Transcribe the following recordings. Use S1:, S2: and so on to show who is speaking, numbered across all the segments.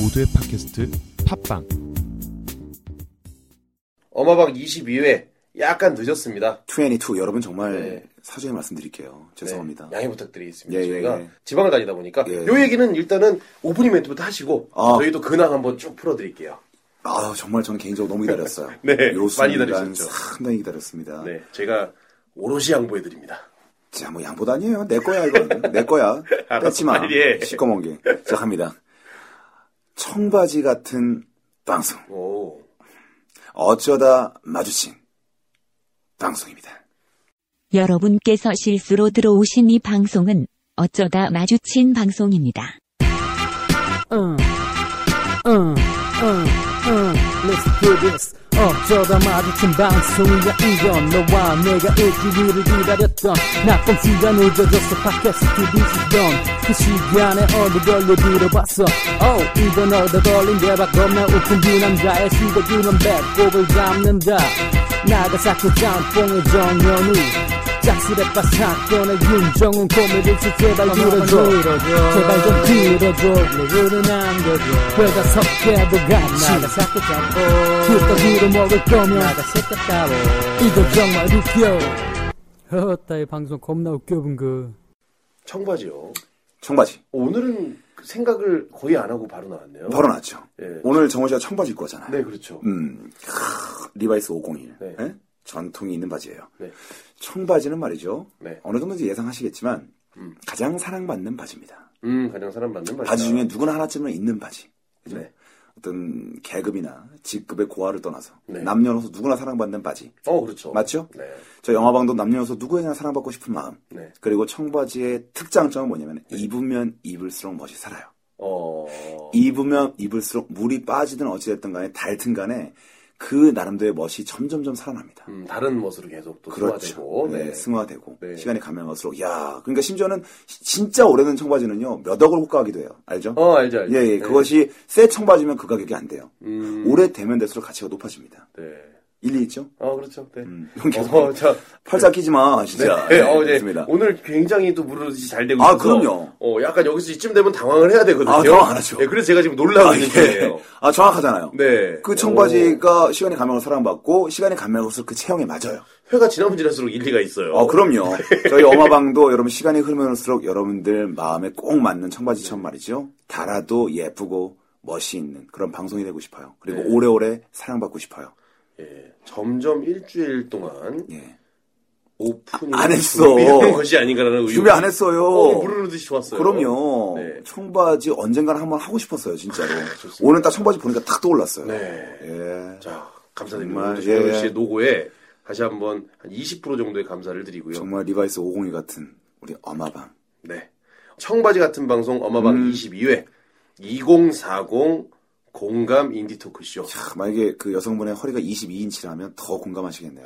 S1: 모두의 팟캐스트 팟빵
S2: 어마박 22회 약간 늦었습니다.
S3: 22 여러분 정말
S2: 네.
S3: 사죄의 말씀드릴게요. 죄송합니다.
S2: 네, 양해 부탁드리겠습니다.
S3: 예,
S2: 저희가
S3: 예, 예.
S2: 지방을 다니다 보니까
S3: 예.
S2: 요 얘기는 일단은 오프닝 멘트부터 하시고
S3: 아.
S2: 저희도 근황 한번 쭉 풀어드릴게요.
S3: 아 정말 저는 개인적으로 너무 기다렸어요.
S2: 네,
S3: 요
S2: 많이
S3: 순간
S2: 기다리셨죠.
S3: 상당히 기다렸습니다.
S2: 네, 제가 오롯이 양보해드립니다.
S3: 자, 뭐 양보도 아니에요. 내 거야 이건. 내 거야. 뺏지 마.
S2: 빨리 해.
S3: 시꺼먼 게. 시작합니다. 청바지 같은 방송.
S2: 오,
S3: 어쩌다 마주친 방송입니다.
S4: 여러분께서 실수로 들어오신 이 방송은 어쩌다 마주친 방송입니다.
S5: Uh, uh, uh, uh, let's do this. 어쩌다 마주친 방송이야 이건 너와 내가 일주일을 기다렸던 나쁜 시간 늦어졌어 팟캐스트 뒤지던 그 시간에 어디별로 들어봤어 oh, 이건 얻어 걸린 대박 겁나 웃긴 두 남자의 시도기는 배꼽을 잡는다 나가사키 짬뽕의 정연우 짝스레빠 사건의 윤정훈 코미디스 제발 들어줘 제발 좀 들어줘 누구를 남겨줘 배가 섞여도 같이 나가사키 짬뽕 뚜껑으로 먹을 거면 나가사키 따로 이거 정말 웃겨 어, 허허따이 방송 겁나 웃겨 본그
S2: 청바지요.
S3: 청바지.
S2: 오늘은 그 생각을 거의 안 하고 바로 나왔네요.
S3: 바로 났죠.
S2: 예.
S3: 오늘 정호 씨가 청바지 입고 왔잖아요.
S2: 네, 그렇죠.
S3: 음, 캬, 리바이스 501.
S2: 네.
S3: 예? 전통이 있는 바지예요.
S2: 네.
S3: 청바지는 말이죠.
S2: 네.
S3: 어느 정도인지 예상하시겠지만
S2: 음.
S3: 가장 사랑받는 바지입니다.
S2: 음, 가장 사람 받는 바지.
S3: 바지 중에 누구나 하나쯤은 있는 바지. 그죠?
S2: 네.
S3: 어떤 계급이나 직급의 고하를 떠나서
S2: 네.
S3: 남녀노소 누구나 사랑받는 바지.
S2: 어, 그렇죠.
S3: 맞죠?
S2: 네,
S3: 저 영화방도 남녀노소 누구에게나 사랑받고 싶은 마음.
S2: 네.
S3: 그리고 청바지의 특장점은 뭐냐면 입으면 입을수록 멋이 살아요.
S2: 어,
S3: 입으면 입을수록 물이 빠지든 어찌됐든 간에 닳든 간에 그 나름대로의 멋이 점점점 살아납니다.
S2: 음, 다른 멋으로 계속 또
S3: 그렇죠.
S2: 소화되고.
S3: 네, 승화되고
S2: 네.
S3: 시간이 가면 갈수록 야 그러니까 심지어는 시- 진짜 오래된 청바지는요 몇 억을 호가하기도 해요 알죠?
S2: 어, 알죠, 알죠.
S3: 예, 예.
S2: 네.
S3: 그것이 새 청바지면 그 가격이 안 돼요.
S2: 음,
S3: 오래되면 될수록 가치가 높아집니다.
S2: 네.
S3: 일리 있죠?
S2: 어, 그렇죠. 네.
S3: 음, 형 계속
S2: 어, 자,
S3: 팔자 끼지 마, 진짜.
S2: 네, 어, 네.
S3: 그렇습니다.
S2: 오늘 굉장히 또 무르지 잘 되고
S3: 아,
S2: 있어서
S3: 그럼요.
S2: 어, 약간 여기서 이쯤 되면 당황을 해야 되거든요.
S3: 아, 당황 안 하죠.
S2: 네, 그래서 제가 지금 놀라고
S3: 아,
S2: 있는
S3: 예.
S2: 중이에요.
S3: 아, 정확하잖아요.
S2: 네.
S3: 그 청바지가 시간이 가면 사랑받고 시간이 가면 갈수록 그 체형에 맞아요.
S2: 오, 회가 지나면 지날수록 일리가 있어요.
S3: 어, 그럼요. 저희 엄마방도 여러분 시간이 흐르면서록 여러분들 마음에 꼭 맞는 청바지처럼
S2: 네.
S3: 말이죠. 달아도 예쁘고 멋이 있는 그런 방송이 되고 싶어요. 그리고
S2: 네.
S3: 오래오래 사랑받고 싶어요.
S2: 예. 점점 일주일 동안
S3: 예.
S2: 오프닝
S3: 안 했어.
S2: 준비한 것이 아닌가라는 의혹.
S3: 준비 안 했어요.
S2: 어, 무르르듯이 좋았어요.
S3: 그럼요.
S2: 네. 아,
S3: 청바지 언젠가는 한번 하고 싶었어요, 진짜로.
S2: 좋습니다.
S3: 오늘 딱 청바지 보니까 탁 떠올랐어요.
S2: 네.
S3: 예.
S2: 자, 감사드립니다.
S3: 정말,
S2: 오늘 조현우
S3: 예.
S2: 씨의 노고에 다시 한번 한 20% 정도의 감사를 드리고요.
S3: 정말 리바이스 502 같은 우리 어마방.
S2: 네. 청바지 같은 방송 어마방
S3: 음.
S2: 22회 2040 공감 인디 토크쇼.
S3: 캬, 만약에 그 여성분의 허리가 22인치라면 더 공감하시겠네요.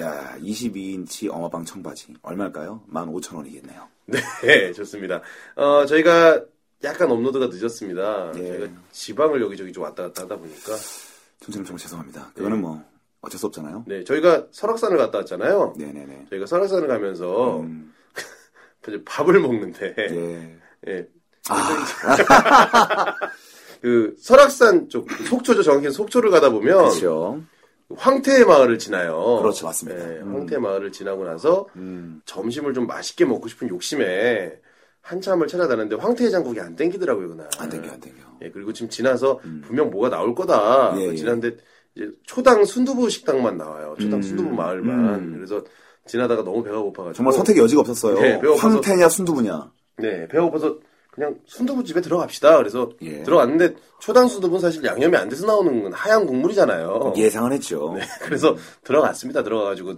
S3: 야, 22인치 어마방 청바지. 얼마일까요? 15,000원이겠네요.
S2: 네, 좋습니다. 어, 저희가 약간 업로드가 늦었습니다.
S3: 예.
S2: 저희가 지방을 여기저기 좀 왔다 갔다 하다 보니까.
S3: 청취자님 정말 죄송합니다. 그거는 뭐 어쩔 수 없잖아요.
S2: 네, 저희가 설악산을 갔다 왔잖아요.
S3: 네, 네, 네.
S2: 저희가 설악산을 가면서
S3: 음,
S2: 이제 밥을 먹는데,
S3: 예.
S2: 예.
S3: 아,
S2: 그 설악산 쪽, 속초죠. 정확히 속초를 가다 보면
S3: 그렇죠.
S2: 황태 마을을 지나요.
S3: 그렇죠, 맞습니다.
S2: 예,
S3: 음.
S2: 황태 마을을 지나고 나서
S3: 음,
S2: 점심을 좀 맛있게 먹고 싶은 욕심에 한참을 찾아다녔는데 황태해장국이 안 땡기더라고요 그날.
S3: 안 땡겨, 안 땡겨.
S2: 예, 그리고 지금 지나서 분명 뭐가 나올 거다.
S3: 예, 예.
S2: 지난데 이제 초당 순두부 식당만 나와요. 초당
S3: 음.
S2: 순두부 마을만.
S3: 음.
S2: 그래서 지나다가 너무 배가 고파가지고
S3: 정말 선택의 여지가 없었어요. 어.
S2: 네, 배고파서-
S3: 황태냐 순두부냐.
S2: 네, 배가 고파서 그냥 순두부 집에 들어갑시다. 그래서
S3: 예.
S2: 들어갔는데 초당 순두부는 사실 양념이 안 돼서 나오는 건 하얀 국물이잖아요.
S3: 예상은 했죠.
S2: 그래서 들어갔습니다. 들어가가지고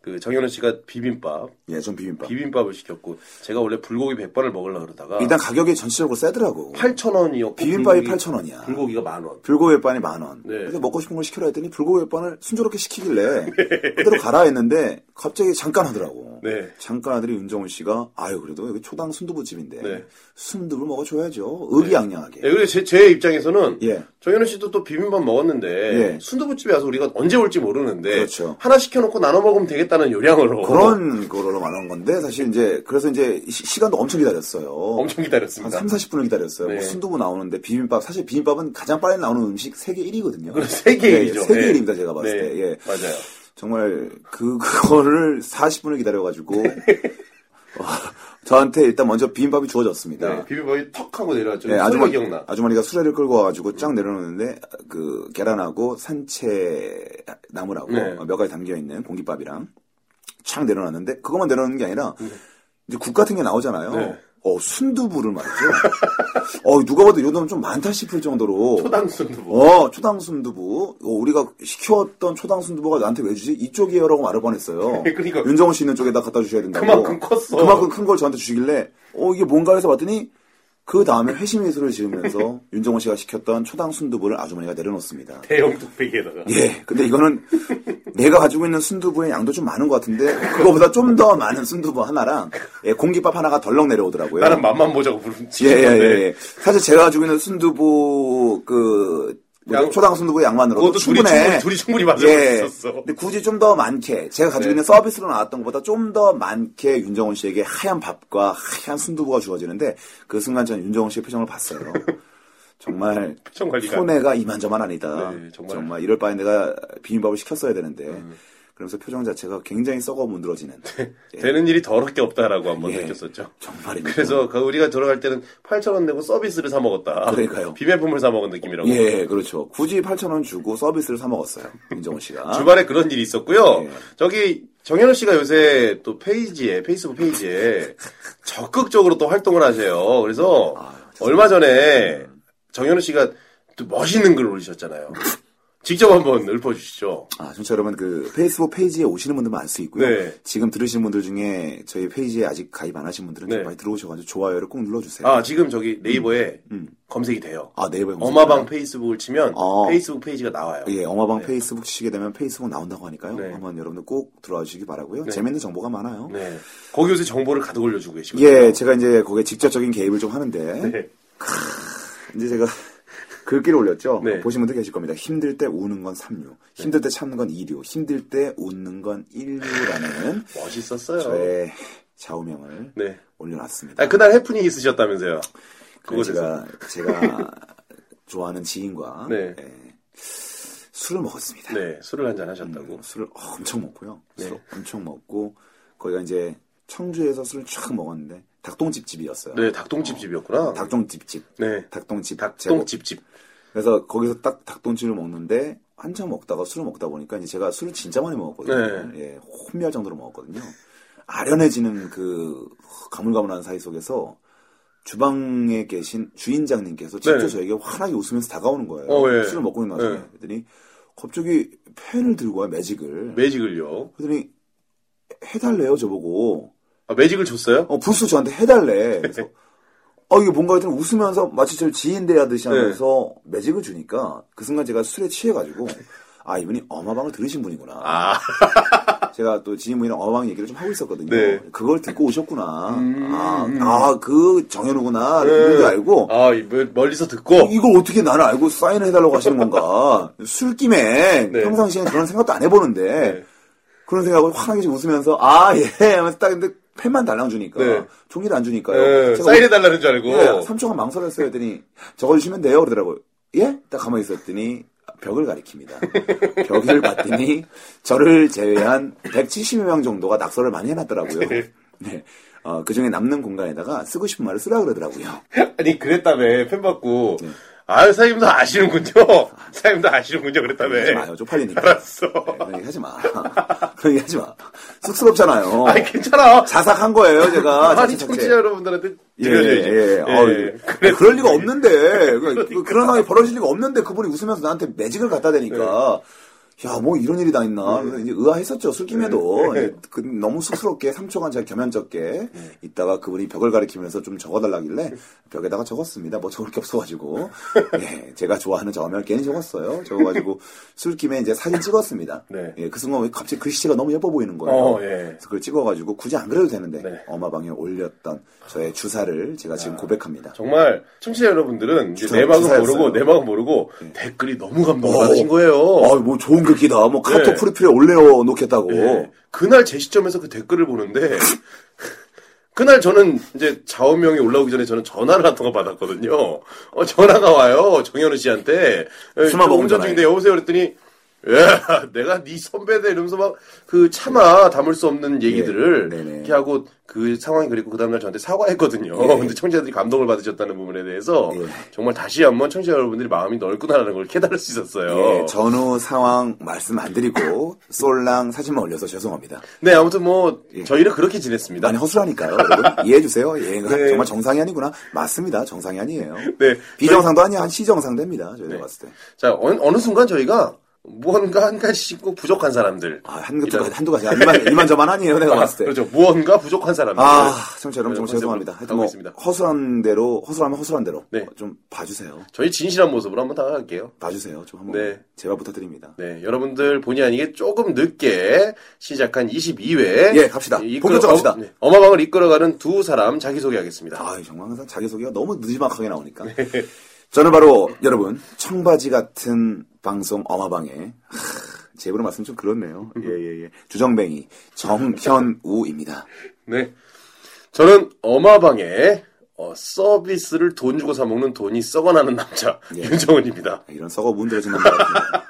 S2: 그 정현우 씨가 비빔밥,
S3: 예, 전 비빔밥.
S2: 비빔밥을 시켰고 제가 원래 불고기 100번을 먹으려고 그러다가
S3: 일단 가격이 전체적으로 세더라고.
S2: 8,000원이었고
S3: 비빔밥이 8,000원이야.
S2: 불고기가 만 원.
S3: 불고기 햇반이 만 원.
S2: 네.
S3: 그래서 먹고 싶은 걸 시키라 했더니 불고기 햇반을 순조롭게 시키길래 그대로 가라 했는데 갑자기 잠깐 하더라고.
S2: 네.
S3: 잠깐 하더니 윤정훈 씨가 아유 그래도 여기 초당 순두부집인데
S2: 네.
S3: 순두부 먹어줘야죠. 의기양양하게.
S2: 예, 그래서 예, 제, 제 입장에서는
S3: 예.
S2: 정현우 씨도 또 비빔밥 먹었는데
S3: 예.
S2: 순두부집에 와서 우리가 언제 올지 모르는데
S3: 그렇죠.
S2: 하나 시켜놓고 나눠 먹으면 되겠다는 요량으로
S3: 그런 거로 말한 건데 사실 이제 그래서 이제 시, 간도 엄청 기다렸어요.
S2: 엄청
S3: 한
S2: 기다렸습니다.
S3: 3, 40분을 기다렸어요. 뭐
S2: 네.
S3: 순두부 나오는데 비빔밥 사실 비빔밥은 가장 빨리 나오는 음식 세계 1위거든요.
S2: 그럼 세계 일이죠.
S3: 예, 세계
S2: 네.
S3: 1위입니다 제가 봤을
S2: 네.
S3: 때. 예.
S2: 맞아요.
S3: 정말 그 그거를 40분을 기다려가지고 어, 저한테 일단 먼저 비빔밥이 주어졌습니다.
S2: 네, 비빔밥이 턱 하고 내려왔죠.
S3: 예,
S2: 소리가
S3: 아주머-
S2: 기억나.
S3: 아주머니가 수레를 끌고 와가지고 쫙 내려놓는데 그 계란하고 산채 나물하고 어,
S2: 네.
S3: 몇 가지 담겨 있는 공깃밥이랑 쫙 내려놨는데 그것만 내려놓는 게 아니라 이제 국 같은 게 나오잖아요.
S2: 네.
S3: 어 순두부를 말이죠. 어 누가 봐도 요놈 좀 많다 싶을 정도로
S2: 초당 순두부.
S3: 어, 초당 순두부. 어, 우리가 시켜왔던 초당 순두부가 나한테 왜 주지? 이쪽이에요라고 말을 뻔했어요.
S2: 그러니까.
S3: 윤정훈 씨 있는 쪽에다 갖다 주셔야 된다고.
S2: 그만큼 컸어.
S3: 그만큼 큰 걸 저한테 주시길래, 어, 이게 뭔가 해서 봤더니, 그 다음에 회심의 소를 지으면서 윤정훈 씨가 시켰던 초당 순두부를 아주머니가 내려놓습니다.
S2: 대형 뚝배기에다가.
S3: 예, 근데 이거는 내가 가지고 있는 순두부의 양도 좀 많은 것 같은데, 그거보다 좀 더 많은 순두부 하나랑, 예, 공깃밥 하나가 덜렁 내려오더라고요.
S2: 나는 맘만 보자고 부른
S3: 예, 예,
S2: 친구인데.
S3: 예, 예. 사실 제가 가지고 있는 순두부, 그, 뭐죠?
S2: 양-
S3: 초당 순두부 양만으로도
S2: 그것도 둘이
S3: 충분해. 예.
S2: 충분히, 둘이 충분히 맞을 수 있었어.
S3: 근데 굳이 좀 더 많게, 제가 가지고
S2: 네.
S3: 있는 서비스로 나왔던 것보다 좀 더 많게 윤정훈 씨에게 하얀 밥과 하얀 순두부가 주어지는데, 그 순간 저는 윤정훈 씨의 표정을 봤어요. 정말,
S2: 표정 관리가.
S3: 손해가 이만저만 아니다.
S2: 네,
S3: 정말.
S2: 정말. 음.
S3: 이럴 바에 내가 비빔밥을 시켰어야 되는데, 그러면서 표정 자체가 굉장히 썩어 문드러지는.
S2: 네.
S3: 예,
S2: 되는 일이 더럽게 없다라고 한번
S3: 예.
S2: 느꼈었죠.
S3: 정말입니다.
S2: 그래서 그 우리가 들어갈 때는 8,000원 내고 서비스를 사 먹었다.
S3: 음. 그러니까요.
S2: 비매품을 사 먹은 느낌이라고.
S3: 예, 그렇죠. 굳이 8,000원 주고 서비스를 사먹었어요. 윤정훈 씨가.
S2: 주말에 그런 일이 있었고요.
S3: 예.
S2: 저기 정현우 씨가 요새 또 페이지에 페이스북 페이지에 적극적으로 또 활동을 하세요. 그래서
S3: 아,
S2: 얼마 전에
S3: 음.
S2: 정현우 씨가 또 멋있는 글을 올리셨잖아요. 직접 한번 읊어주시죠.
S3: 아, 진짜 여러분, 그, 페이스북 페이지에 오시는 분들 많을 수 있고요.
S2: 네.
S3: 지금 들으시는 분들 중에 저희 페이지에 아직 가입 안 하신 분들은 좀
S2: 네.
S3: 많이 들어오셔가지고 좋아요를 꼭 눌러주세요.
S2: 아 지금 저기 네이버에
S3: 예. 음.
S2: 검색이 돼요.
S3: 아, 네이버에 검색해요?
S2: 어마방 페이스북을 치면
S3: 어.
S2: 페이스북 페이지가 나와요.
S3: 예, 어마방
S2: 네.
S3: 페이스북 치시게 되면 페이스북 나온다고 하니까요.
S2: 네.
S3: 한번 여러분들 꼭 들어와 주시기 바라고요.
S2: 네.
S3: 재밌는 정보가 많아요.
S2: 네. 거기 요새 정보를 가득 올려주고 계시거든요.
S3: 예, 제가 이제 거기에 직접적인 개입을 좀 하는데
S2: 네.
S3: 이제 제가 글귀를 올렸죠.
S2: 네.
S3: 보신 분들 계실 겁니다. 힘들 때 우는 건 삼류, 힘들 때 참는 건 이류, 힘들 때 웃는 건 일류라는
S2: 멋있었어요.
S3: 저의 좌우명을
S2: 네.
S3: 올려놨습니다. 그러니까
S2: 아, 그날 해프닝 있으셨다면서요. 그곳에서.
S3: 제가 제가 좋아하는 지인과
S2: 네.
S3: 예, 술을 먹었습니다.
S2: 네. 술을 한잔 하셨다고.
S3: 술을 엄청 먹고요.
S2: 네.
S3: 술을 엄청 먹고 거기가 이제 청주에서 술을 쫙 먹었는데 닭똥집 집이었어요.
S2: 네, 닭똥집 집이었구나.
S3: 닭똥집 뭐- 집.
S2: 네.
S3: 닭똥집 제목.
S2: 닭똥집 집.
S3: 그래서 거기서 딱 닭똥집을 먹는데 한참 먹다가 술을 먹다 보니까 이제 제가 술을 진짜 많이 먹었거든요.
S2: 네.
S3: 예, 혼미할 정도로 먹었거든요. 아련해지는 그 가물가물한 사이 속에서 주방에 계신 주인장님께서 직접
S2: 네.
S3: 저에게 환하게 웃으면서 다가오는 거예요.
S2: 어, 예.
S3: 술을 먹고 있는 와중에
S2: 네.
S3: 그랬더니 갑자기 펜을 들고 와요 매직을.
S2: 매직을요.
S3: 그랬더니 해달래요 저보고.
S2: 아, 매직을 줬어요?
S3: 어, 불스 저한테 해달래.
S2: 네.
S3: 그래서, 어, 이게 뭔가 하여튼 웃으면서 마치 저를 지인 대하듯이 하면서
S2: 네.
S3: 매직을 주니까 그 순간 제가 술에 취해가지고, 아, 이분이 어마방을 들으신 분이구나.
S2: 아,
S3: 제가 또 지인분이랑 어마방 얘기를 좀 하고 있었거든요.
S2: 네.
S3: 그걸 듣고 오셨구나.
S2: 음. 네.
S3: 아, 아, 그 정현우구나. 이런 줄 알고,
S2: 아, 이 멀- 멀리서 듣고.
S3: 이걸 어떻게 나는 알고 사인을 해달라고 하시는 건가. 술김에
S2: 네.
S3: 평상시에는 그런 생각도 안 해보는데,
S2: 네.
S3: 그런 생각을 환하게 좀 웃으면서, 아, 예, 하면서 딱 근데 펜만 달랑 주니까,
S2: 네.
S3: 종이를 안 주니까요.
S2: 네,
S3: 어, 제가
S2: 사인해달라는 줄 알고.
S3: 예, 삼촌은 망설였어요. 했더니, 적어주시면 돼요. 그러더라고요. 예? 딱 가만히 있었더니, 벽을 가리킵니다. 벽을 봤더니, 저를 제외한 170명 정도가 낙서를 많이 해놨더라고요. 네. 어, 그 중에 남는 공간에다가 쓰고 싶은 말을 쓰라 그러더라고요.
S2: 아니, 그랬다며. 팬 받고.
S3: 네.
S2: 아유, 사장님도 아시는군요. 사장님도 아시는군요. 그랬다며.
S3: 하지 마요. 쪽팔리니까.
S2: 알았어.
S3: 네, 그런 얘기 하지 마. 그런 얘기 하지 마. 쑥스럽잖아요.
S2: 아니, 괜찮아.
S3: 자삭한 거예요, 제가.
S2: 아니,
S3: 자체
S2: 청취자
S3: 착취.
S2: 여러분들한테
S3: 예,
S2: 드려줘야지.
S3: 예, 예. 아우, 그럴
S2: 예.
S3: 리가 그,
S2: 예.
S3: 없는데, 그러니까. 그런 상황이 벌어질 리가 없는데, 그분이 웃으면서 나한테 매직을 갖다 대니까, 야, 뭐 이런 일이 다 있나. 그래서 이제 의아했었죠. 술김에도.
S2: 네.
S3: 이제 그 너무 스스럽게 3초간 제가
S2: 예.
S3: 겸연쩍게 있다가 그분이 벽을 가리키면서 좀 적어달라길래 벽에다가 적었습니다. 뭐 적을 게 없어가지고. 예, 제가 좋아하는 저음열 괜히 적었어요. 적어가지고 술김에 이제 사진 찍었습니다.
S2: 네.
S3: 예, 그 순간 갑자기 글씨가 너무 예뻐 보이는 거예요.
S2: 어, 예.
S3: 그래서 그걸 찍어가지고 굳이 안 그래도 되는데
S2: 네. 아,
S3: 어마방에 올렸던 저의 주사를 제가 지금 고백합니다.
S2: 정말 청취자 여러분들은 이제
S3: 주사-
S2: 내 막은
S3: 주사였어요. 네.
S2: 모르고 내 막은 모르고 댓글이 너무 감동받으신
S3: 어.
S2: 거예요.
S3: 아, 뭐 좋은 글귀다. 뭐 카톡
S2: 네.
S3: 프리필에 올려 놓겠다고.
S2: 예. 그날 제 시점에서 그 댓글을 보는데 그날 저는 이제 자원명이 올라오기 전에 저는 전화를 한 통화 받았거든요. 어, 전화가 와요 정현우 씨한테 예,
S3: 술만
S2: 저
S3: 먹으면
S2: 운전 중인데 여보세요 그랬더니 야, 내가 네 선배다 이러면서 막 그 차마 담을 수 없는 얘기들을
S3: 네, 네네.
S2: 이렇게 하고 그 상황이 그리고 그 다음날 저한테 사과했거든요.
S3: 예.
S2: 근데 청취자들이 감동을 받으셨다는 부분에 대해서
S3: 예.
S2: 정말 다시 한번 청취자 여러분들이 마음이 넓구나라는 걸 깨달을 수 있었어요.
S3: 예, 전후 상황 말씀 안 드리고 솔랑 사진만 올려서 죄송합니다.
S2: 네, 아무튼 뭐
S3: 예.
S2: 저희는 그렇게 지냈습니다.
S3: 많이 허술하니까요, 여러분. 이해해 주세요. 예,
S2: 네.
S3: 정말 정상이 아니구나. 맞습니다. 정상이 아니에요.
S2: 네.
S3: 비정상도 아니야. 한 시정상 됩니다. 저희가
S2: 네.
S3: 봤을 때.
S2: 자, 어느, 어느 순간 저희가 무언가 한 가지씩 꼭 부족한 사람들.
S3: 아, 한두 가지, 한두 가지. 아, 이만, 이만 저만 아니에요. 내가 봤을 때.
S2: 그렇죠. 무언가 부족한 사람들.
S3: 아, 청취자 여러분 정말
S2: 컨셉으로
S3: 죄송합니다. 하여튼
S2: 하고
S3: 뭐
S2: 네. 있습니다.
S3: 허술한 대로 허술하면 허술한 대로
S2: 네.
S3: 어, 좀 봐주세요.
S2: 저희 진실한 모습으로 한번 다가갈게요.
S3: 봐주세요. 좀 한번
S2: 네.
S3: 제발 부탁드립니다.
S2: 네, 여러분들 본의 아니게 조금 늦게 시작한 22회.
S3: 예, 갑시다. 본격적으로 갑시다.
S2: 어, 마방을 이끌어가는 두 사람 자기소개하겠습니다.
S3: 아, 정말 항상 자기소개가 너무 느지막하게 나오니까.
S2: 네.
S3: 저는 바로 여러분 청바지 같은 방송 어마방에 하, 제 입으로 말씀 좀 그렇네요. 예예예. 주정뱅이 정현우입니다.
S2: 네. 저는 어마방에 어, 서비스를 돈 주고 사먹는 돈이 썩어나는 남자,
S3: 예.
S2: 윤정은입니다.
S3: 이런 썩어 문드러진 남자 같은.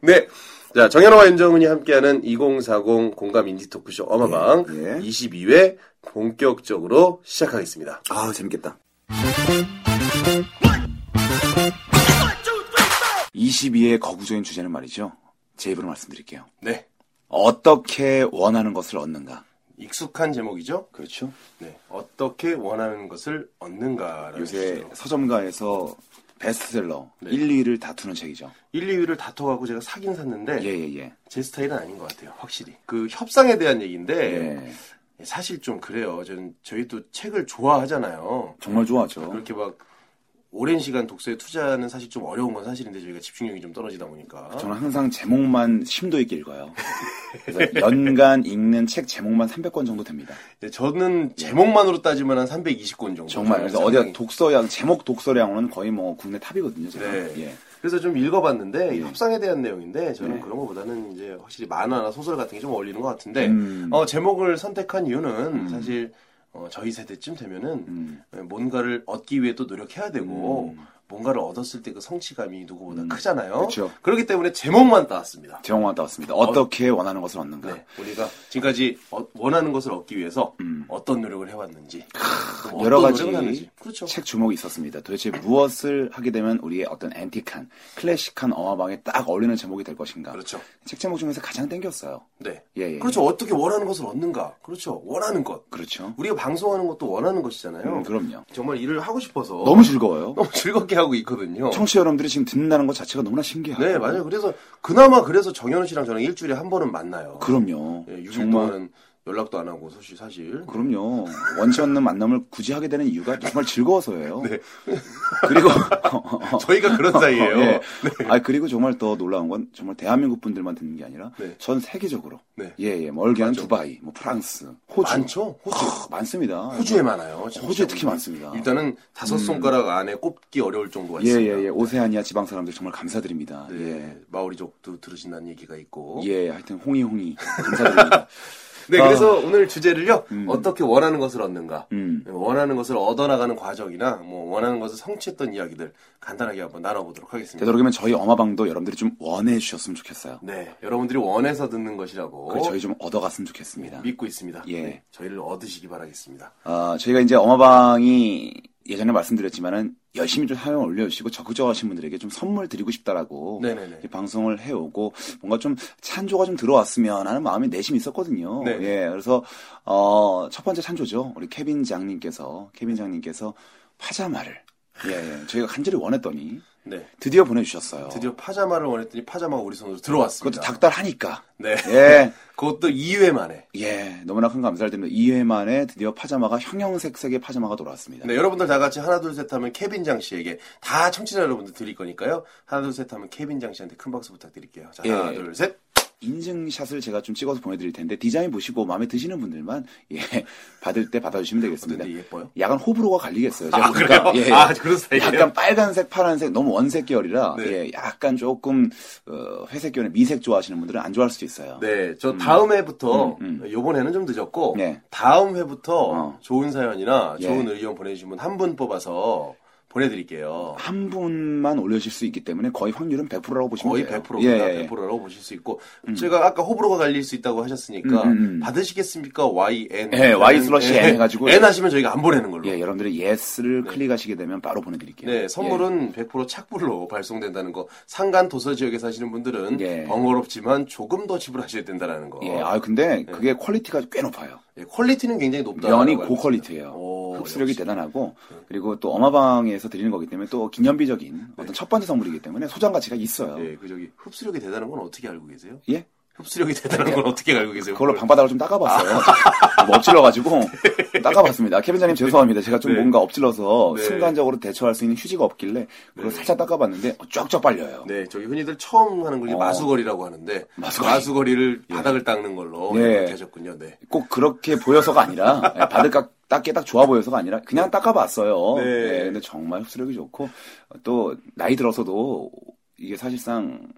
S2: 네. 자, 정현호와 윤정훈이 함께하는 2040 공감 인디 토크쇼 어마방
S3: 예, 예.
S2: 22회 본격적으로 시작하겠습니다.
S3: 아 재밌겠다. 22의 거구적인 주제는 말이죠. 제 입으로 말씀드릴게요.
S2: 네.
S3: 어떻게 원하는 것을 얻는가.
S2: 익숙한 제목이죠?
S3: 그렇죠.
S2: 네. 어떻게 원하는 것을 얻는가.
S3: 요새 서점가에서 베스트셀러
S2: 네.
S3: 1, 2위를 다투는 책이죠.
S2: 1, 2위를 다퉈가고 제가 사긴 샀는데
S3: 예예예. 예,
S2: 제 스타일은 아닌 것 같아요. 확실히. 그 협상에 대한 얘기인데
S3: 예.
S2: 사실 좀 그래요. 저는 저희도 책을 좋아하잖아요.
S3: 정말 좋아하죠.
S2: 그렇게 막 오랜 시간 독서에 투자는 사실 좀 어려운 건 사실인데 저희가 집중력이 좀 떨어지다 보니까
S3: 저는 항상 제목만 심도 있게 읽어요. 그래서 연간 읽는 책 제목만 300권 정도 됩니다.
S2: 네, 저는 제목만으로 따지면 한 320권 정도.
S3: 정말 그래서 어디가
S2: 상당히.
S3: 독서량 제목 독서량으로는 거의 뭐 국내 탑이거든요. 제가.
S2: 네.
S3: 예.
S2: 그래서 좀 읽어봤는데 이
S3: 예.
S2: 협상에 대한 내용인데 저는
S3: 네.
S2: 그런 것보다는 이제 확실히 만화나 소설 같은 게 좀 어울리는 것 같은데
S3: 음.
S2: 어, 제목을 선택한 이유는 사실 어, 저희 세대쯤 되면은 네,
S3: 음.
S2: 뭔가를 얻기 위해 또 노력해야 되고 뭔가를 얻었을 때 그 성취감이 누구보다 크잖아요.
S3: 음. 그쵸.
S2: 그렇기 때문에 제목만 따왔습니다.
S3: 제목만 따왔습니다. 어떻게 원하는 것을 얻는가.
S2: 네, 우리가 지금까지 어- 원하는 것을 얻기 위해서
S3: 음.
S2: 어떤 노력을 해왔는지 또 어떤
S3: 여러 가지
S2: 노력을 하는지. 그렇죠. 음.
S3: 책 주목이 있었습니다. 도대체 무엇을 하게 되면 우리의 어떤 앤틱한 클래식한 어마방에 딱 어울리는 제목이 될 것인가.
S2: 그렇죠.
S3: 책 제목 중에서 가장 땡겼어요.
S2: 네.
S3: 예, 예.
S2: 그렇죠. 어떻게 원하는 것을 얻는가. 그렇죠. 원하는 것.
S3: 그렇죠.
S2: 우리가 방송하는 것도 원하는 것이잖아요.
S3: 음, 그럼요.
S2: 정말 일을 하고 싶어서
S3: 너무 즐거워요.
S2: 너무 즐겁게 하고 있거든요.
S3: 청취자 여러분들이 지금 듣는다는 것 자체가 너무나 신기해요.
S2: 네, 맞아요. 그래서 그나마 그래서 정현우 씨랑 저랑 일주일에 한 번은 만나요.
S3: 그럼요.
S2: 예, 6일
S3: 정말
S2: 동안은 연락도 안 하고 사실 사실.
S3: 그럼요. 원치 않는 만남을 굳이 하게 되는 이유가 정말 즐거워서예요.
S2: 네.
S3: 그리고
S2: 저희가 그런 사이예요. 네.
S3: 예. 아 그리고 정말 더 놀라운 건 정말 대한민국 분들만 듣는 게 아니라
S2: 네.
S3: 전 세계적으로
S2: 네.
S3: 예예 멀게는
S2: 맞죠.
S3: 두바이, 뭐 프랑스, 호주
S2: 많죠? 호주.
S3: 크, 많습니다.
S2: 호주에 많아요. 진짜.
S3: 호주에 특히 많습니다. 음.
S2: 일단은 다섯 손가락 안에 꼽기 어려울 정도가 있습니다.
S3: 예예예 오세아니아 지방 사람들 정말 감사드립니다.
S2: 네, 어? 마오리족도 들으신다는 얘기가 있고.
S3: 예. 예 하여튼 홍이 홍이 감사드립니다.
S2: 네,
S3: 아.
S2: 그래서 오늘 주제를요. 어떻게 원하는 것을 얻는가.
S3: 음.
S2: 원하는 것을 얻어나가는 과정이나 뭐 원하는 것을 성취했던 이야기들 간단하게 한번 나눠보도록 하겠습니다.
S3: 되도록이면 저희 엄마방도 여러분들이 좀 원해 주셨으면 좋겠어요.
S2: 네, 여러분들이 원해서 듣는 것이라고
S3: 그리고 저희 좀 얻어갔으면 좋겠습니다.
S2: 믿고 있습니다.
S3: 예.
S2: 네, 저희를 얻으시기 바라겠습니다.
S3: 아, 저희가 이제 어마방이 예전에 말씀드렸지만은 열심히 좀 사연 올려주시고 적극적으로 하신 분들에게 좀 선물 드리고 싶다라고
S2: 네네네.
S3: 이렇게 방송을 해오고 뭔가 좀 찬조가 좀 들어왔으면 하는 마음이 내심 있었거든요.
S2: 네.
S3: 예, 그래서 어, 첫 번째 찬조죠. 우리 케빈 장님께서 케빈 장님께서 파자마를 예, 예. 저희가 간절히 원했더니
S2: 네.
S3: 드디어 보내주셨어요.
S2: 드디어 파자마를 원했더니 파자마가 우리 손으로 들어왔습니다.
S3: 그것도 닭달 하니까.
S2: 네.
S3: 예.
S2: 그것도 2회 만에.
S3: 예, 너무나 큰 감사를 드립니다. 2회 만에 드디어 파자마가 형형색색의 파자마가 돌아왔습니다.
S2: 네, 여러분들 다 같이 하나 둘 셋 하면 케빈장 씨에게 다 청취자 여러분들 드릴 거니까요. 하나 둘 셋 하면 케빈장 씨한테 큰 박수 부탁드릴게요. 자, 하나
S3: 예.
S2: 둘 셋.
S3: 인증샷을 제가 좀 찍어서 보내드릴 텐데 디자인 보시고 마음에 드시는 분들만 예 받을 때 받아주시면 되겠습니다.
S2: 어떤데 예뻐요?
S3: 약간 호불호가 갈리겠어요. 제가
S2: 아,
S3: 보니까. 예,
S2: 그래요? 아, 그런 스타일이에요?
S3: 약간 빨간색, 파란색 너무 원색 계열이라
S2: 네.
S3: 예, 약간 조금 어, 회색 계열의 미색 좋아하시는 분들은 안 좋아할 수도 있어요.
S2: 네, 저 다음 회부터
S3: 음,
S2: 요번에는 좀 늦었고
S3: 네.
S2: 다음 회부터
S3: 어.
S2: 좋은 사연이나
S3: 예.
S2: 좋은 의견 보내주신 분 한 분 뽑아서 보내드릴게요.
S3: 한 분만 올려주실 수 있기 때문에 거의 확률은 100%라고 보시면
S2: 거의
S3: 돼요.
S2: 100%입니다.
S3: 예, 예, 예.
S2: 100%라고 보실 수 있고 제가 아까 호불호가 갈릴 수 있다고 하셨으니까
S3: 음, 음, 음.
S2: 받으시겠습니까? YN
S3: 예, Y 슬러시 N 해가지고.
S2: N 하시면 저희가 안 보내는 걸로.
S3: 예, 여러분들이 예스를 클릭하시게 되면 바로 보내드릴게요.
S2: 네,
S3: 예.
S2: 선물은 100% 착불로 발송된다는 거. 산간 도서 지역에 사시는 분들은
S3: 예.
S2: 번거롭지만 조금 더 지불하셔야 된다라는 거.
S3: 예, 예. 아
S2: 네.
S3: 근데 그게 퀄리티가 꽤 높아요.
S2: 예, 퀄리티는 굉장히 높다.
S3: 면이 고퀄리티예요.
S2: 뭐 오,
S3: 흡수력이
S2: 역시. 네.
S3: 대단하고 그리고 또 어마방에서 드리는 거기 때문에 또 기념비적인 어떤 첫 번째 선물이기 때문에 소장 가치가 있어요.
S2: 예, 그 저기 흡수력이 대단한 건 어떻게 알고 계세요?
S3: 예?
S2: 흡수력이 대단한 건 어떻게 알고 계세요?
S3: 그걸로 방바닥을 좀 닦아봤어요. 뭐 엎질러가지고 닦아봤습니다. 케빈장님 죄송합니다. 제가 좀
S2: 네.
S3: 뭔가 엎질러서
S2: 네.
S3: 순간적으로 대처할 수 있는 휴지가 없길래 그걸 살짝 닦아봤는데 어, 쫙쫙 빨려요.
S2: 네, 저기 흔히들 처음 하는 걸
S3: 어.
S2: 마수거리라고 하는데
S3: 마수거리.
S2: 를 바닥을 닦는 걸로
S3: 예.
S2: 이렇게 하셨군요. 네.
S3: 꼭 그렇게 보여서가 아니라 예, 바늘깍 닦기 딱 좋아 보여서가 아니라 그냥 닦아봤어요.
S2: 네.
S3: 예, 근데 정말 흡수력이 좋고 또 나이 들어서도 이게 사실상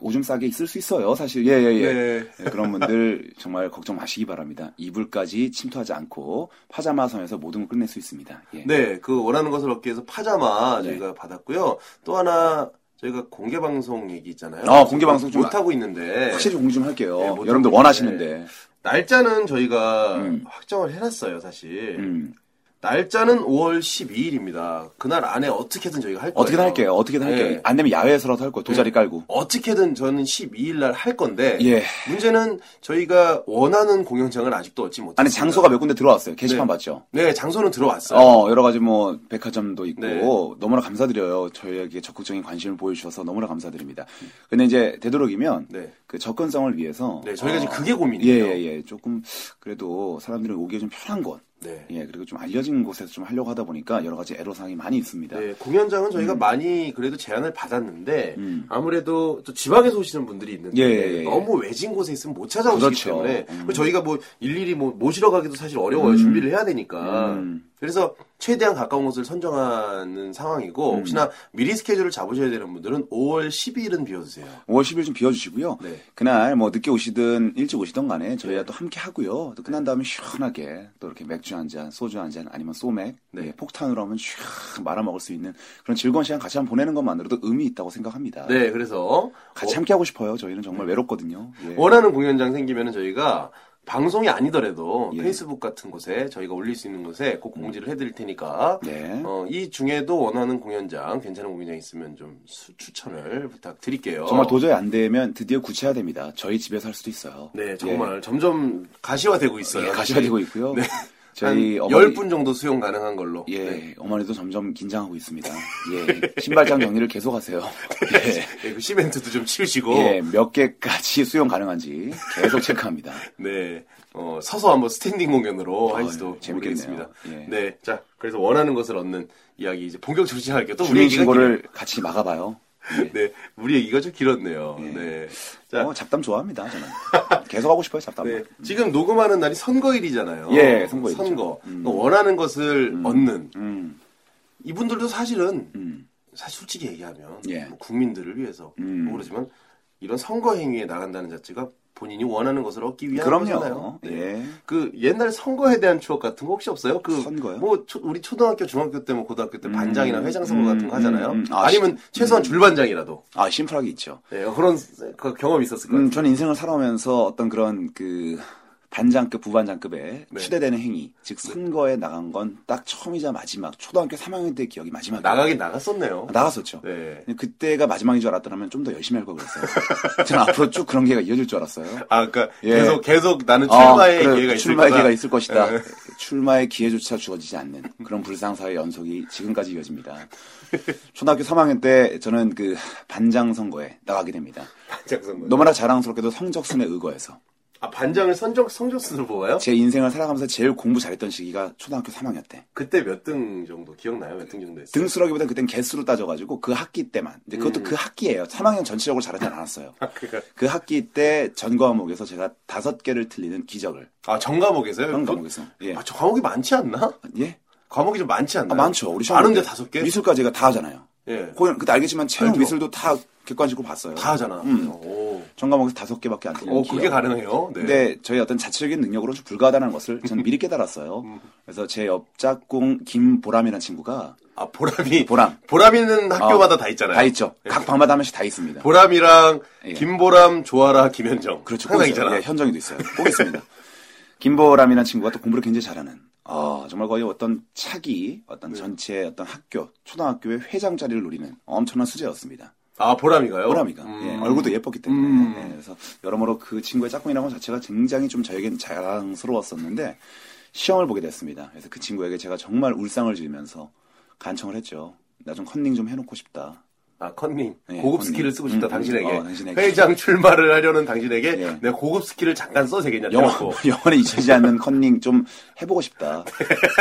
S3: 오줌 싸게 있을 수 있어요. 사실 예예예.
S2: 네.
S3: 그런 분들 정말 걱정 마시기 바랍니다. 이불까지 침투하지 않고 파자마 선에서 모든 걸 끝낼 수 있습니다. 예.
S2: 네, 그 원하는 것을 얻기 위해서 파자마
S3: 네.
S2: 저희가 받았고요. 또 하나 저희가 공개 방송 얘기 있잖아요.
S3: 아, 공개 방송 좀
S2: 못 하고 있는데
S3: 확실히 공유 좀 할게요.
S2: 네, 뭐 좀-
S3: 여러분들 원하시는데.
S2: 날짜는 저희가
S3: 음.
S2: 확정을 해놨어요, 사실.
S3: 음,
S2: 날짜는 5월 12일입니다. 그날 안에 어떻게든 저희가 할 거예요.
S3: 어떻게든 할게요. 어떻게든
S2: 네.
S3: 할게요. 안 되면 야외에서라도 할 거예요. 도자리 깔고.
S2: 어떻게든 저는 12일 날 할 건데
S3: 예.
S2: 문제는 저희가 원하는 공연장을 아직도 얻지 못했어요.
S3: 아니 장소가 몇 군데 들어왔어요. 게시판
S2: 네.
S3: 봤죠?
S2: 네, 장소는 들어왔어요.
S3: 어, 여러 가지 뭐, 백화점도 있고,
S2: 네.
S3: 너무나 감사드려요. 저희에게 적극적인 관심을 보여주셔서 너무나 감사드립니다. 근데 이제, 되도록이면,
S2: 네.
S3: 그 접근성을 위해서.
S2: 네, 저희가
S3: 어,
S2: 지금 그게
S3: 예,
S2: 고민이에요.
S3: 예, 예. 조금, 그래도 사람들이 오기에 좀 편한 곳.
S2: 네.
S3: 예, 그리고 좀 알려진 곳에서 좀 하려고 하다 보니까 여러 가지 애로사항이 많이 있습니다.
S2: 네, 공연장은 저희가 많이 그래도 제안을 받았는데
S3: 음.
S2: 아무래도 또 지방에서 오시는 분들이 있는데
S3: 예, 예, 예.
S2: 너무 외진 곳에 있으면 못 찾아오시기
S3: 그렇죠.
S2: 때문에
S3: 음.
S2: 그리고 저희가 뭐 일일이 뭐 모시러 가기도 사실 어려워요 준비를 해야 되니까
S3: 음.
S2: 그래서 최대한 가까운 곳을 선정하는 상황이고
S3: 음.
S2: 혹시나 미리 스케줄을 잡으셔야 되는 분들은 5월 10일은 비워주세요.
S3: 5월 10일 좀 비워주시고요.
S2: 네.
S3: 그날 뭐 늦게 오시든 일찍 오시든 간에 저희가 또 함께 하고요. 또 끝난 다음에 시원하게 또 이렇게 맥주 한 잔, 소주 한 잔, 아니면 소맥,
S2: 네.
S3: 예, 폭탄으로 하면 쫙 말아먹을 수 있는 그런 즐거운 시간 같이 한번 보내는 것만으로도 의미 있다고 생각합니다.
S2: 네, 그래서
S3: 같이 함께 하고 싶어요. 저희는 정말 외롭거든요. 예.
S2: 네. 원하는 공연장 생기면은 저희가 방송이 아니더라도
S3: 예.
S2: 페이스북 같은 곳에 저희가 올릴 수 있는 곳에 꼭 공지를 해드릴 테니까
S3: 네.
S2: 어, 이 중에도 원하는 공연장 괜찮은 공연장 있으면 좀 수- 추천을 부탁드릴게요.
S3: 정말 도저히 안 되면 드디어 구체화 됩니다. 저희 집에서 할 수도 있어요.
S2: 네 정말 점점 가시화되고 있어요.
S3: 예, 가셔야 되고 있고요.
S2: 네.
S3: 저희
S2: 한
S3: 어머니-
S2: 10분 정도 수용 가능한 걸로.
S3: 예,
S2: 네.
S3: 어머니도 점점 긴장하고 있습니다. 예, 신발장 정리를 계속하세요. 예.
S2: 예, 그 시멘트도 좀 치우시고
S3: 예, 몇 개까지 수용 가능한지 계속 체크합니다.
S2: 네. 어, 서서 한번 스탠딩 공연으로 할지도
S3: 아, 재밌겠네요.
S2: 모르겠습니다.
S3: 예.
S2: 네. 자, 그래서 원하는 것을 얻는 이야기 이제 본격적으로 시작할게요. 또 우리
S3: 주민
S2: 얘기가
S3: 신고를 같이 막아봐요.
S2: 길- 네. 우리 얘기가 좀 길었네요. 네. 자,
S3: 예. 어, 잡담 좋아합니다, 저는. 계속 하고 싶어요, 잡담.
S2: 네. 지금 녹음하는 날이 선거일이잖아요.
S3: 예, 선거일이죠.
S2: 선거. 그러니까 원하는 것을 얻는
S3: 음,
S2: 이분들도 사실은
S3: 음.
S2: 사실 솔직히 얘기하면
S3: 예.
S2: 뭐 국민들을 위해서
S3: 음.
S2: 뭐 그러지만 이런 선거 행위에 나간다는 자체가 본인이 원하는 것을 얻기 위한 거잖아요.
S3: 그럼요.
S2: 네.
S3: 예.
S2: 그 옛날 선거에 대한 추억 같은 거 혹시 없어요? 그
S3: 선거요?
S2: 뭐 초- 우리 초등학교, 중학교 때, 뭐 고등학교 때 반장이나 회장 선거
S3: 음,
S2: 같은 거 하잖아요.
S3: 음, 음. 아,
S2: 아, 니면 최소한 줄반장이라도
S3: 아, 심플하게 있죠.
S2: 네, 그런 그 경험 이 있었을 것 같아요.
S3: 음, 저는 인생을 살아오면서 어떤 그런 그 반장급 부반장급에
S2: 네.
S3: 추대되는 행위, 즉 선거에 나간 건 딱 처음이자 마지막 초등학교 3학년 때 기억이 마지막
S2: 나가긴
S3: 아,
S2: 나갔었네요.
S3: 나갔었죠.
S2: 네.
S3: 근데 그때가 마지막인 줄 알았더라면 좀 더 열심히 할 걸 그랬어요. 저는 앞으로 쭉 그런 기회가 이어질 줄 알았어요.
S2: 아, 그러니까
S3: 예.
S2: 계속 계속 나는
S3: 아,
S2: 출마의
S3: 그래,
S2: 기회가 있을
S3: 출마의
S2: 거다.
S3: 기회가 있을 것이다.
S2: 예.
S3: 출마의 기회조차 주어지지 않는 그런 불상사의 연속이 지금까지 이어집니다. 초등학교 3학년 때 저는 그 반장 선거에 나가게 됩니다.
S2: 반장 선거.
S3: 너무나 자랑스럽게도 성적순에 의거해서
S2: 아 반장을 선정 성적순으로 뽑아요?
S3: 제 인생을 살아가면서 제일 공부 잘했던 시기가 초등학교 3학년 때.
S2: 그때 몇 등 정도 기억나요? 몇 등 정도 했어요?
S3: 등수라기보다 그땐 개수로 따져가지고 그 학기 때만. 근데
S2: 음.
S3: 그것도 그 학기예요. 3학년 전체적으로 잘하진 않았어요.
S2: 그러니까,
S3: 그 학기 때 전과목에서 제가 다섯 개를 틀리는 기적을
S2: 아 정과목에서요?
S3: 한 과목에서. 예.
S2: 아, 저 과목이 많지 않나?
S3: 예?
S2: 과목이 좀 많지 않나?
S3: 아, 많죠. 우리 시험
S2: 많은데
S3: 때
S2: 다섯 개?
S3: 미술까지 제가 다 하잖아요.
S2: 예.
S3: 고연, 그때 알겠지만 체육
S2: 알죠.
S3: 미술도 다 객관식으로 봤어요.
S2: 다 하잖아.
S3: 음.
S2: 오.
S3: 전과목에서 다섯 개밖에 안 틀리는
S2: 오, 그게
S3: 기억.
S2: 가능해요. 네.
S3: 근데 저희 어떤 자체적인 능력으로는 좀 불가하다는 것을 저는 미리 깨달았어요.
S2: 음.
S3: 그래서 제 옆짝꿍 김보람이라는 친구가
S2: 아 보람이
S3: 보람.
S2: 보람이는 학교마다
S3: 어,
S2: 다 있잖아요. 예.
S3: 다 있죠. 각 방마다 한 명씩 다 있습니다.
S2: 보람이랑
S3: 예.
S2: 김보람, 조아라, 김현정.
S3: 그렇죠.
S2: 항상
S3: 꼭 있어요.
S2: 있잖아.
S3: 예, 현정이도 있어요. 꼭 있습니다. 김보람이라는 친구가 또 공부를 굉장히 잘하는. 어, 정말 거의 어떤 차기, 어떤
S2: 네.
S3: 전체 어떤 학교, 초등학교의 회장 자리를 노리는 엄청난 수재였습니다.
S2: 아 보람이가요?
S3: 보람이가
S2: 음.
S3: 예, 얼굴도 예뻤기 때문에
S2: 음.
S3: 예, 그래서 여러모로 그 친구의 짝꿍이라는 것 자체가 굉장히 좀 저에겐 자랑스러웠었는데 시험을 보게 됐습니다. 그래서 그 친구에게 제가 정말 울상을 지으면서 간청을 했죠. 나 좀 컨닝 좀 해놓고 싶다.
S2: 아 컨닝.
S3: 예,
S2: 고급
S3: 컨닝.
S2: 스킬을 쓰고 싶다
S3: 음,
S2: 당신에게.
S3: 어, 당신에게.
S2: 회장 출마를 하려는 당신에게
S3: 예.
S2: 내가 고급 스킬을 잠깐 써세겠냐
S3: 영원,
S2: 대놓고.
S3: 영원히 잊혀지지 않는 컨닝 좀 해보고 싶다.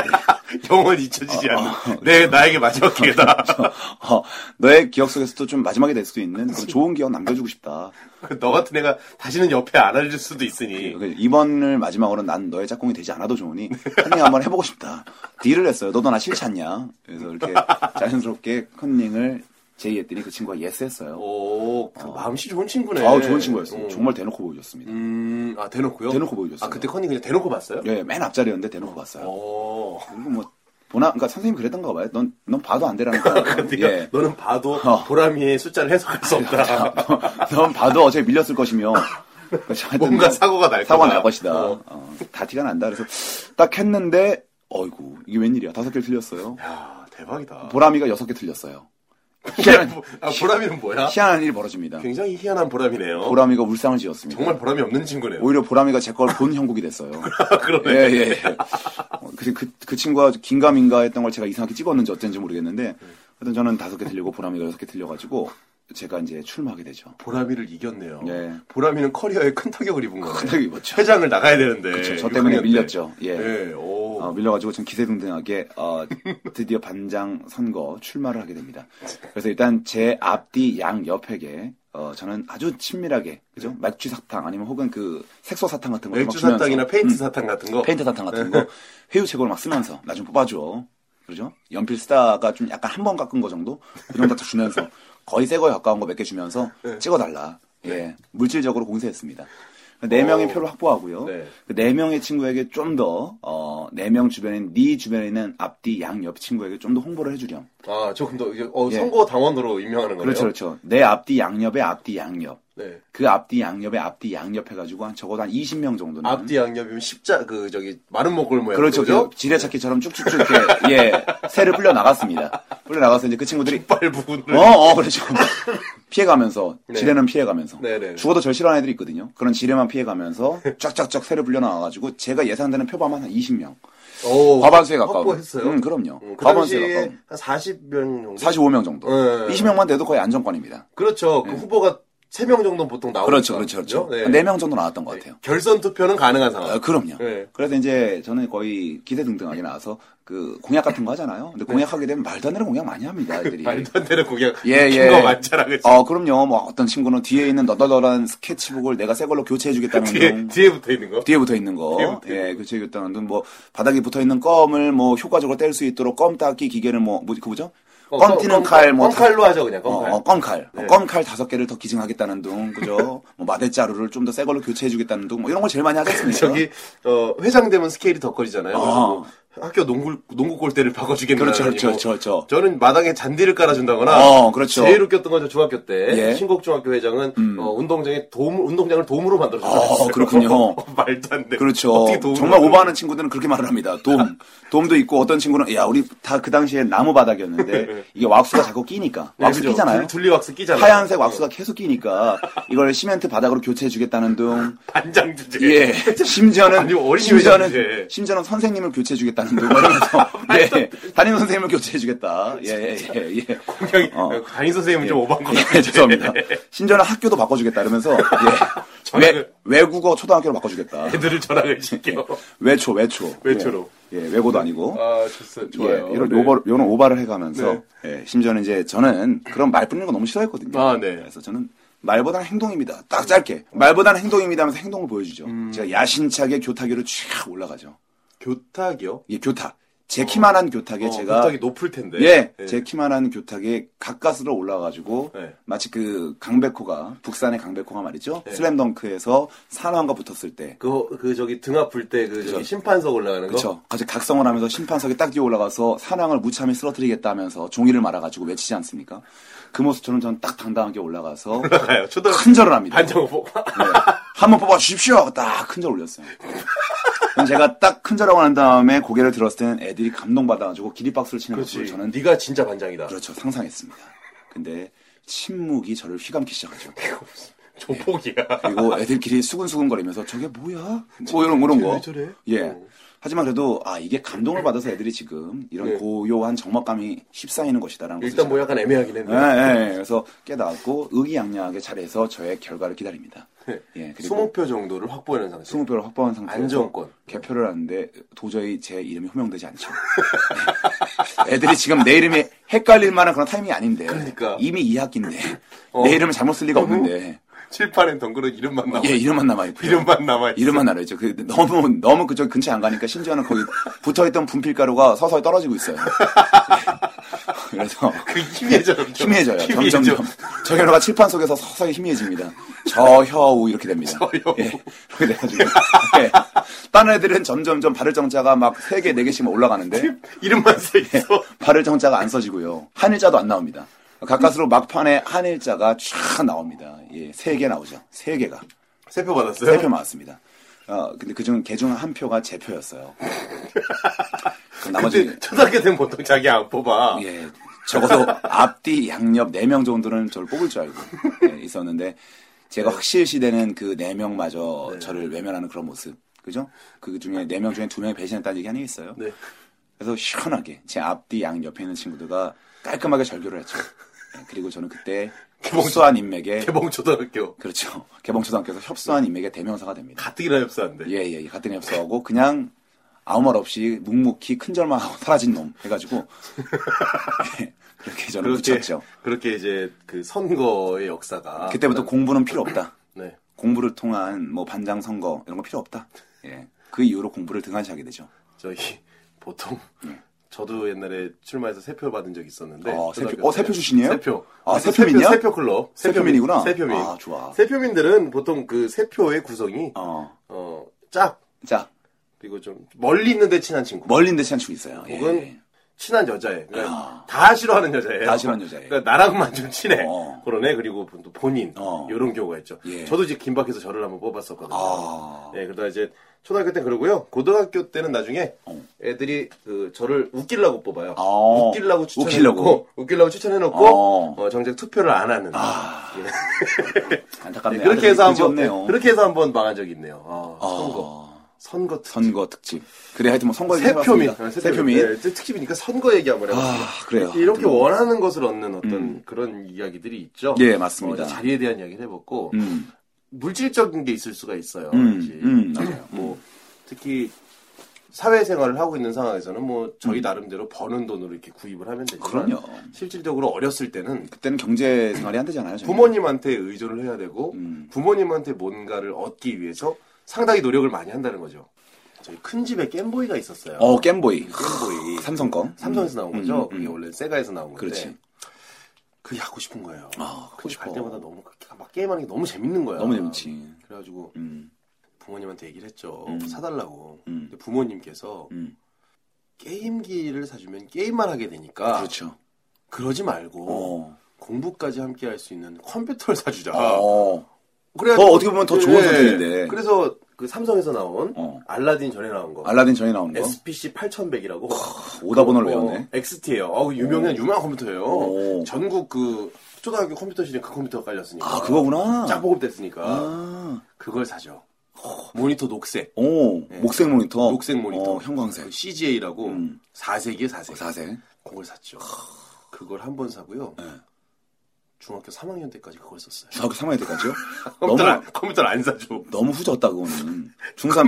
S2: 영원 잊혀지지 않는. 내 나에게 마지막 기회다.
S3: 어, 너의 기억 속에서도 좀 마지막이 될 수도 있는 그런 좋은 기억 남겨주고 싶다.
S2: 너 같은 애가 다시는 옆에 안 앉을 수도 있으니.
S3: 그러니까 이번을 마지막으로 난 너의 짝꿍이 되지 않아도 좋으니 컨닝 한번 해보고 싶다. 딜을 했어요. 너도 나 싫지 않냐? 그래서 이렇게 자연스럽게 컨닝을 제의했더니 그 친구가 예스 했어요.
S2: 오, 그 마음씨 좋은 친구네.
S3: 아우 좋은 친구였어요.
S2: 어.
S3: 정말 대놓고 보여줬습니다.
S2: 음, 아 대놓고요?
S3: 대놓고 보여줬어요.
S2: 아 그때 컨닝 그냥 대놓고 봤어요?
S3: 예, 맨 앞자리였는데 대놓고 봤어요.
S2: 오.
S3: 그리고 뭐 보나 그러니까 선생님 그랬던가 봐요. 넌 넌 봐도 안 되라는 거야.
S2: 근데요,
S3: 예.
S2: 그러니까 너는 봐도
S3: 어.
S2: 보람이의 숫자를 해석할 수 없다.
S3: 넌 봐도 어제 밀렸을 것이며 그래서 하여튼
S2: 뭔가
S3: 뭐
S2: 사고가 날
S3: 사고가
S2: 거다.
S3: 날 것이다.
S2: 어.
S3: 어, 다 티가 난다. 그래서 딱 했는데 어이구 이게 웬일이야. 다섯 개 틀렸어요.
S2: 야 대박이다.
S3: 보람이가 여섯 개 틀렸어요.
S2: 희한한,
S3: 희한한,
S2: 아, 보람이는 뭐야?
S3: 희한한 일이 벌어집니다.
S2: 굉장히 희한한 보람이네요.
S3: 보람이가 울상을 지었습니다.
S2: 정말 보람이 없는 친구네요.
S3: 오히려 보람이가 제 걸 본 형국이 됐어요.
S2: 그러네.
S3: 예, 예, 예. 어, 그, 그, 그 친구가 긴가민가 했던 걸 제가 이상하게 찍었는지 어쩐지 모르겠는데,
S2: 네.
S3: 하여튼 저는 다섯 개 틀리고 보람이가 여섯 개 틀려가지고, 제가 이제 출마하게 되죠.
S2: 네. 보람이를 이겼네요.
S3: 예.
S2: 보람이는 커리어에 큰 타격을 입은 거네.
S3: 큰 타격 입었죠.
S2: 회장을 나가야 되는데.
S3: 그쵸, 뭐 저 때문에
S2: 육학년 때.
S3: 밀렸죠. 예.
S2: 예, 오.
S3: 어, 밀려가지고 전 기세등등하게 어, 드디어 반장 선거 출마를 하게 됩니다. 그래서 일단 제 앞뒤 양 옆에게 어, 저는 아주 친밀하게 그죠 맥주 사탕 아니면 혹은 그 색소 사탕 같은 거막
S2: 네. 맥주
S3: 주면서,
S2: 사탕이나 페인트
S3: 음,
S2: 사탕 같은 거.
S3: 페인트 사탕
S2: 네.
S3: 같은 거 회유책으로 막 쓰면서 나 좀 뽑아줘 그죠 연필 쓰다가 좀 약간 한 번 깎은 거 정도 그 정도 딱 주면서 거의 새 거에 가까운 거 몇 개 주면서
S2: 네.
S3: 찍어달라 예 물질적으로 공세했습니다. 네 명의
S2: 오.
S3: 표를 확보하고요.
S2: 어. 네.
S3: 그 네 명의 친구에게 좀 더, 어, 네 명 주변인, 네 주변에 있는 앞뒤 양 옆 친구에게 좀 더 홍보를 해주렴.
S2: 아, 조금 더, 이제, 어,
S3: 예.
S2: 선거 당원으로 임명하는 거예요.
S3: 그렇죠, 그렇죠. 내 앞뒤 양 옆의 앞뒤 양 옆.
S2: 네.
S3: 그 앞뒤 양 옆의 앞뒤 양 옆 해가지고 한 적어도 한 20명 정도는.
S2: 앞뒤 양옆이면 십자, 그, 저기, 마른 목골 모양.
S3: 그렇죠,
S2: 그죠?
S3: 그 지뢰찾기처럼 쭉쭉쭉 이렇게, 예, 새를 불려 나갔습니다. 불려 나가서 이제 그 친구들이,
S2: 빨 부분을.
S3: 어, 어, 그렇죠. 피해가면서, 지뢰는 피해가면서.
S2: 네. 네네네.
S3: 죽어도 절 싫어하는 애들이 있거든요. 그런 지뢰만 피해가면서 쫙쫙쫙 새를 불려 나가가지고 제가 예상되는 표범 한 20명.
S2: 오,
S3: 과반수에 가까운.
S2: 확보했어요.
S3: 음, 그럼요.
S2: 음, 그
S3: 과반수에
S2: 당시에
S3: 가까운.
S2: 한 40명 정도.
S3: 45명 정도.
S2: 예.
S3: 20명만 돼도 거의 안정권입니다.
S2: 그렇죠. 그 후보가 3명 정도 보통 나오죠.
S3: 예. 그렇죠, 그렇죠, 그렇죠.
S2: 아, 네.
S3: 네. 4명 정도 나왔던 것 같아요.
S2: 결선 투표는 가능한 상황.
S3: 아, 그럼요.
S2: 네.
S3: 그래서 이제 저는 거의 기세등등하게 나와서 그 공약 같은 거 하잖아요. 근데 공약하게 되면 말도 안 되는 공약 많이 합니다, 애들이.
S2: 네. 말도 안 되는 공약.
S3: 예,
S2: 웃긴
S3: 예.
S2: 거 많잖아, 그치?
S3: 어, 그럼요. 뭐 어떤 친구는 뒤에 있는 너덜너덜한 스케치북을 내가 새 걸로 교체해주겠다는
S2: 뒤에,
S3: 둥.
S2: 뒤에 붙어 있는 거.
S3: 뒤에 붙어 있는 거.
S2: 뒤에 붙어 있는
S3: 예, 교체 교육단 운동, 뭐, 바닥에 붙어 있는 껌을 뭐, 효과적으로 뗄 수 있도록 껌 닦기 기계를 뭐, 뭐, 그 뭐죠?
S2: 어,
S3: 껌 띄는 칼, 뭐. 다-
S2: 껌칼로 하죠, 그냥, 껌칼.
S3: 어, 어, 껌칼.
S2: 네.
S3: 어, 껌칼 다섯 개를 더 기증하겠다는 둥, 그죠? 뭐, 마대자루를 좀 더 새 걸로 교체해주겠다는 둥, 뭐, 이런 걸 제일 많이 하지 않습니까?
S2: 저기, 어, 회장 되면 스케일이 더 커지잖아요. 그래서
S3: 어.
S2: 뭐 학교 농구 농구 골대를 바꿔주겠다는
S3: 그렇죠, 그렇죠, 그렇죠, 그렇죠.
S2: 저는 마당에 잔디를 깔아준다거나
S3: 어, 그렇죠.
S2: 제일 웃겼던 건 저 중학교 때
S3: 예. 음.
S2: 신곡중학교 회장은 어, 운동장에 도움 운동장을 도움으로 만들어줬어요.
S3: 어, 그렇군요.
S2: 말도 안 돼.
S3: 그렇죠.
S2: 어떻게 아. 도움으로
S3: 정말
S2: 만들어?
S3: 오버하는 친구들은 그렇게 말을 합니다. 도움. 도움도 있고 어떤 친구는 야 우리 다 그 당시에 나무 바닥이었는데 이게 왁스가 자꾸 끼니까
S2: 네,
S3: 왁스
S2: 그죠.
S3: 끼잖아요.
S2: 둘- 둘리 왁스 끼잖아요. 네.
S3: 하얀색 왁스가 계속 끼니까 이걸 시멘트 바닥으로 교체해 주겠다는 둥.
S2: 반장 주제.
S3: 예. 심지어는
S2: 아니, 어린이 회장인데.
S3: 심지어는 심지어는 선생님을 교체해 주겠다는 둥. 그러면서 예. 담임 선생님을 교체해 주겠다. 예. 예. 예.
S2: 그냥
S3: 어.
S2: 담임 선생님은 좀 오버한 것
S3: 예,
S2: 같아요.
S3: 죄송합니다. 심지어는 학교도 바꿔주겠다 이러면서 예.
S2: 저는- 그 네.
S3: 외, 외국어 초등학교로 바꿔주겠다.
S2: 애들을 전학을 시켜.
S3: 외초, 외초.
S2: 외초로.
S3: 예, 예, 외고도 아니고.
S2: 아, 좋, 좋아요.
S3: 예, 이런
S2: 네.
S3: 오버, 요런 오바를 해가면서,
S2: 네.
S3: 예, 심지어는 이제 저는 그런 말 뿌리는 거 너무 싫어했거든요.
S2: 아, 네.
S3: 그래서 저는 말보다는 행동입니다. 딱 짧게. 말보다는 행동입니다 하면서 행동을 보여주죠.
S2: 음.
S3: 제가 야심차게 교탁위로 쫙 올라가죠.
S2: 교탁이요?
S3: 이게 교탁. 제 키만한 교탁에
S2: 어,
S3: 제가.
S2: 교탁이 높을 텐데.
S3: 예,
S2: 예.
S3: 제 키만한 교탁에 가까스로 올라가가지고
S2: 네.
S3: 마치 그 강백호가 북산의 강백호가 말이죠
S2: 네.
S3: 슬램덩크에서 산왕과 붙었을 때
S2: 그, 그, 저기, 등 아플 때, 그, 저기, 심판석 올라가는 거.
S3: 그렇죠. 그쵸. 갑자기 그렇죠. 각성을 하면서 심판석에 딱 뛰어 올라가서 사랑을 무참히 쓰러뜨리겠다 하면서 종이를 말아가지고 외치지 않습니까? 그 모습처럼 저는 딱 당당하게 올라가서
S2: 가요. 초등
S3: 큰절을 합니다.
S2: 반장 오버.
S3: 네. 한번 뽑아 주십시오! 하고 딱 큰절 올렸어요. 그럼 제가 딱 큰절하고 난 다음에 고개를 들었을 때는 애들이 감동받아가지고 기립박수를 치는
S2: 그렇지.
S3: 모습을 저는
S2: 네가 진짜 반장이다.
S3: 그렇죠. 상상했습니다. 근데 침묵이 저를 휘감기 시작하죠.
S2: 조폭이야.
S3: 그리고 애들끼리 수근수근거리면서 저게 뭐야? 뭐 이런 이런 거.
S2: 왜 저래?
S3: 예.
S2: 어.
S3: 하지만 그래도 아 이게 감동을 받아서 애들이 지금 이런
S2: 네.
S3: 고요한 적막감이 휩싸이는 것이다라는 것을
S2: 일단 뭐 약간 애매하긴
S3: 예,
S2: 했는데.
S3: 예, 예. 그래서 깨닫고 의기양양하게 잘해서 저의 결과를 기다립니다. 예, 그리고
S2: 20표 네. 정도를 확보하는 상태.
S3: 스무 표를 확보한 상태에서
S2: 안정권.
S3: 개표를 하는데 도저히 제 이름이 호명되지 않죠. 예. 애들이 지금 내 이름이 헷갈릴 만한 그런 타이밍이 아닌데
S2: 그러니까.
S3: 이미 2학기인데
S2: 어.
S3: 내 이름을 잘못 쓸 리가 없는데
S2: 칠판엔 덩그러 이름만 남아.
S3: 예 이름만 남아 있고
S2: 이름만 남아. 있어.
S3: 이름만 알아야죠. 그 너무 너무 그쪽 근처에 안 가니까 심지어는 거기 붙어있던 분필가루가 서서히 떨어지고 있어요. 그래서
S2: 그 희미해져. 점점.
S3: 희미해져요.
S2: 희미해져.
S3: 점점점. 정현우가 칠판 속에서 서서히 희미해집니다. 저혀우 이렇게 됩니다.
S2: 저혀우.
S3: 예. 그렇게 돼가지고. 예. 다른 애들은 점점점 발을 정자가 막 3개, 4개씩 올라가는데
S2: 이름만 써
S3: 예.
S2: 있어.
S3: 발을 정자가 안 써지고요. 한일자도 안 나옵니다. 가까스로 막판에 한일자가 쫙 나옵니다. 예, 3개 나오죠. 3개가.
S2: 세표 받았어요?
S3: 세표 맞았습니다. 어, 근데 그중 개중 한 표가 제 표였어요. 그 나머지
S2: 근데 초등학교 때는 보통 자기 안 뽑아.
S3: 예 적어도 앞뒤 양옆 네 명 정도는 저를 뽑을 줄 알고 예, 있었는데 제가 확실시되는 그 네 명마저 저를 외면하는 그런 모습 그죠? 그 중에 네 명 중에 두 명이 배신했다는 얘기 아니겠어요?
S2: 네.
S3: 그래서 시원하게 제 앞뒤 양 옆에 있는 친구들과 깔끔하게 절교를 했죠. 예, 그리고 저는 그때 협소한 인맥에
S2: 개봉 초등학교.
S3: 그렇죠 개봉초등학교에서 협소한 인맥의 대명사가 됩니다.
S2: 가뜩이나 협사한데.
S3: 예, 예, 예. 같은 협소하고 그냥 아무 말 없이 묵묵히 큰 절만 하고 사라진 놈 해가지고 예, 그렇게 저는
S2: 그렇게
S3: 붙였죠.
S2: 그렇게 이제 그 선거의 역사가
S3: 그때부터 공부는 필요 없다.
S2: 네.
S3: 공부를 통한 뭐 반장 선거 이런 거 필요 없다. 예, 그 이후로 공부를 등한시하게 되죠.
S2: 저희 보통 저도 옛날에 출마해서 세표 받은 적이 있었는데.
S3: 네. 아, 세표.
S2: 초등학교
S3: 어,
S2: 때.
S3: 세표 출신이에요?
S2: 세표.
S3: 아,
S2: 그래서
S3: 세표민이야?
S2: 세표 클럽.
S3: 세표민이구나.
S2: 세표민.
S3: 아, 좋아.
S2: 세표민들은 보통 그 세표의 구성이 어,
S3: 어,
S2: 짝
S3: 자
S2: 그리고 좀 멀리 있는데 친한 친구.
S3: 멀린데 친한 친구 있어요. 예,
S2: 혹은
S3: 예.
S2: 친한 여자애. 그러니까 다 싫어하는 여자애.
S3: 다 싫어하는 여자애.
S2: 그러니까 나랑만 좀 친해.
S3: 어.
S2: 그러네. 그리고 또 본인.
S3: 어.
S2: 이런 경우가 있죠.
S3: 예.
S2: 저도 이제 긴박해서 저를 한번 뽑았었거든요.
S3: 아.
S2: 예, 그러다 이제 초등학교 때 그러고요. 고등학교 때는 나중에 애들이 그 저를 웃기려고 뽑아요.
S3: 어. 아.
S2: 웃기려고 추천해놓고
S3: 웃기려고.
S2: 웃기려고 추천해놓고
S3: 어.
S2: 어, 정작 투표를 안 하는.
S3: 아, 안타깝네요.
S2: 예. 그렇게 해서 한번
S3: 네요
S2: 그렇게 해서 한번 망한 적이 있네요. 아, 선거. 선거.
S3: 선거 특집. 그래 하여튼 뭐 선거
S2: 세표민.
S3: 세표민.
S2: 네, 특- 특집이니까 선거 얘기 한번 해보세요.
S3: 아, 그래요.
S2: 이렇게
S3: 하여튼 뭐.
S2: 원하는 것을 얻는 어떤 그런 이야기들이 있죠.
S3: 예, 맞습니다.
S2: 어, 이제 자리에 대한 이야기를 해봤고
S3: 음,
S2: 물질적인 게 있을 수가 있어요.
S3: 음,
S2: 이제.
S3: 음, 맞아요.
S2: 뭐 특히 사회생활을 하고 있는 상황에서는 뭐 저희 나름대로 버는 돈으로 이렇게 구입을 하면 되지만
S3: 음. 그럼요.
S2: 실질적으로 어렸을 때는
S3: 그때는 경제 생활이 안 되잖아요. 저희가.
S2: 부모님한테 의존을 해야 되고
S3: 그렇죠. 음.
S2: 부모님한테 뭔가를 얻기 위해서 상당히 노력을 많이 한다는 거죠. 저희 큰 집에 겜보이가 있었어요.
S3: 어, 겜보이.
S2: 겜보이.
S3: 삼성 거.
S2: 삼성에서 나온 거죠.
S3: 음, 음,
S2: 그게 원래 세가에서 나온 건데.
S3: 그렇지.
S2: 그게 하고 싶은 거예요.
S3: 아, 하고
S2: 근데 갈
S3: 싶어.
S2: 때마다 너무 그- 막 게임하는 게 너무 재밌는 거야.
S3: 너무 재밌지.
S2: 그래가지고
S3: 음,
S2: 부모님한테 얘기를 했죠.
S3: 음.
S2: 사달라고.
S3: 음.
S2: 근데 부모님께서
S3: 음.
S2: 게임기를 사주면 게임만 하게 되니까
S3: 그렇죠.
S2: 러지 말고
S3: 어.
S2: 공부까지 함께 할 수 있는 컴퓨터를 사주자.
S3: 어.
S2: 그래야
S3: 더 어떻게 보면 더 좋은
S2: 예.
S3: 선택인데.
S2: 그래서 그 삼성에서 나온
S3: 어.
S2: 알라딘 전에 나온 거.
S3: 알라딘 전에 나온 거.
S2: SPC 8100이라고.
S3: 오다번호를 외웠네.
S2: XT예요. 어우, 그 유명한 유명한 컴퓨터예요.
S3: 오.
S2: 전국 그 초등학교 컴퓨터실에 그 컴퓨터가 깔렸으니까.
S3: 아, 그거구나.
S2: 짝보급 됐으니까
S3: 아.
S2: 그걸 사죠. 모니터 녹색.
S3: 오, 목색 모니터.
S2: 녹색 네. 모니터.
S3: 어,
S2: 그
S3: 형광색.
S2: CGA라고
S3: 음.
S2: 4색이에요, 4색.
S3: 4색. 네.
S2: 그걸 샀죠. 그걸 한 번 사고요. 중학교 3학년 때까지 그걸 썼어요.
S3: 중학교 3학년 때까지요?
S2: 컴퓨터를,
S3: 너무,
S2: 안- 컴퓨터를 안 사줘.
S3: 너무 후졌다, 그거는. 중3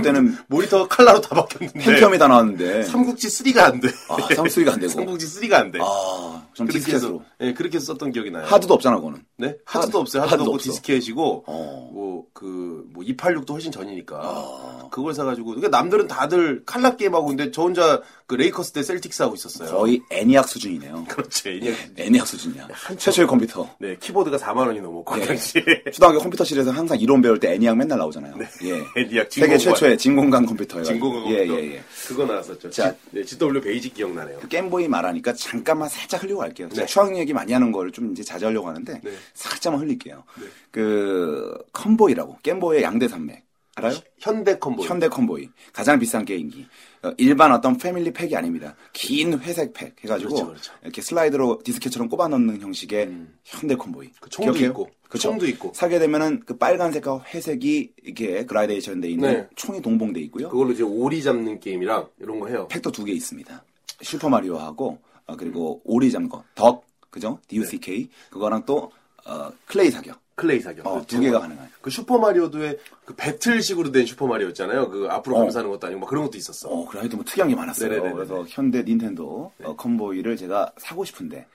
S3: 때는
S2: 모니터 칼라로 다 바뀌었는데.
S3: 팬텀이 다 나왔는데.
S2: 네. 삼국지 3가 안 돼.
S3: 아, 삼수리가 안 되고.
S2: 삼국지 3가 안 돼.
S3: 아, 좀
S2: 그렇게 해서
S3: 디스켓으로.
S2: 예, 그렇게 해서 썼던 기억이 나요.
S3: 하드도 없잖아, 그거는.
S2: 네?
S3: 하드.
S2: 하드도 없어요. 하드도,
S3: 하드도
S2: 없고
S3: 없어.
S2: 디스켓이고
S3: 어.
S2: 뭐그뭐 286도 훨씬 전이니까.
S3: 아.
S2: 그걸 사 가지고 그러니까 남들은 다들 칼라 게임 하고 있는데 저 혼자 그 레이커스 때 셀틱스 하고 있었어요.
S3: 거의 애니악 수준이네요.
S2: 그렇지. 그냥
S3: 애니악 수준이야. 최초의 컴퓨터.
S2: 네, 키보드가 4만 원이 넘었고
S3: 예.
S2: 당시
S3: 초등학교 컴퓨터실에서 항상 이론 배울 때 애니악 맨날 나오잖아요. 예.
S2: 애니악,
S3: 세계
S2: 네. 진공관. 아,
S3: 최초의 진공관 컴퓨터예요.
S2: 진공관
S3: 예,
S2: 컴퓨터.
S3: 예, 예.
S2: 그거 나왔었죠.
S3: 자.
S2: G- 네, GW 베이직 기억나네요.
S3: 그 게임보이 말하니까 잠깐만 살짝 흘리고 갈게요. 제가
S2: 네.
S3: 추억 얘기 많이 하는 거를 좀 이제 자제하려고 하는데
S2: 네.
S3: 살짝만 흘릴게요. 그 컴보이라고 게임보이의 양대 산맥 알아요?
S2: 현대 컴보.
S3: 현대 컴보이 가장 비싼 게임기 어, 일반 어떤 패밀리 팩이 아닙니다. 긴 회색 팩 해가지고
S2: 그렇죠, 그렇죠.
S3: 이렇게 슬라이드로 디스켓처럼 꼽아 넣는 형식의 현대 컴보이.
S2: 그 총도
S3: 기억해요?
S2: 있고,
S3: 그렇죠?
S2: 총도 있고.
S3: 사게 되면은 그 빨간색과 회색이 이렇게 그라데이션 돼 있는
S2: 네.
S3: 총이 동봉돼 있고요.
S2: 그걸로 이제 오리 잡는 게임이랑 이런 거 해요.
S3: 팩도 두 개 있습니다. 슈퍼 마리오하고 어, 그리고 오리 잠거 덕 그죠? DUCK 그거랑 또 어, 클레이 사격
S2: 클레이 사격.
S3: 어,
S2: 네. 그
S3: 두 개가 가능해요.
S2: 그 슈퍼 마리오도의 그 배틀식으로 된 슈퍼 마리오였잖아요. 그 앞으로
S3: 어.
S2: 감사하는 것도 아니고 막 그런 것도 있었어.
S3: 어, 그라이도 뭐 특이한 게 많았어요.
S2: 네네네네. 네.
S3: 그래서 현대 닌텐도 어, 컴보이를 제가 사고 싶은데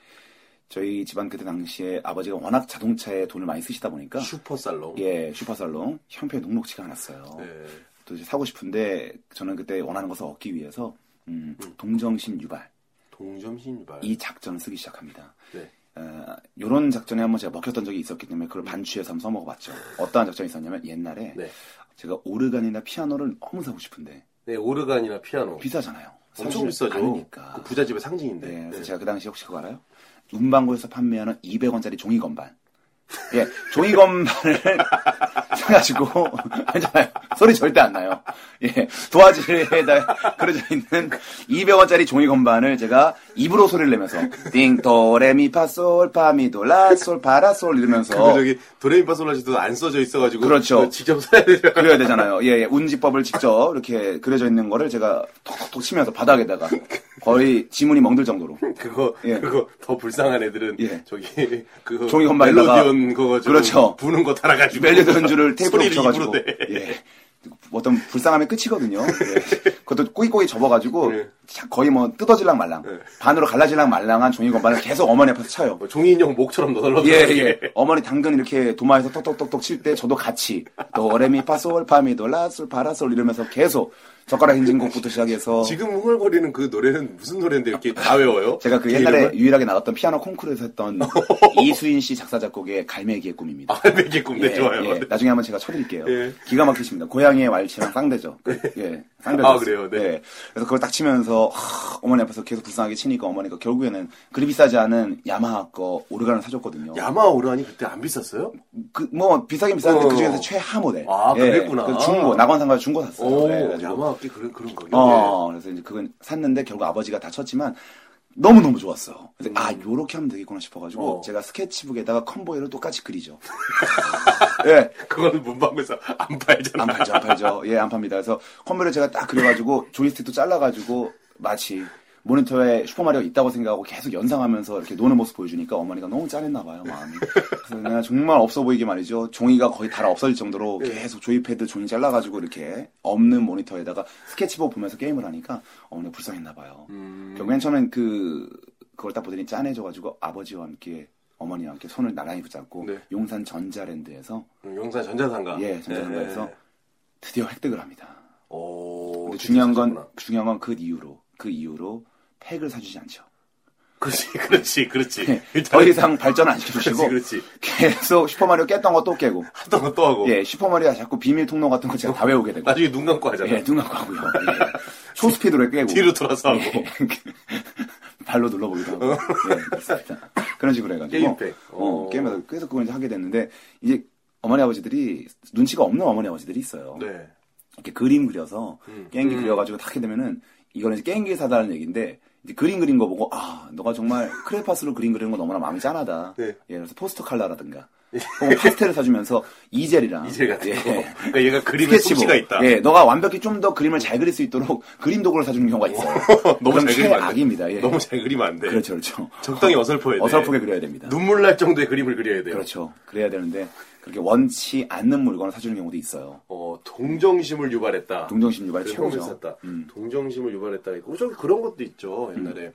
S3: 저희 집안 그때 당시에 아버지가 워낙 자동차에 돈을 많이 쓰시다 보니까
S2: 슈퍼 살롱.
S3: 어. 예 슈퍼살롱 형편이 녹록지가 않았어요.
S2: 네.
S3: 또 이제 사고 싶은데 저는 그때 원하는 것을 얻기 위해서 음, 동정심 유발
S2: 동점 신발.
S3: 이 작전을 쓰기 시작합니다.
S2: 네.
S3: 이런 작전에 한번 제가 먹혔던 적이 있었기 때문에 그걸 반추해서 한번 써먹어봤죠. 어떠한 작전이 있었냐면 옛날에
S2: 음. 네.
S3: 제가 오르간이나 피아노를 너무 사고 싶은데
S2: 네, 오르간이나 피아노.
S3: 비싸잖아요.
S2: 엄청
S3: 사실
S2: 비싸죠.
S3: 않으니까.
S2: 그 부잣집의 상징인데.
S3: 네, 그래서
S2: 네.
S3: 제가 그 당시 혹시 그거 알아요? 문방구에서 판매하는 200원짜리 종이 건반. 예, 종이 건반을 사가지고, 괜찮아요. 소리 절대 안 나요. 예, 도화지에다 그려져 있는 200원짜리 종이 건반을 제가 입으로 소리를 내면서, 띵, 도, 레, 미, 파, 솔, 파, 미, 도, 라, 솔, 파, 라, 솔
S2: 그
S3: 이러면서.
S2: 저기 도레미파솔라시도 안 써져 있어가지고
S3: 어. 그렇죠.
S2: 그거 직접 사야 돼요.
S3: 그려야 되잖아요. 예, 예, 운지법을 직접 이렇게 그려져 있는 거를 제가 톡톡톡 치면서 바닥에다가 거의 지문이 멍들 정도로.
S2: 그거
S3: 예.
S2: 그거 더 불쌍한 애들은
S3: 예.
S2: 저기 그
S3: 종이 건반에다가-
S2: 멜로디언 그거 좀
S3: 그렇죠.
S2: 부는 거 달아가지고
S3: 멜로디 연주를 테이프로
S2: 소리를
S3: 붙여가지고
S2: 입으로 내.
S3: 예. 어떤 불쌍함의 끝이거든요. 예. 그것도 꼬이꼬이 접어가지고
S2: 예.
S3: 자- 거의 뭐 뜯어질랑 말랑 반으로 갈라질랑 말랑한 종이 건반을 계속 어머니 앞에서 쳐요.
S2: 뭐 종이 인형 목처럼 너덜너덜.
S3: 예, 예. 어머니 당근 이렇게 도마에서 톡톡톡톡 칠 때 저도 같이 도레미파솔파미도라솔 파라솔 이러면서 계속 젓가락 인진곡부터 시작해서
S2: 지금 흥얼거리는 그 노래는 무슨 노래인데 이렇게 다 외워요?
S3: 제가 그
S2: 이름을?
S3: 옛날에 유일하게 나왔던 피아노 콩쿠르에서 했던 이수인 씨 작사 작곡의 갈매기의 꿈입니다.
S2: 아, 되게 꿈대 좋아요.
S3: 예.
S2: 네.
S3: 나중에 한번 제가 쳐드릴게요.
S2: 예.
S3: 기가 막히십니다. 고양이의 왈츠랑 쌍대죠. 예, 쌍대죠.
S2: 아, 그래요? 네.
S3: 예. 그래서 그걸 딱 치면서 하, 어머니 앞에서 계속 불쌍하게 치니까 어머니가 결국에는 그리 비싸지 않은 야마하 거 오르간을 사줬거든요.
S2: 야마 오르안이 그때 안 비쌌어요?
S3: 그 뭐 비싸긴 비싼데
S2: 어.
S3: 그 중에서 최하 모델.
S2: 아, 그랬구나.
S3: 그 중고 낙원상가 중고 샀어요.
S2: 오,
S3: 예, 그래가지고.
S2: 야마 학기 그런 그런 거요.
S3: 어, 그래서 이제 그건 샀는데 결국 아버지가 다쳤지만 너무 너무 좋았어. 그래서 아 요렇게 하면 되겠구나 싶어가지고
S2: 음. 어.
S3: 제가 스케치북에다가 컴보이를 똑같이 그리죠. 예,
S2: 그거는 문방구에서 안 팔잖아.
S3: 안 팔죠, 안 팔죠. 예, 안 팝니다. 그래서 컴퓨터 제가 딱 그려가지고 조이스틱도 잘라가지고 마치 모니터에 슈퍼마리오 있다고 생각하고 계속 연상하면서 이렇게 노는 모습 보여주니까 어머니가 너무 짠했나 봐요, 마음이. 그래서 내가 정말 없어 보이게 말이죠. 종이가 거의 달아 없어질 정도로 계속 조이패드 종이 잘라가지고 이렇게 없는 모니터에다가 스케치북 보면서 게임을 하니까 어머니가 불쌍했나 봐요. 결국엔 처음엔 그, 그걸 딱 보더니 짠해져가지고 아버지와 함께 어머니와 함께 손을 나란히 붙잡고
S2: 네.
S3: 용산 전자랜드에서
S2: 음, 용산 전자상가.
S3: 예, 전자상가에서
S2: 네.
S3: 드디어 획득을 합니다.
S2: 오,
S3: 근데
S2: 진짜
S3: 중요한 건
S2: 사셨구나.
S3: 중요한 건 그 이유로 그 이유로 팩을 사주지 않죠. 예,
S2: 그렇지, 그렇지, 그렇지.
S3: 더 이상 발전 안 시켜주시고
S2: 그렇지, 그렇지.
S3: 계속 슈퍼마리오 깼던 거 또 깨고
S2: 하던 거 또 하고.
S3: 예 슈퍼마리오 자꾸 비밀 통로 같은 거 제가 다 외우게 되고
S2: 나중에 눈 감고 하잖아.
S3: 예, 눈 감고 하고요. 예. 초스피드로 깨고. 예.
S2: 뒤로 돌아서 하고. 어.
S3: 발로 눌러보기도 하고. 예, 그렇습니다. 그런 식으로 해가지고.
S2: 게임팩.
S3: 어,
S2: 어.
S3: 게임에서 계속 그걸 이제 하게 됐는데, 이제 어머니 아버지들이, 눈치가 없는 어머니 아버지들이 있어요.
S2: 네.
S3: 이렇게 그림 그려서,
S2: 음.
S3: 게임기
S2: 음.
S3: 그려가지고 탁 하게 되면은, 이거는 이제 게임기 사다라는 얘기인데, 이제 그림 그린 거 보고, 아, 너가 정말 크레파스로 그림 그리는 거 너무나 마음이 짠하다.
S2: 네. 예.
S3: 예, 그래서 포스터 칼라라든가, 혹은 파스텔을 사주면서 이젤이랑,
S2: 이제 같은 거.
S3: 예,
S2: 그러니까 얘가 그림에
S3: 스케치북.
S2: 솜씨가 있다.
S3: 예, 너가 완벽히 좀 더 그림을 잘 그릴 수 있도록 그림 도구를 사주는 경우가 있어요.
S2: 너무 잘 그리면 안 돼.
S3: 악입니다. 예.
S2: 너무 잘 그리면 안 돼.
S3: 그렇죠, 그렇죠.
S2: 적당히 어설퍼야 돼.
S3: 어설프게 그려야 됩니다.
S2: 눈물 날 정도의 그림을 그려야 돼요.
S3: 그렇죠. 그래야 되는데 그렇게 원치 않는 물건을 사주는 경우도 있어요.
S2: 어, 동정심을 유발했다.
S3: 동정심 유발
S2: 그런 거
S3: 최고죠.
S2: 있었다.
S3: 음.
S2: 동정심을 유발했다. 어, 저기 그런 것도 있죠. 옛날에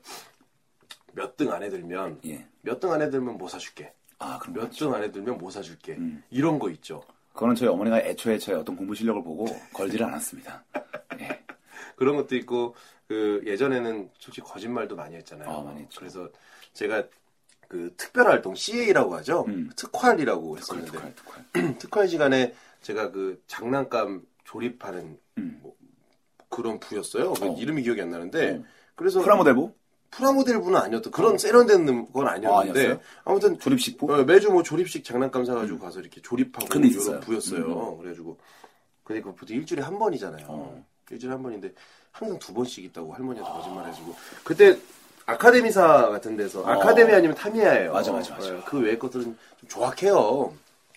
S2: 몇 등 안에 들면
S3: 예.
S2: 몇 등 안에 들면 뭐 사줄게.
S3: 아, 그럼
S2: 몇 등 안에 들면 뭐 사줄게.
S3: 음.
S2: 이런 거 있죠.
S3: 그거는 저희 어머니가 애초에 저의 어떤 공부 실력을 보고 걸지를 않았습니다.
S2: 그런 것도 있고 그 예전에는 솔직히 거짓말도 많이 했잖아요.
S3: 아, 많이 했죠.
S2: 그래서 제가 그 특별 활동 CA라고 하죠.
S3: 음.
S2: 특활이라고
S3: 특활,
S2: 했었는데 음,
S3: 특활, 특활.
S2: 특활 시간에 제가 그 장난감 조립하는
S3: 음.
S2: 뭐 그런 부였어요. 그
S3: 어.
S2: 이름이 기억이 안 나는데
S3: 어.
S2: 그래서
S3: 프라모델보? 어.
S2: 프라모델 부는 아니었던 그런 세련된 건
S3: 아,
S2: 아니었는데
S3: 아니었어요?
S2: 아, 무튼
S3: 조립식부?
S2: 매주 뭐 조립식 장난감 사가지고 가서 이렇게 조립하고
S3: 근데
S2: 이런
S3: 있었어요. 음.
S2: 부였어요. 그래가지고 근데 그 보통 일주일에 한 번이잖아요.
S3: 어.
S2: 일주일에 한 번인데 항상 두 번씩 있다고 할머니한테 거짓말해주고 그때 아카데미사 같은 데서 아카데미 아니면 타미야예요.
S3: 어. 맞아, 맞아, 맞아.
S2: 예, 그 외의 것들은 좀 조악해요.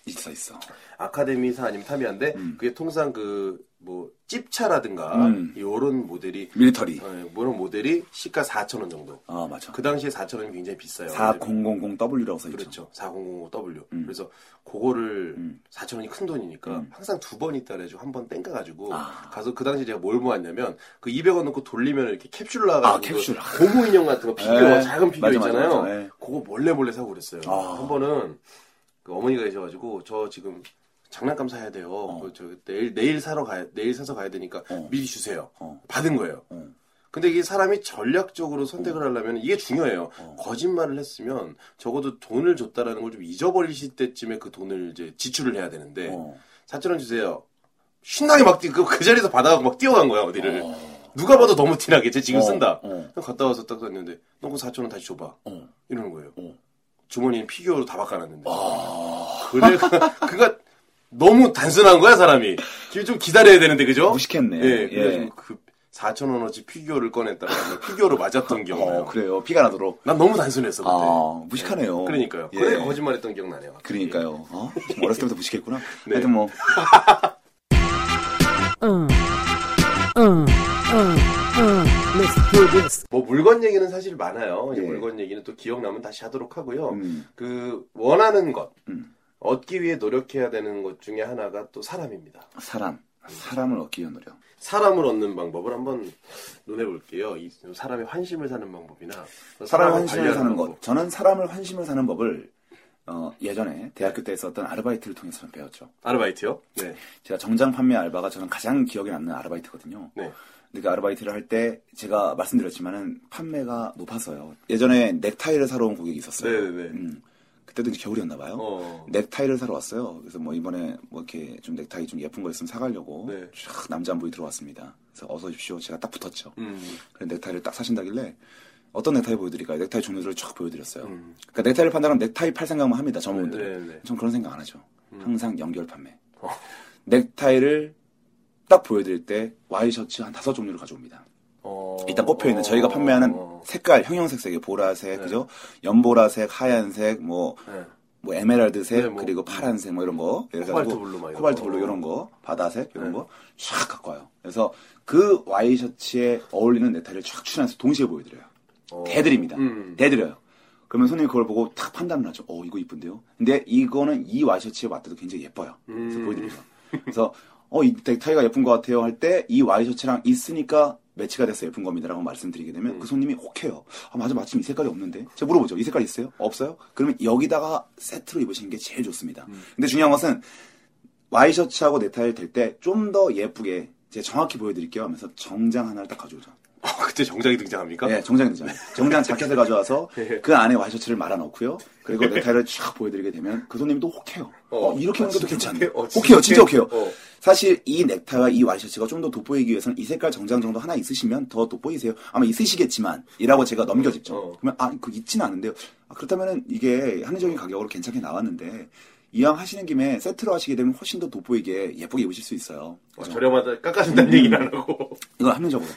S3: 있어 있어.
S2: 아카데미사 아니면 타미야인데 그게 통상 그 뭐 찝차라든가
S3: 음.
S2: 이런 모델이
S3: 밀리터리.
S2: 예, 이런 모델이 시가 4천 원 정도.
S3: 아 맞아.
S2: 그 당시에 4천 원이 굉장히 비싸요.
S3: 4000W라고 써 있죠.
S2: 그렇죠. 4005W.
S3: 음.
S2: 그래서 그거를
S3: 음.
S2: 4천 원이 큰 돈이니까
S3: 음.
S2: 항상 두 번 있다 그래가지고 한 번 땡겨가지고
S3: 아.
S2: 가서 그 당시 제가 뭘 모았냐면 그 200원 넣고 돌리면 이렇게 캡슐 나가지고
S3: 아, 캡슐.
S2: 그 고무 인형 같은 거 피규어
S3: 네.
S2: 작은 피규어
S3: 맞아, 맞아,
S2: 있잖아요.
S3: 맞아. 네.
S2: 그거 몰래 몰래 사고 그랬어요.
S3: 아.
S2: 한 번은 그 어머니가 계셔가지고 저 지금 장난감 사야 돼요. 그거 저 내일 내일 사러 가야 내일 사서 가야 되니까
S3: 어.
S2: 미리 주세요.
S3: 어.
S2: 받은 거예요.
S3: 어.
S2: 근데 이게 사람이 전략적으로 선택을 하려면 이게 중요해요.
S3: 어.
S2: 거짓말을 했으면 적어도 돈을 줬다라는 걸 좀 잊어버리실 때쯤에 그 돈을 이제 지출을 해야 되는데
S3: 어.
S2: 4천 원 주세요. 신나게 막 뛰, 그, 그 자리에서 받아갖고 막 뛰어간 거야 어디를.
S3: 어.
S2: 누가 봐도 너무 티나게 쟤 지금
S3: 어,
S2: 쓴다.
S3: 어.
S2: 그냥 갔다 와서 딱 썼는데 너 그 4천 원 다시 줘봐.
S3: 어.
S2: 이러는 거예요.
S3: 어.
S2: 주머니에 피규어로 다 바꿔놨는데.
S3: 아.
S2: 그래 그가 너무 단순한 거야 사람이. 지금 좀 기다려야 되는데 그죠?
S3: 무식했네. 어,
S2: 예, 그래가지고 그 4천 원어치 피규어를 꺼냈다가 뭐 피규어로 맞았던 기억 나요.
S3: 어, 그래요. 피가 나도록.
S2: 난 너무 단순했어 그때.
S3: 아, 무식하네요.
S2: 그러니까요.
S3: 예.
S2: 그래 거짓말했던 기억 나네요.
S3: 그러니까요. 어? 좀 어렸을 때부터 무식했구나.
S2: 네.
S3: 하여튼 뭐
S5: Uh, uh, uh, uh, let's do this.
S2: 뭐 물건 얘기는 사실 많아요. 이제
S3: 예.
S2: 물건 얘기는 또 기억나면 다시 하도록 하고요.
S3: 음.
S2: 그 원하는 것
S3: 음.
S2: 얻기 위해 노력해야 되는 것 중에 하나가 또 사람입니다.
S3: 사람, 사람을 얻기 위한 노력.
S2: 사람을 얻는 방법을 한번 논해볼게요. 이 사람의 환심을 사는 방법이나
S3: 사람을
S2: 사람을
S3: 환심을
S2: 관리하는
S3: 사는
S2: 방법.
S3: 것. 저는 사람을 환심을 사는 법을 어, 예전에 대학교 때 했었던 아르바이트를 통해서 좀 배웠죠.
S2: 아르바이트요? 네.
S3: 제가 정장 판매 알바가 저는 가장 기억에 남는 아르바이트거든요.
S2: 네.
S3: 근데 그 아르바이트를 할 때 제가 말씀드렸지만은 판매가 높아서요. 예전에 넥타이를 사러 온 고객이 있었어요.
S2: 네네네.
S3: 음. 그때도 이제 겨울이었나 봐요.
S2: 어.
S3: 넥타이를 사러 왔어요. 그래서 뭐 이번에 뭐 이렇게 좀 넥타이 좀 예쁜 거 있으면 사가려고
S2: 네.
S3: 쫙 남자 한 분이 들어왔습니다. 그래서 어서 오십시오. 제가 딱 붙었죠.
S2: 음.
S3: 그래 넥타이를 딱 사신다길래 어떤 넥타이 보여드릴까요? 넥타이 종류들을 쫙 보여드렸어요.
S2: 음.
S3: 그러니까 넥타이를 판다면 넥타이 팔 생각만 합니다. 전문분들은.
S2: 네, 네.
S3: 전 그런 생각 안 하죠. 항상 연결 판매.
S2: 어.
S3: 넥타이를 딱 보여드릴 때 와이셔츠 한 다섯 종류를 가져옵니다.
S2: 어. 네.
S3: 일단 뽑혀 있는 저희가 판매하는
S2: 어.
S3: 색깔 형형색색이 보라색, 그죠? 연보라색, 하얀색, 뭐
S2: 네.
S3: 뭐 에메랄드색
S2: 네, 뭐.
S3: 그리고 파란색 뭐 이런 거 예를
S2: 코발트
S3: 들어가지고
S2: 블루 막 이런
S3: 코발트
S2: 거.
S3: 블루 이런 거 바다색 이런
S2: 네.
S3: 거 쫙 갖고 와요 그래서 그 와이셔츠에 어울리는 넥타이를 쫙 추천해서 동시에 보여드려요
S2: 어.
S3: 대드립니다
S2: 음.
S3: 대드려요 그러면 손님이 그걸 보고 탁 판단을 하죠 어 이거 이쁜데요 근데 이거는 이 와이셔츠에 맞대도 굉장히 예뻐요 그래서
S2: 음.
S3: 보여드리죠 그래서 어이 넥타이가 예쁜 것 같아요 할 때 이 와이셔츠랑 있으니까 매치가 돼서 예쁜 겁니다라고 말씀드리게 되면 그 손님이 혹해요. 아 맞아 마침 이 색깔이 없는데 제가 물어보죠. 이 색깔 있어요? 없어요? 그러면 여기다가 세트로 입으시는 게 제일 좋습니다. 근데 중요한 것은 와이셔츠하고 넥타이를 댈 때 좀 더 예쁘게 제가 정확히 보여드릴게요 하면서 정장 하나를 딱 가져오죠.
S2: 아, 그때 정장이 등장합니까? 네.
S3: 예, 정장 등장. 정장 자켓을 가져와서 그 안에 와이셔츠를 말아 넣고요. 그리고 넥타이를 쫙 보여드리게 되면 그 손님도 혹해요. 어,
S2: 어,
S3: 이렇게
S2: 아,
S3: 하는 것도
S2: 진짜
S3: 괜찮네.
S2: 혹해요? 어, 진짜
S3: 혹해요, 진짜
S2: 혹해요?
S3: 혹해요.
S2: 어.
S3: 사실 이 넥타이와 이 와이셔츠가 좀 더 돋보이기 위해서는 이 색깔 정장 정도 하나 있으시면 더 돋보이세요. 아마 있으시겠지만 이라고 제가 넘겨짚죠.
S2: 어.
S3: 그러면 아, 그 있지는 않은데요. 아, 그렇다면은 이게 합리적인 가격으로 괜찮게 나왔는데 이왕 하시는 김에 세트로 하시게 되면 훨씬 더 돋보이게 예쁘게 입으실 수 있어요.
S2: 어, 저렴하다 깎아준다는
S3: 음.
S2: 얘기는 안 하고
S3: 이건 합리적으로.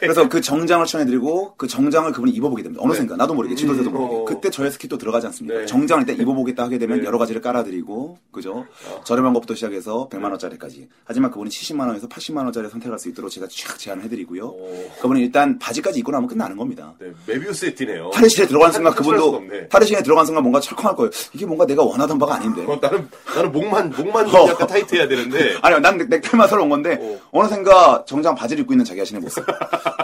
S3: 그래서 그 정장을 추천해드리고 그 정장을 그분이 입어보게 됩니다. 어느 순간 나도 모르게 지도자도 모르게
S2: 어.
S3: 그때 저의 스킬도 들어가지 않습니까?
S2: 네.
S3: 정장을 일단 입어보겠다 하게 되면
S2: 네.
S3: 여러 가지를 깔아드리고 그죠? 저렴한 것부터 시작해서 100만 원짜리까지. 하지만 그분이 70만 원에서 80만 원짜리 선택할 수 있도록 제가 쫙 제안을 해드리고요.
S2: 어.
S3: 그분이 일단 바지까지 입고 나면 끝나는 겁니다.
S2: 네, 메비우스 세티네요
S3: 탈의실에 들어간 순간
S2: 탈출할 수가
S3: 그분도
S2: 없네.
S3: 탈의실에 들어간 순간 뭔가 철컹할 거예요. 이게 뭔가 내가 원하던 바가 아닌데.
S2: 어, 나는 나는 목만 목만 좀
S3: 어.
S2: 약간 타이트해야 되는데
S3: 아니요, 난 넥타이만 사러 온 건데, 어. 느샌가 정장 바지를 입고 있는 자기 자신의 모습.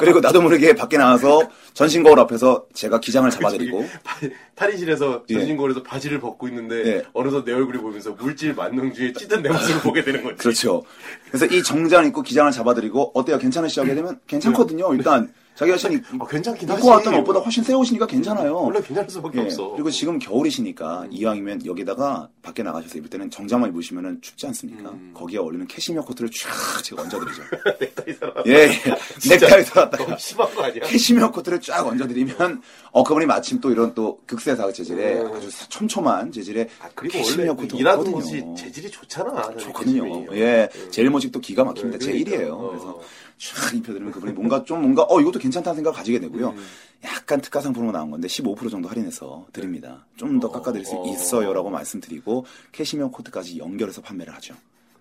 S3: 그리고 나도 모르게 밖에 나와서 전신 거울 앞에서 제가 기장을 잡아드리고,
S2: 저기 바- 탈의실에서
S3: 예.
S2: 전신고에서 바지를 벗고 있는데
S3: 예.
S2: 어느덧 내 얼굴이 보면서 물질 만능주의에 찌든 내 모습을 보게 되는 거지.
S3: 그렇죠. 그래서 이 정장 입고 기장을 잡아드리고, 어때요? 괜찮으시죠? 하게 되면 괜찮거든요. 일단, 자기 자신이
S2: 네. 아, 괜찮긴 하지.
S3: 입고 왔던 옷보다 훨씬 새 옷이니까 괜찮아요.
S2: 원래 괜찮을 수밖에
S3: 예,
S2: 없어.
S3: 그리고 지금 겨울이시니까 이왕이면 여기다가 밖에 나가셔서 입을 때는 정장만 입으시면 춥지 않습니까? 거기에 어울리는 캐시미어 코트를 쫙 제가 얹어드리죠.
S2: 음. 넥타이 사람
S3: 예, 예.
S2: 너무
S3: 넥타이 사왔다가
S2: 심한 거 아니야?
S3: 캐시미어 코트를 쫙 얹어드리면 어 그분이 마침 또 이런 또 극세사 재질의 아주 촘촘한 재질의
S2: 네. 아, 그리고
S3: 캐시미어
S2: 원래
S3: 코트
S2: 그 일하는
S3: 없거든요.
S2: 곳이 재질이 좋잖아. 그
S3: 좋거든요.
S2: 캐시미어.
S3: 예, 제일 모직도 기가 막힙니다.
S2: 네,
S3: 제
S2: 그러니까.
S3: 1위예요.
S2: 어.
S3: 그래서 쫙 입혀드리면 그분이 뭔가 좀 뭔가 어 이것도 괜찮다는 생각을 가지게 되고요.
S2: 음.
S3: 약간 특가 상품으로 나온 건데 15% 정도 할인해서 드립니다. 좀 더 깎아드릴 수
S2: 어.
S3: 있어요라고 말씀드리고 캐시미어 코트까지 연결해서 판매를 하죠.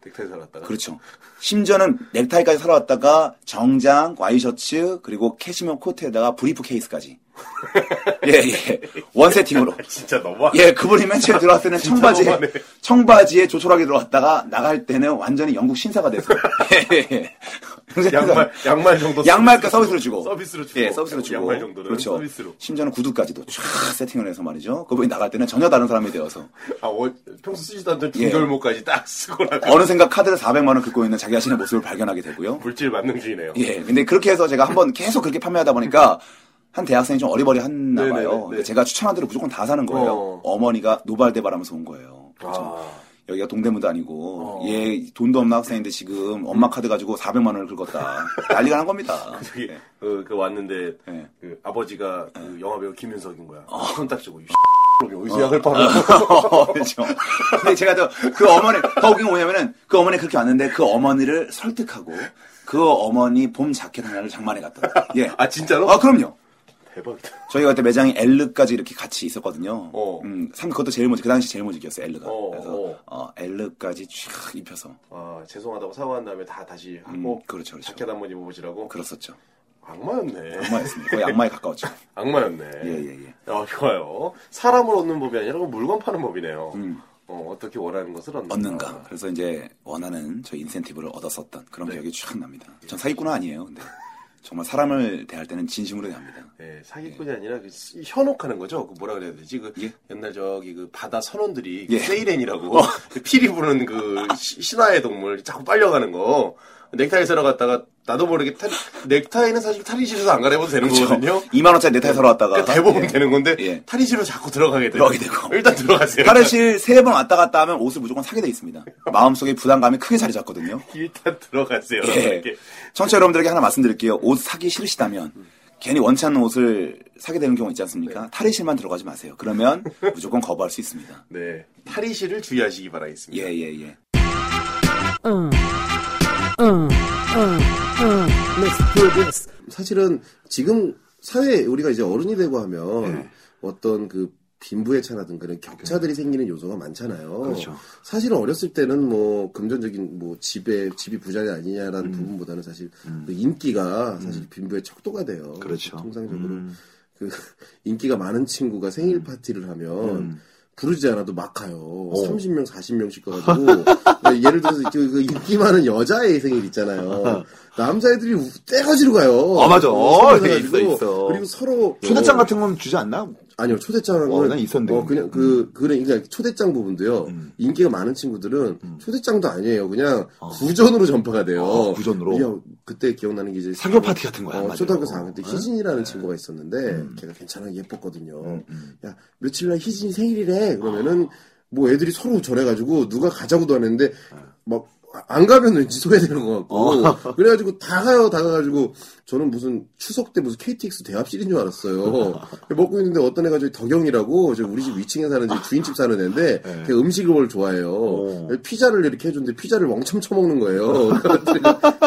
S2: 넥타이 살았다가.
S3: 그렇죠. 심지어는 넥타이까지 살아왔다가 정장, 와이셔츠, 그리고 캐시미어 코트에다가 브리프 케이스까지. 예, 예. 원 세팅으로.
S2: 진짜 너무
S3: 예, 그분이 맨 처음에 들어왔을 때는 청바지,
S2: 너무하네.
S3: 청바지에 조촐하게 들어왔다가 나갈 때는 완전히 영국 신사가 돼서. 예, 예.
S2: 양말 양말 정도
S3: 양말과 그러니까 그 서비스로 주고.
S2: 서비스로 주고
S3: 예, 서비스로 주고.
S2: 양말 정도는
S3: 그렇죠.
S2: 서비스로.
S3: 심지어는 구두까지도 쫙 세팅을 해서 말이죠. 그분이 나갈 때는 전혀 다른 사람이 되어서.
S2: 아 어, 평소 쓰지도 않던
S3: 예.
S2: 중절모까지 딱 쓰고 나가
S3: 어느샌가 카드를 400만 원 긁고 있는 자기 자신의 모습을 발견하게 되고요.
S2: 물질 만능주의네요.
S3: 예. 근데 그렇게 해서 제가 한번 계속 그렇게 판매하다 보니까 한 대학생이 좀 어리버리했나
S2: 네네네,
S3: 봐요.
S2: 네.
S3: 근데 제가 추천한 대로 무조건 다 사는 거예요.
S2: 어.
S3: 어. 머니가 노발대발하면서 온 거예요. 그래서
S2: 아, 어.
S3: 여기가 동대문도 아니고 얘 돈도 없는 학생인데 지금 엄마 카드 가지고 400만 원을 긁었다. 난리가 난 겁니다.
S2: 저기
S3: 예.
S2: 그, 그 왔는데
S3: 네.
S2: 그 아버지가 그 영화배우 김윤석인 거야.
S3: 아,
S2: 손 딱 쥐고 이 X놈이 어디서 약을 팔아?
S3: 그렇죠. 근데 제가 또 그 어머니 더 웃긴 게 뭐냐면은 그 어머니 그렇게 왔는데 그 어머니를 설득하고 그 어머니 봄 자켓 하나를 장만해 갔다. 예.
S2: 아 진짜로?
S3: 아 그럼요.
S2: 대박이다.
S3: 저희가 그때 매장이 L까지 이렇게 같이 있었거든요.
S2: 어.
S3: 음, 참 그것도 제일 먼저 그 당시 제일 먼저였어요 L가.
S2: 어,
S3: 그래서
S2: 어.
S3: 어, L까지 쫙 입혀서
S2: 아 죄송하다고 사과한 다음에 다 다시 하고
S3: 그렇죠, 그렇죠.
S2: 자켓 한번 입어보시라고.
S3: 그랬었죠.
S2: 악마였네.
S3: 악마였습니다. 거의 악마에 가까웠죠.
S2: 악마였네.
S3: 예, 예.
S2: 아, 좋아요. 사람을 얻는 법이 아니라 물건 파는 법이네요. 어, 어떻게 원하는 것을 얻는가.
S3: 음. 얻는가. 그래서 이제 원하는 저 인센티브를 얻었었던
S2: 네.
S3: 그런 기억이 쫙 납니다. 전 사기꾼은 아니에요. 근데 정말 사람을 대할 때는 진심으로 대합니다.
S2: 예, 사기꾼이 아니라 그 시- 현혹하는 거죠. 그 뭐라 그래야 되지? 그
S3: 예.
S2: 옛날 저기 그 바다 선원들이
S3: 예.
S2: 세이렌이라고 그 피리 부르는 그 시- 신화의 동물 자꾸 빨려가는 거. 넥타이 사러 갔다가 나도 모르게 탈, 넥타이는 사실 탈의실에서 안 갈아입어도 되는 거거든요.
S3: 2만 원짜리 그렇죠. 넥타이 사러 왔다가
S2: 그러니까 대부분 되는 건데
S3: 아, 예.
S2: 탈의실로 자꾸 들어가게 돼요.
S3: 들어가게 되고.
S2: 일단 들어가세요.
S3: 탈의실 세 번 왔다 갔다 하면 옷을 무조건 사게 돼 있습니다. 마음속에 부담감이 크게 자리 잡거든요.
S2: 일단 들어가세요.
S3: 예.
S2: 이렇게.
S3: 청취자 여러분들에게 하나 말씀드릴게요. 옷 사기 싫으시다면 괜히 원치 않는 옷을 사게 되는 경우 있지 않습니까? 탈의실만 들어가지 마세요. 그러면 무조건 거부할 수 있습니다.
S2: 네. 탈의실을 주의하시기 바라겠습니다.
S3: 예, 예, 예.
S5: Uh, uh, uh, uh, let's do this.
S2: 사실은 지금 사회 우리가 이제 어른이 되고 하면
S3: 네.
S2: 어떤 그 빈부의 차라든가 이런 격차들이 생기는 요소가 많잖아요.
S3: 그렇죠.
S2: 사실은 어렸을 때는 뭐 금전적인 뭐 집에 집이 부자냐 아니냐라는
S3: 음.
S2: 부분보다는 사실 그 인기가 사실 빈부의 척도가 돼요.
S3: 그렇죠.
S2: 통상적으로 그 인기가 많은 친구가 생일
S6: 음.
S2: 파티를 하면 부르지 않아도 막 가요.
S6: 어.
S2: 30명, 40명씩 가가지고. 그러니까 예를 들어서 그- 그 인기 많은 여자의 생일 있잖아요. 남자애들이 우- 떼가지로 가요.
S6: 어, 맞아.
S2: 어,
S6: 있어,
S2: 가지고.
S6: 있어.
S2: 그리고 서로.
S6: 초대장 같은 건 주지 않나? 뭐 아니요 초대장은
S3: 어, 난 있었는데.
S6: 어, 그냥 그 그래 그러니까 초대장 부분도요
S3: 음.
S6: 인기가 많은 친구들은
S3: 음.
S6: 초대장도 아니에요 그냥
S3: 어.
S6: 구전으로 전파가 돼요
S3: 어, 구전으로?
S6: 이게 그때 기억나는 게 이제
S3: 사교 파티 같은 거야,
S6: 어,
S3: 맞아요.
S6: 초등학교 4학년 때
S3: 네.
S6: 희진이라는 친구가 있었는데
S3: 음.
S6: 걔가 괜찮아 예뻤거든요
S3: 음. 아.
S6: 야 며칠 날 희진이 생일이래 그러면은 뭐 애들이 서로 전해가지고 누가 가자고도 하는데 막 안 가면 왠지 소외되는 것 같고 그래가지고 다 가요 다 가가지고 저는 무슨 추석 때 무슨 KTX 대합실인 줄 알았어요 먹고 있는데 어떤 애가 저기 덕영이라고 저 우리 집 위층에 사는 집 주인집 사는 애인데
S3: 네.
S6: 걔 음식을 좋아해요
S3: 오.
S6: 네, 피자를 이렇게 해줬는데 피자를 멍청 쳐먹는 거예요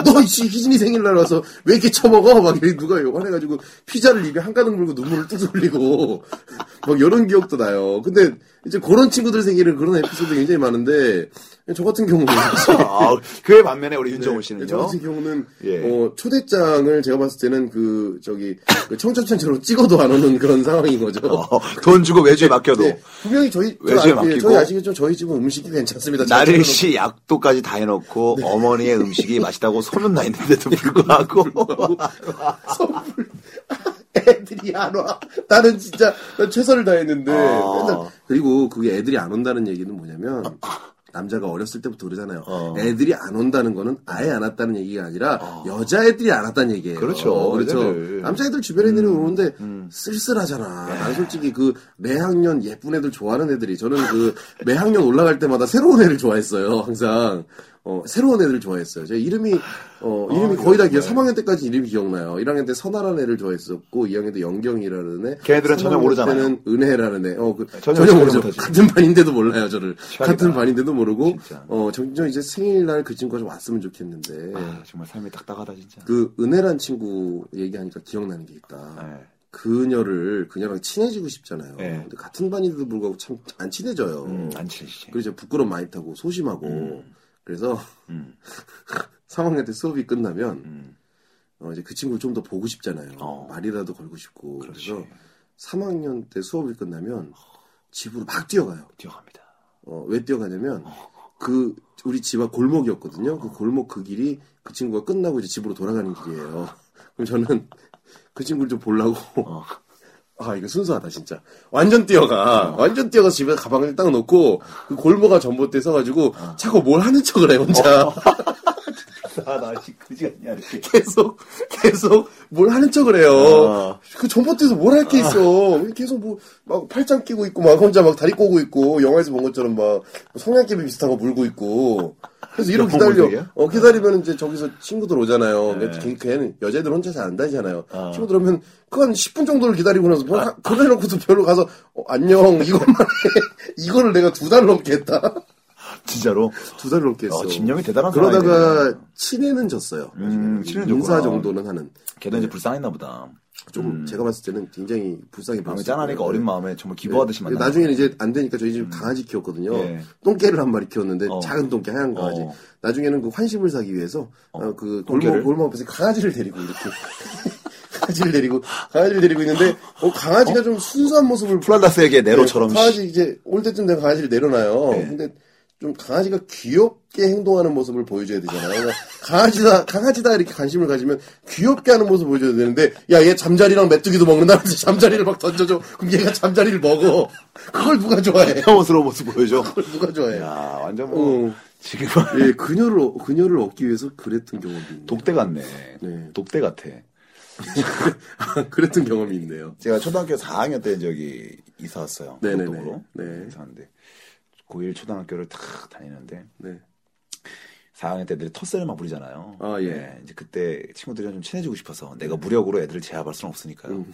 S6: 너이씨 희진이 생일날 와서 왜 이렇게 쳐먹어 막 이렇게 누가 화내가지고 피자를 입에 한가득 물고 눈물을 뚝 흘리고 막 이런 기억도 나요 근데 이제 그런 친구들 생일은 그런 에피소드 굉장히 많은데 저 같은 경우는
S3: 아, 그에 반면에 우리 네, 윤정훈 씨는요.
S6: 저 같은 경우는
S3: 예.
S6: 어, 초대장을 제가 봤을 때는 그 저기 그 청첩장처럼 찍어도 안 오는 그런 상황인 거죠.
S3: 어, 돈 주고 외주에 맡겨도
S6: 네, 분명히 저희 저
S3: 외주에
S6: 아-
S3: 맡기고.
S6: 저희 아시겠죠? 저희 집은 음식이 괜찮습니다. 잘
S3: 나릴
S6: 차려놓고.
S3: 씨 약도까지 다 해놓고 어머니의 음식이 맛있다고 소문 나 있는데도 불구하고
S6: 선물. 아, 애들이 안 와. 나는 진짜 나 최선을 다했는데.
S3: 아.
S6: 맨날. 그리고 그게 애들이 안 온다는 얘기는 뭐냐면 남자가 어렸을 때부터 그러잖아요.
S3: 어.
S6: 애들이 안 온다는 거는 아예 안 왔다는 얘기가 아니라 여자애들이 안 왔다는 얘기예요.
S3: 그렇죠.
S6: 그렇죠.
S3: 여자들.
S6: 남자애들 주변에 있는 음. 오는데 쓸쓸하잖아.
S3: 네.
S6: 난 솔직히 그 매학년 예쁜 애들 좋아하는 애들이 저는 그 매학년 올라갈 때마다 새로운 애를 좋아했어요. 항상 어, 새로운 애들 좋아했어요. 제 이름이
S3: 아,
S6: 어, 이름이 거의 다 기억. 3학년 때까지 이름이 기억나요. 1학년 때 선아라는 애를 좋아했었고 2학년 때 영경이라는 애.
S3: 걔네들은 전혀
S6: 3학년
S3: 모르잖아요.
S6: 때는 은혜라는 애. 어, 그,
S3: 전혀
S6: 전혀,
S3: 전혀
S6: 모르죠.
S3: 못하죠.
S6: 같은 반인데도 몰라요 저를.
S3: 최악이다.
S6: 같은 반인데도 모르고
S3: 진짜.
S6: 어 점점 이제 생일날 그 친구가 좀 왔으면 좋겠는데.
S3: 아, 정말 삶이 딱딱하다 진짜.
S6: 그 은혜란 친구 얘기하니까 기억나는 게 있다.
S3: 네.
S6: 그녀를 그녀랑 친해지고 싶잖아요.
S3: 네.
S6: 근데 같은 반인데도 불구하고 참 안 친해져요.
S3: 음, 안 친해지지.
S6: 그래서 부끄럼 많이 타고 소심하고
S3: 음.
S6: 그래서
S3: 음.
S6: 3학년 때 수업이 끝나면
S3: 음.
S6: 어, 이제 그 친구를 좀 더 보고 싶잖아요.
S3: 어.
S6: 말이라도 걸고 싶고 그래
S3: 그렇지. 어.
S6: 서 3학년 때 수업이 끝나면 집으로 막 뛰어가요.
S3: 뛰어갑니다.
S6: 어, 왜 뛰어가냐면 그 우리 집 앞 골목이었거든요. 그 골목 그 길이 그 친구가 끝나고 이제 집으로 돌아가는 길이에요. 그럼 저는 그 친구를 좀 보려고
S3: 어.
S6: 아 이거 순수하다 진짜 완전 뛰어가 완전 뛰어가 집에 가방을 딱 놓고 그 골목아 전봇대 서가지고 자꾸 뭘 하는 척을 해 혼자
S3: 아나 그지 아니야 이렇게.
S6: 계속 계속 뭘 하는 척을 해요.
S3: 어.
S6: 그 전봇대에서 뭘 할 게 있어. 계속 뭐 막 팔짱 끼고 있고 막 혼자 막 다리 꼬고 있고 영화에서 본 것처럼 막 성냥개비 비슷한 거 물고 있고. 그래서 이러고
S3: 그런
S6: 기다려.
S3: 모습이야?
S6: 어 기다리면 이제 저기서 친구들 오잖아요.
S3: 네.
S6: 근데 걔- 걔는 여자애들 혼자 잘 안 다니잖아요.
S3: 어.
S6: 친구들 오면 그한 10분 정도를 기다리고 나서 뭐 하- 그래놓고도 별로 가서 어, 안녕 이것만 해. 이거를 내가 두 달 넘게 했다.
S3: 진짜로.
S6: 두 달 넘게 했어.
S3: 어, 집념이 대단한
S6: 그러다가
S3: 사람이네.
S6: 친해는 졌어요.
S3: 음, 친해졌구나.
S6: 인사 정도는 하는.
S3: 걔는 이제 불쌍했나 보다.
S6: 좀 제가 봤을 때는 굉장히 불쌍해
S3: 음. 마음이
S6: 보였어요.
S3: 짠하니까 어린 마음에 정말 기부하듯이 네. 만나.
S6: 나중에는 이제 안 되니까 저희 집 강아지 키웠거든요.
S3: 예.
S6: 똥개를 한 마리 키웠는데
S3: 어.
S6: 작은 똥개 하얀 강아지.
S3: 어.
S6: 나중에는 그 환심을 사기 위해서 어, 그
S3: 똥개를?
S6: 골목 골목 앞에서 강아지를 데리고 이렇게 강아지를 데리고 강아지를 데리고 있는데 어, 강아지가 좀 순수한 모습을
S3: 플란다스에게 네로처럼.
S6: 네, 강아지 이제 올 때쯤 되면 강아지를 내려놔요. 근데 좀 강아지가 귀엽게 행동하는 모습을 보여줘야 되잖아요. 그러니까 강아지다 강아지다 이렇게 관심을 가지면 귀엽게 하는 모습 을 보여줘야 되는데 야 얘 잠자리랑 메뚜기도 먹는다면서 잠자리를 막 던져줘. 그럼 얘가 잠자리를 먹어. 그걸 누가 좋아해?
S3: 평온스러운 모습 보여줘.
S6: 그걸 누가 좋아해?
S3: 야 완전 뭐
S6: 어.
S3: 지금
S6: 예, 그녀를 그녀를 얻기 위해서 그랬던 경험이 있네요.
S3: 독대 같네.
S6: 네.
S3: 독대 같아.
S6: 그랬던 경험이 있네요.
S3: 제가 초등학교 4학년 때 저기 이사 왔어요.
S6: 네네네.
S3: 동동으로.
S6: 네.
S3: 이사 왔는데 고1 초등학교를 탁 다니는데
S6: 네.
S3: 4학년 때 애들이 텃세를 막 부리잖아요.
S6: 아, 예.
S3: 네, 이제 그때 친구들이랑 좀 친해지고 싶어서 내가 무력으로 애들을 제압할 수는 없으니까요.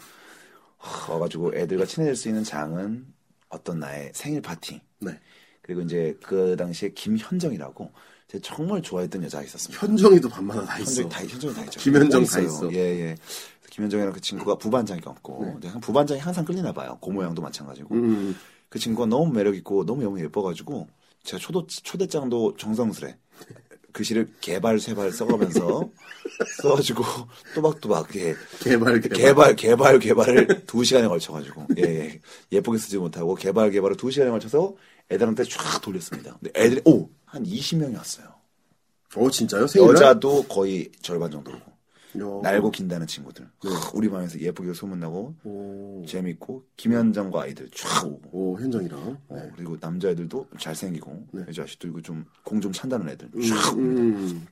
S3: 하, 와가지고 애들과 친해질 수 있는 장은 어떤 나의 생일 파티.
S6: 네.
S3: 그리고 이제 그 당시에 김현정이라고 제가 정말 좋아했던 여자가 있었습니다.
S6: 현정이도 반마다 다 있어.
S3: 현정 다 현정 다 있죠.
S6: 김현정
S3: 꼭
S6: 다
S3: 있어요.
S6: 있어.
S3: 예 예. 그래서 김현정이랑 그 친구가 부반장이 없고 근데 항상 부반장이 항상 끌리나 봐요. 그 모양도 마찬가지고.
S6: 네. 음,
S3: 그 친구가 너무 매력 있고 너무 너무 예뻐가지고 제가 초도 초대장도 정성스레 글씨를 개발 세발 써가면서 써가지고 또박또박 예.
S6: 개발 개발.
S3: 개발 개발 개발을 두 시간에 걸쳐가지고 예, 예 예쁘게 쓰지 못하고 개발 개발을 두 시간에 걸쳐서 애들한테 쫙 돌렸습니다. 근데 애들이 오한 20명이 왔어요.
S6: 어 진짜요? 생일날?
S3: 여자도 거의 절반 정도고
S6: 야.
S3: 날고 긴다는 친구들. 크, 우리 반에서 예쁘게 소문나고
S6: 네. 오,
S3: 재밌고 김현정과 아이들 쫙 오고
S6: 오 현정이랑.
S3: 어, 그리고 남자애들도 잘생기고
S6: 네.
S3: 여자아씨도 이거 좀 공 좀 찬다는 애들 쫙 오고.
S6: 음,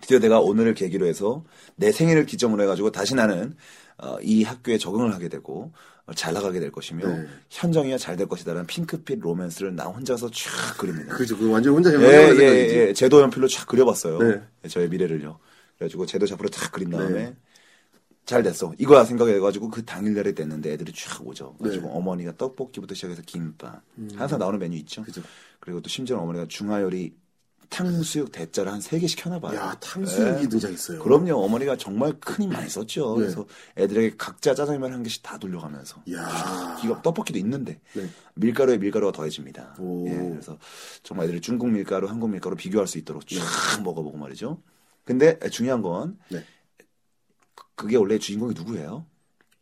S3: 드디어 내가 오늘을 계기로 해서 내 생일을 기점으로 해가지고 다시 나는 어, 이 학교에 적응을 하게 되고 어, 잘 나가게 될 것이며
S6: 네.
S3: 현정이가 잘 될 것이다라는 핑크빛 로맨스를 나 혼자서 쫙 그립니다.
S6: 그죠. 그 완전 혼자
S3: 예,
S6: 해먹는
S3: 예,
S6: 생각이지.
S3: 예. 제도 연필로 쫙 그려봤어요. 예,
S6: 네.
S3: 저의 미래를요. 그래가지고 제도 잡으로 쫙 그린 다음에
S6: 네.
S3: 잘 됐어. 이거야 생각해가지고 그 당일날이 됐는데 애들이 쫙 오죠. 그래가지고
S6: 네. 음.
S3: 어머니가 떡볶이부터 시작해서 김밥. 항상 나오는 메뉴 있죠.
S6: 그죠.
S3: 그리고 또 심지어 어머니가 중화요리 탕수육 대짜를 한 세 개씩 켜놔봐요. 예.
S6: 야 탕수육이 등장했어요.
S3: 그럼요. 어머니가 정말 큰 힘 많이 썼죠.
S6: 네.
S3: 그래서 애들에게 각자 짜장면 한 개씩 다 돌려가면서.
S6: 야.
S3: 이거 떡볶이도 있는데
S6: 아. 네.
S3: 밀가루에 밀가루가 더해집니다.
S6: 오.
S3: 예, 그래서 정말 애들이 중국 밀가루, 한국 밀가루 비교할 수 있도록 쫙 먹어보고 말이죠. 근데 중요한 건
S6: 네.
S3: 그- 그게 원래 주인공이 누구예요?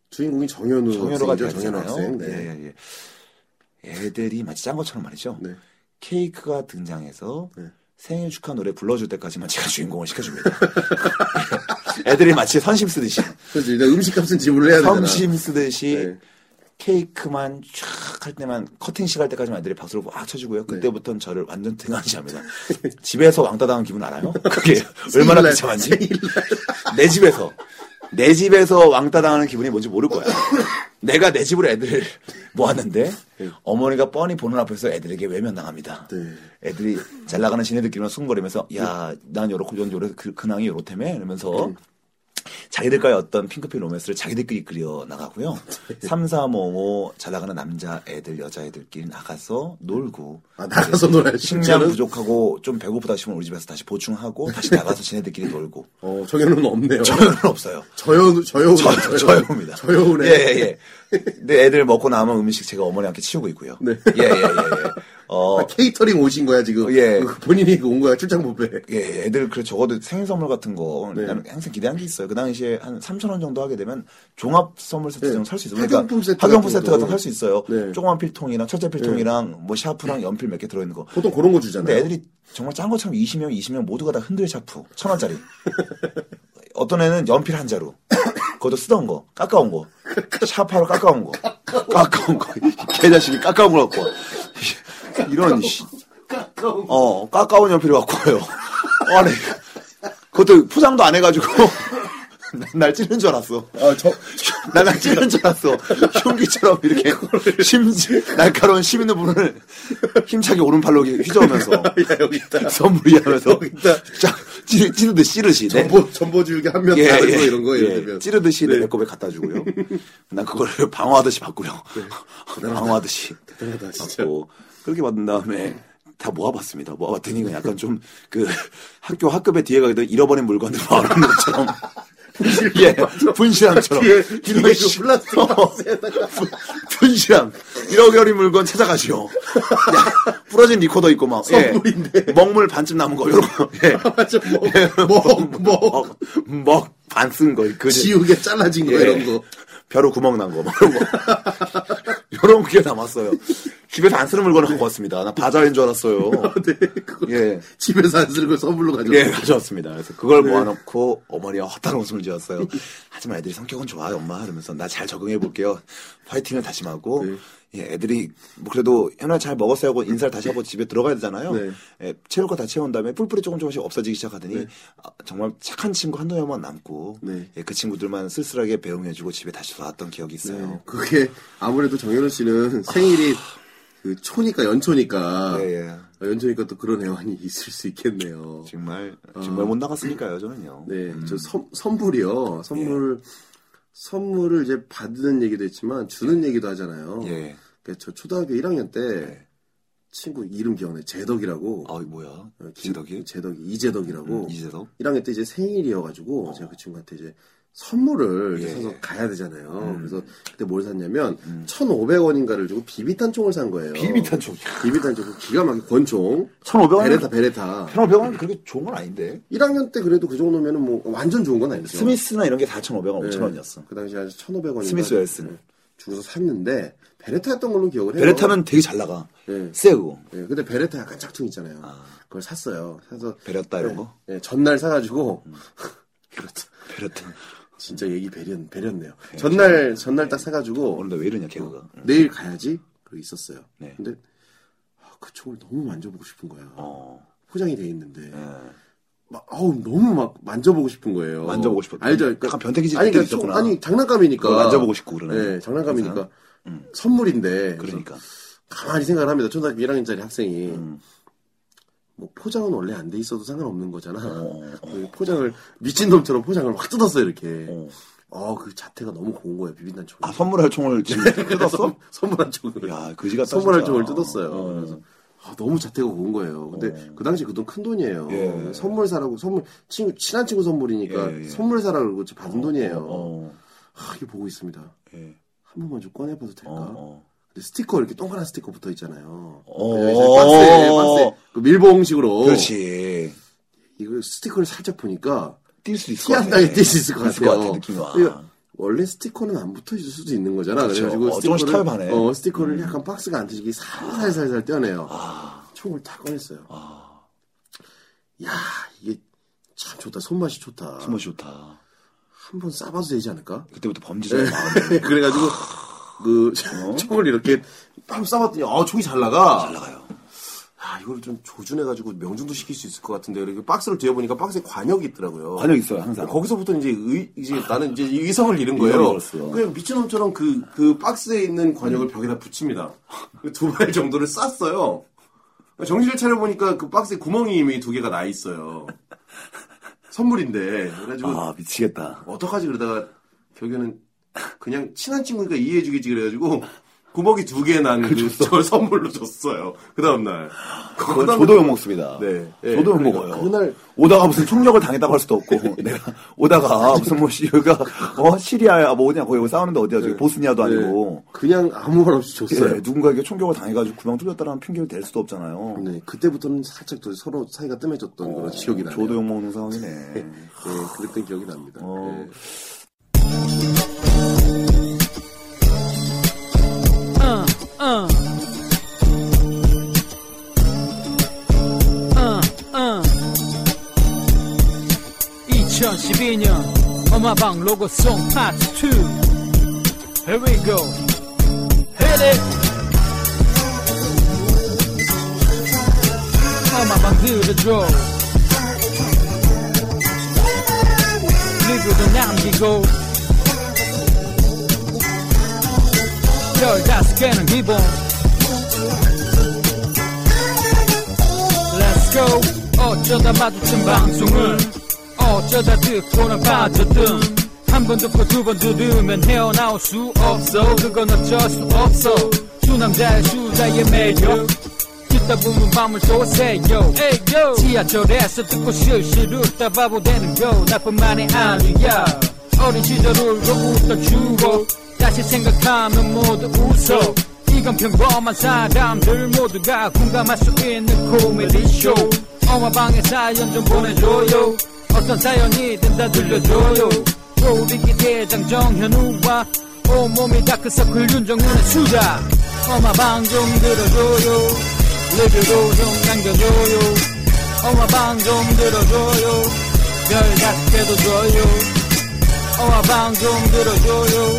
S6: 주인공이 정현우
S3: 정현호가
S6: 학생이죠. 그 정현우
S3: 되잖아요.
S6: 학생. 네.
S3: 예, 예, 예. 애들이 마치 짠 것처럼 말이죠.
S6: 네.
S3: 케이크가 등장해서
S6: 네.
S3: 생일 축하 노래 불러줄 때까지만 제가 주인공을 시켜줍니다. 예. 애들이 마치 선심 쓰듯이
S6: 그렇지. 일단 음식값은 지불을 해야 되잖아.
S3: 섬심 쓰듯이
S6: 네.
S3: 케이크만 쫙 할 때만 커팅식 할 때까지만 애들이 박수를 막
S6: 네.
S3: 쳐주고요. 그때부터는 저를 완전 등한시합니다. 집에서 왕따 당한 기분 알아요? 그게 얼마나
S6: 생일날,
S3: 비참한지. 내 집에서 내 집에서 왕따 당하는 기분이 뭔지 모를 거야. 내가 내 집으로 애들을 모았는데 어머니가 뻔히 보는 앞에서 애들에게 외면당합니다.
S6: 네.
S3: 애들이 잘 나가는 지네들끼리만 숨거리면서 야 난 요렇고 전 요래 그 근황이 요렇다며
S6: 네.
S3: 이러면서 자기들과의 어떤 핑크빛 로맨스를 자기들끼리 그려 나가고요. 3, 4, 5, 5, 잘 나가는 남자 애들, 여자 애들끼리 나가서 놀고.
S6: 아, 나가서 놀아요,
S3: 식량
S6: 실제로?
S3: 부족하고 좀 배고프다 싶으면 우리 집에서 다시 보충하고 다시 나가서 지네들끼리 놀고.
S6: 어, 정현우는 없네요.
S3: 저는 없어요.
S6: 저현우, 저여우.
S3: 저, 저요입니다.
S6: 저여우네.
S3: 예, 예, 예. 근데 애들 먹고 남은 음식 제가 어머니한테 치우고 있고요.
S6: 네.
S3: 예, 예, 예, 예. 어,
S6: 아, 케이터링 오신 거야, 지금.
S3: 예.
S6: 그 본인이 그 온 거야, 출장 부페.
S3: 예, 애들 그 적어도 생일 선물 같은 거
S6: 네.
S3: 나는 항상 기대한 게 있어요. 그 당시에 한 3천 원 정도 하게 되면 종합 선물 세트
S6: 네.
S3: 정도 살 수 있어요.
S6: 학용품 세트
S3: 학용품
S6: 같은
S3: 세트 같은
S6: 것도.
S3: 거 살 수 있어요.
S6: 네.
S3: 조그만 필통이랑 철제 필통이랑 뭐 샤프랑 연필 몇 개 들어있는 거.
S6: 보통 그런 거
S3: 근데
S6: 주잖아요.
S3: 애들이 정말 짠 것처럼 20명, 20명 모두가 다 흔들 샤프 천 원짜리. 어떤 애는 연필 한 자루. 그것도 쓰던 거, 깎아온 거, 샤파로 깎아온 거, 깎아온 거, 개자식이 깎아온 걸 갖고 와. 이런 씨. 어, 깎아온 연필을 갖고 와요. 어, 아니, 그것도 포장도 안 해가지고. 난- 날 찌는 줄 알았어.
S6: 아, 저,
S3: 난날 찌는 줄 알았어. 흉기처럼 이렇게 심, 날카로운 심 있는 부분을 힘차게 오른팔로 이렇게 휘저으면서
S6: 야, 여기 있다.
S3: 선물이 하면서
S6: 여기다.
S3: 찌, 찌르듯 찌르시 네.
S6: 전보, 전보줄기 한면
S3: 예,
S6: 다른
S3: 예.
S6: 거뭐 이런 거,
S3: 예.
S6: 예를 들면. 네.
S3: 찌르듯이 내 배꼽에 갖다 주고요. 난 그거를 방어하듯이 받고요. 방어하듯이
S6: 네. 대단하다, 진짜.
S3: 받고 그렇게 받은 다음에 다 모아봤습니다. 모아봤더니 그냥 약간 좀 그 학교 학급에 뒤에 가게 되면 잃어버린 물건들 모아놓는 것처럼 예 분실함처럼
S6: 뒤에, 뒤에 그
S3: 씨-
S6: 플라스틱
S3: 어.
S6: 박스에다가.
S3: 분실함 잃어버린 물건 찾아가시오. 야, 부러진 리코더 있고 막 예.
S6: 선물인데.
S3: 먹물 반쯤 남은 거 이런 거 예.
S6: 맞아, 뭐, 뭐, 뭐.
S3: 먹, 먹, 반쓴 거, 어, 그,
S6: 지우개 잘라진 거,
S3: 예.
S6: 이런 거.
S3: 벼로 구멍 난 거, 막 이런 거. 이런 게 남았어요. 집에서 안 쓰는 물건을 갖고 왔습니다. 나 바자인 줄 알았어요.
S6: 네, 그거.
S3: 예.
S6: 집에서 안 쓰는 걸 선물로 가져왔어.
S3: 예, 네. 가져왔습니다. 그래서 그걸 모아놓고 어머니가 헛다른 웃음을 지었어요. 하지만 애들이 성격은 좋아요, 엄마. 이러면서 나 잘 적응해볼게요. 화이팅을 다짐하고. 예, 애들이 뭐 그래도 현아 잘 먹었어요 하고 인사를 다시 하고 집에 들어가야 되잖아요.
S6: 네.
S3: 예, 채울 거 다 채운 다음에 뿔뿔이 조금 조금씩 없어지기 시작하더니 아, 정말 착한 친구 한두 명만 남고
S6: 네.
S3: 예, 그 친구들만 쓸쓸하게 배웅해주고 집에 다시 돌아왔던 기억이 있어요.
S6: 그게 아무래도 정현우 씨는 생일이 그 초니까 연초니까
S3: 예, 예.
S6: 어, 연초니까 또 그런 애환이 있을 수 있겠네요.
S3: 정말 정말 못 나갔으니까요, 저는요.
S6: 네, 저 선, 선물이요. 선물
S3: 예.
S6: 선물을 이제 받는 얘기도 있지만 주는 얘기도 하잖아요.
S3: 예.
S6: 그러니까 저 초등학교 1학년 때 친구 이름 기억나요. 재덕이라고.
S3: 아, 음, 뭐야?
S6: 어, 기-
S3: 지덕이?
S6: 재덕이 이재덕이라고.
S3: 이재덕?
S6: 1학년 때 이제 생일이어가지고 제가 그 친구한테 이제 선물을 이제
S3: 예. 음.
S6: 사서 가야 되잖아요. 그래서 그때 뭘 샀냐면 1,500원인가를 주고 비비탄총을 산 거예요.
S3: 비비탄총.
S6: 비비탄총 그 기가 막힌 권총.
S3: 1,500원?
S6: 베레타 베레타.
S3: 1,500원 그렇게 좋은 건 아닌데.
S6: 1학년 때 그래도 그 정도면은 뭐 완전 좋은 건 아니죠.
S3: 스미스나 이런 게 4,500원, 5,000원이었어.
S6: 그 당시에 한 1,500원인가.
S3: 스미스 웰슨.
S6: 주고서 샀는데 베레타였던 걸로 기억을 해요.
S3: 베레타는 되게 잘 나가.
S6: 네.
S3: 세고.
S6: 예, 근데 베레타 약간 짝퉁 있잖아요. 그걸 샀어요. 사서 네.
S3: 베레타 이런 거? 음.
S6: 예, 전날 사가지고 그렇죠.
S3: 그렇다.
S6: 진짜 얘기 배렸, 배렸네요.
S3: 예.
S6: 전날, 전날 딱 사가지고,
S3: 오늘 왜 이러냐 개그가.
S6: 내일 가야지? 그리고 있었어요.
S3: 네.
S6: 근데, 아, 그 총을 너무 만져보고 싶은 거야.
S3: 어.
S6: 포장이 돼 있는데.
S3: 예.
S6: 막, 아우, 너무 막 만져보고 싶은 거예요.
S3: 만져보고 싶었다.
S6: 알죠? 어. 그러니까-
S3: 약간 변태기 질이
S6: 아니,
S3: 때도
S6: 그러니까 총-
S3: 있었구나.
S6: 아니, 장난감이니까.
S3: 그거 만져보고 싶고 그러네.
S6: 네, 장난감이니까.
S3: 음.
S6: 선물인데.
S3: 그러니까.
S6: 가만히 생각을 합니다. 초등학교 1학년짜리 학생이.
S3: 음.
S6: 뭐 포장은 원래 안 돼 있어도 상관없는 거잖아.
S3: 어,
S6: 그 포장을 미친놈처럼 포장을 막 뜯었어 요 이렇게.
S3: 어.
S6: 어 그 자태가 너무 고운 거예요 비빈단 총.
S3: 아 선물할 총을 지금 뜯었어?
S6: 선물한 총을.
S3: 야 그지 같다.
S6: 네. 선물할
S3: 진짜.
S6: 총을 뜯었어요.
S3: 어.
S6: 그래서 아, 너무 자태가 고운 거예요. 근데
S3: 어.
S6: 그 당시 그 돈 큰 돈이에요.
S3: 예.
S6: 선물 사라고 선물 친구 친한 친구 선물이니까
S3: 예, 예.
S6: 선물 사라고 그러고 받은 돈이에요.
S3: 어.
S6: 아, 이게 보고 있습니다.
S3: 예.
S6: 한 번만 좀 꺼내봐도 될까?
S3: 어.
S6: 근데 스티커 이렇게 동그란 스티커 붙어 있잖아요.
S3: 어.
S6: 그래서 이제 박스에 박스에 그 밀봉식으로
S3: 그렇지.
S6: 이거 스티커를 살짝 보니까
S3: 뛸 수 있을
S6: 티
S3: 것 같아.
S6: 안 나게 뛸수 있을 것
S3: 있을
S6: 같아요.
S3: 것 같아, 느낌이 와.
S6: 그러니까 원래 스티커는 안 붙어 있을 수도 있는 거잖아.
S3: 그렇죠.
S6: 그래가지고
S3: 어, 조금씩 타협하네.
S6: 어, 스티커를
S3: 음.
S6: 약간 박스가 안 터지게 살살살살 떼어내요.
S3: 아,
S6: 총을 다 꺼냈어요. 아. 야 이게 참 좋다. 손맛이 좋다.
S3: 숨어 좋다.
S6: 한 번 쏴봐도 되지 않을까?
S3: 그때부터 범죄자의 마음이
S6: 그래가지고 그 총을 이렇게 빰 쏴봤더니 아 총이 잘 나가.
S3: 잘 나가요.
S6: 아 이걸 좀 조준해가지고 명중도 시킬 수 있을 것 같은데 이렇게 박스를 뒤져보니까 박스에 관역이 있더라고요.
S3: 관역 있어요 항상.
S6: 거기서부터 이제 의, 이제 나는 이제 이성을 잃은
S3: 이성을
S6: 거예요.
S3: 잃었어.
S6: 그냥 미친놈처럼 그, 그 박스에 있는 관역을 벽에다 붙입니다. 그 두 발 정도를 쌌어요. 정신을 차려보니까 그 박스에 구멍이 이미 두 개가 나 있어요. 선물인데. 그래가지고,
S3: 아 미치겠다.
S6: 어떡하지 그러다가 결국에는 그냥 친한 친구니까 이해해주겠지 그래가지고 구멍이 두 개 난 그 저를 선물로 줬어요. 그 다음날.
S3: 그건 저도 욕 먹습니다.
S6: 네.
S3: 저도 욕
S6: 그러니까
S3: 먹어요.
S6: 그날
S3: 오다가 무슨 총력을 당했다고 할 수도 없고 내가 오다가 무슨 뭐 여기가 어 시리아야 뭐냐 거기 싸우는데 어디야
S6: 네.
S3: 저기 보스니아도 아니고
S6: 그냥 아무 말 없이
S3: 예,
S6: 줬어요.
S3: 누군가에게 총격을 당해가지고 구멍 뚫렸다라는 핑계를 댈 수도 없잖아요. 어,
S6: 네, 그때부터는 살짝 또 서로 사이가 뜸해졌던 그런 기억이 나요.
S3: 저도 욕 먹는 상황이네.
S6: 네, 그랬던 기억이 납니다.
S3: 어.
S6: 네.
S5: uh, uh. Uh, uh. 2012년 엄마방 로고송 파트 2 Here we go Hit it 엄마방 들어줘 리뷰도 남기고 열다섯 개는 기본 Let's go 어쩌다 마주친 방송은 어쩌다 듣고는 빠졌든 한 번 듣고 두 번 들으면 헤어나올 수 없어 그건 어쩔 수 없어 두 남자의 수다의 매력 듣다 보면 밤을 쏘세요 지하철에서 듣고 실실 웃다 바보 되는 거 나뿐만이 아니야 어린 시절 울고 웃던 추억 다시 생각하면 모두 웃어 이건 평범한 사람들 모두가 공감할 수 있는 코미디 쇼 엄마방에 사연 좀 보내줘요 어떤 사연이든 다 들려줘요 조리기 대장 정현우와 온몸이 다크서클 윤정훈의 수다 엄마방 좀 들어줘요 리뷰도 좀 남겨줘요 엄마방 좀 들어줘요 별 다섯 개도 줘요 엄마 어, 방좀 들어줘요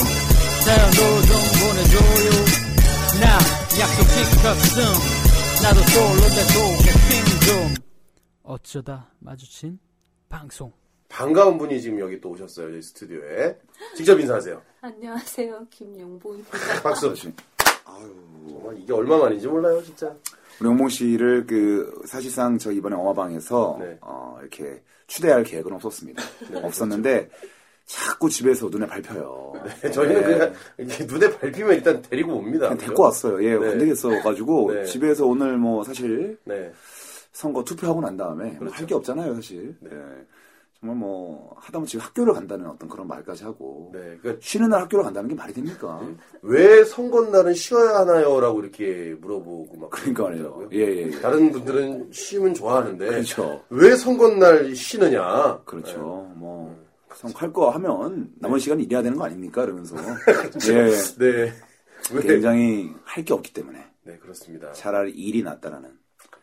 S5: 사연도 좀 보내줘요 나 약속 지켰음 나도 솔로 내 속에 핑좀 어쩌다 마주친 방송
S6: 반가운 분이 지금 여기 또 오셨어요. 여기 스튜디오에. 직접 인사하세요.
S7: 안녕하세요, 김영보입니다.
S6: 박수. 정말 이게 얼마만인지 몰라요, 진짜.
S3: 우리 영봉 씨를 그 사실상 저 이번에 어마방에서
S6: 네. 그렇죠.
S3: 어, 이렇게 추대할 계획은 없었습니다. 없었는데 자꾸 집에서 눈에 밟혀요.
S6: 저희는
S3: 네.
S6: 그냥 이렇게 눈에 밟히면 일단 데리고
S2: 아,
S6: 옵니다.
S3: 그냥 데리고 왔어요. 예,
S6: 네.
S3: 안 되겠어가지고
S6: 네.
S3: 집에서 오늘 뭐 사실
S6: 네.
S3: 선거 투표하고 난 다음에 할 게 없잖아요, 사실. 예. 정말 뭐 하다못해 학교를 간다는 어떤 그런 말까지 하고
S6: 네. 그러니까
S3: 쉬는 날 학교를 간다는 게 말이 됩니까?
S6: 왜 선거 날은 쉬어야 하나요라고 이렇게 물어보고 막
S3: 그러니까 말이죠. 예, 예,
S2: 네.
S3: 예.
S6: 다른 분들은 쉬면 좋아하는데
S3: 그렇죠.
S6: 왜 선거 날 쉬느냐?
S3: 그렇죠. 뭐 성할 거 하면 남은 시간 일해야 되는 거 아닙니까? 이러면서 예,
S6: 네. 왜?
S3: 굉장히 할 게 없기 때문에
S6: 네, 그렇습니다.
S3: 차라리 일이 낫다라는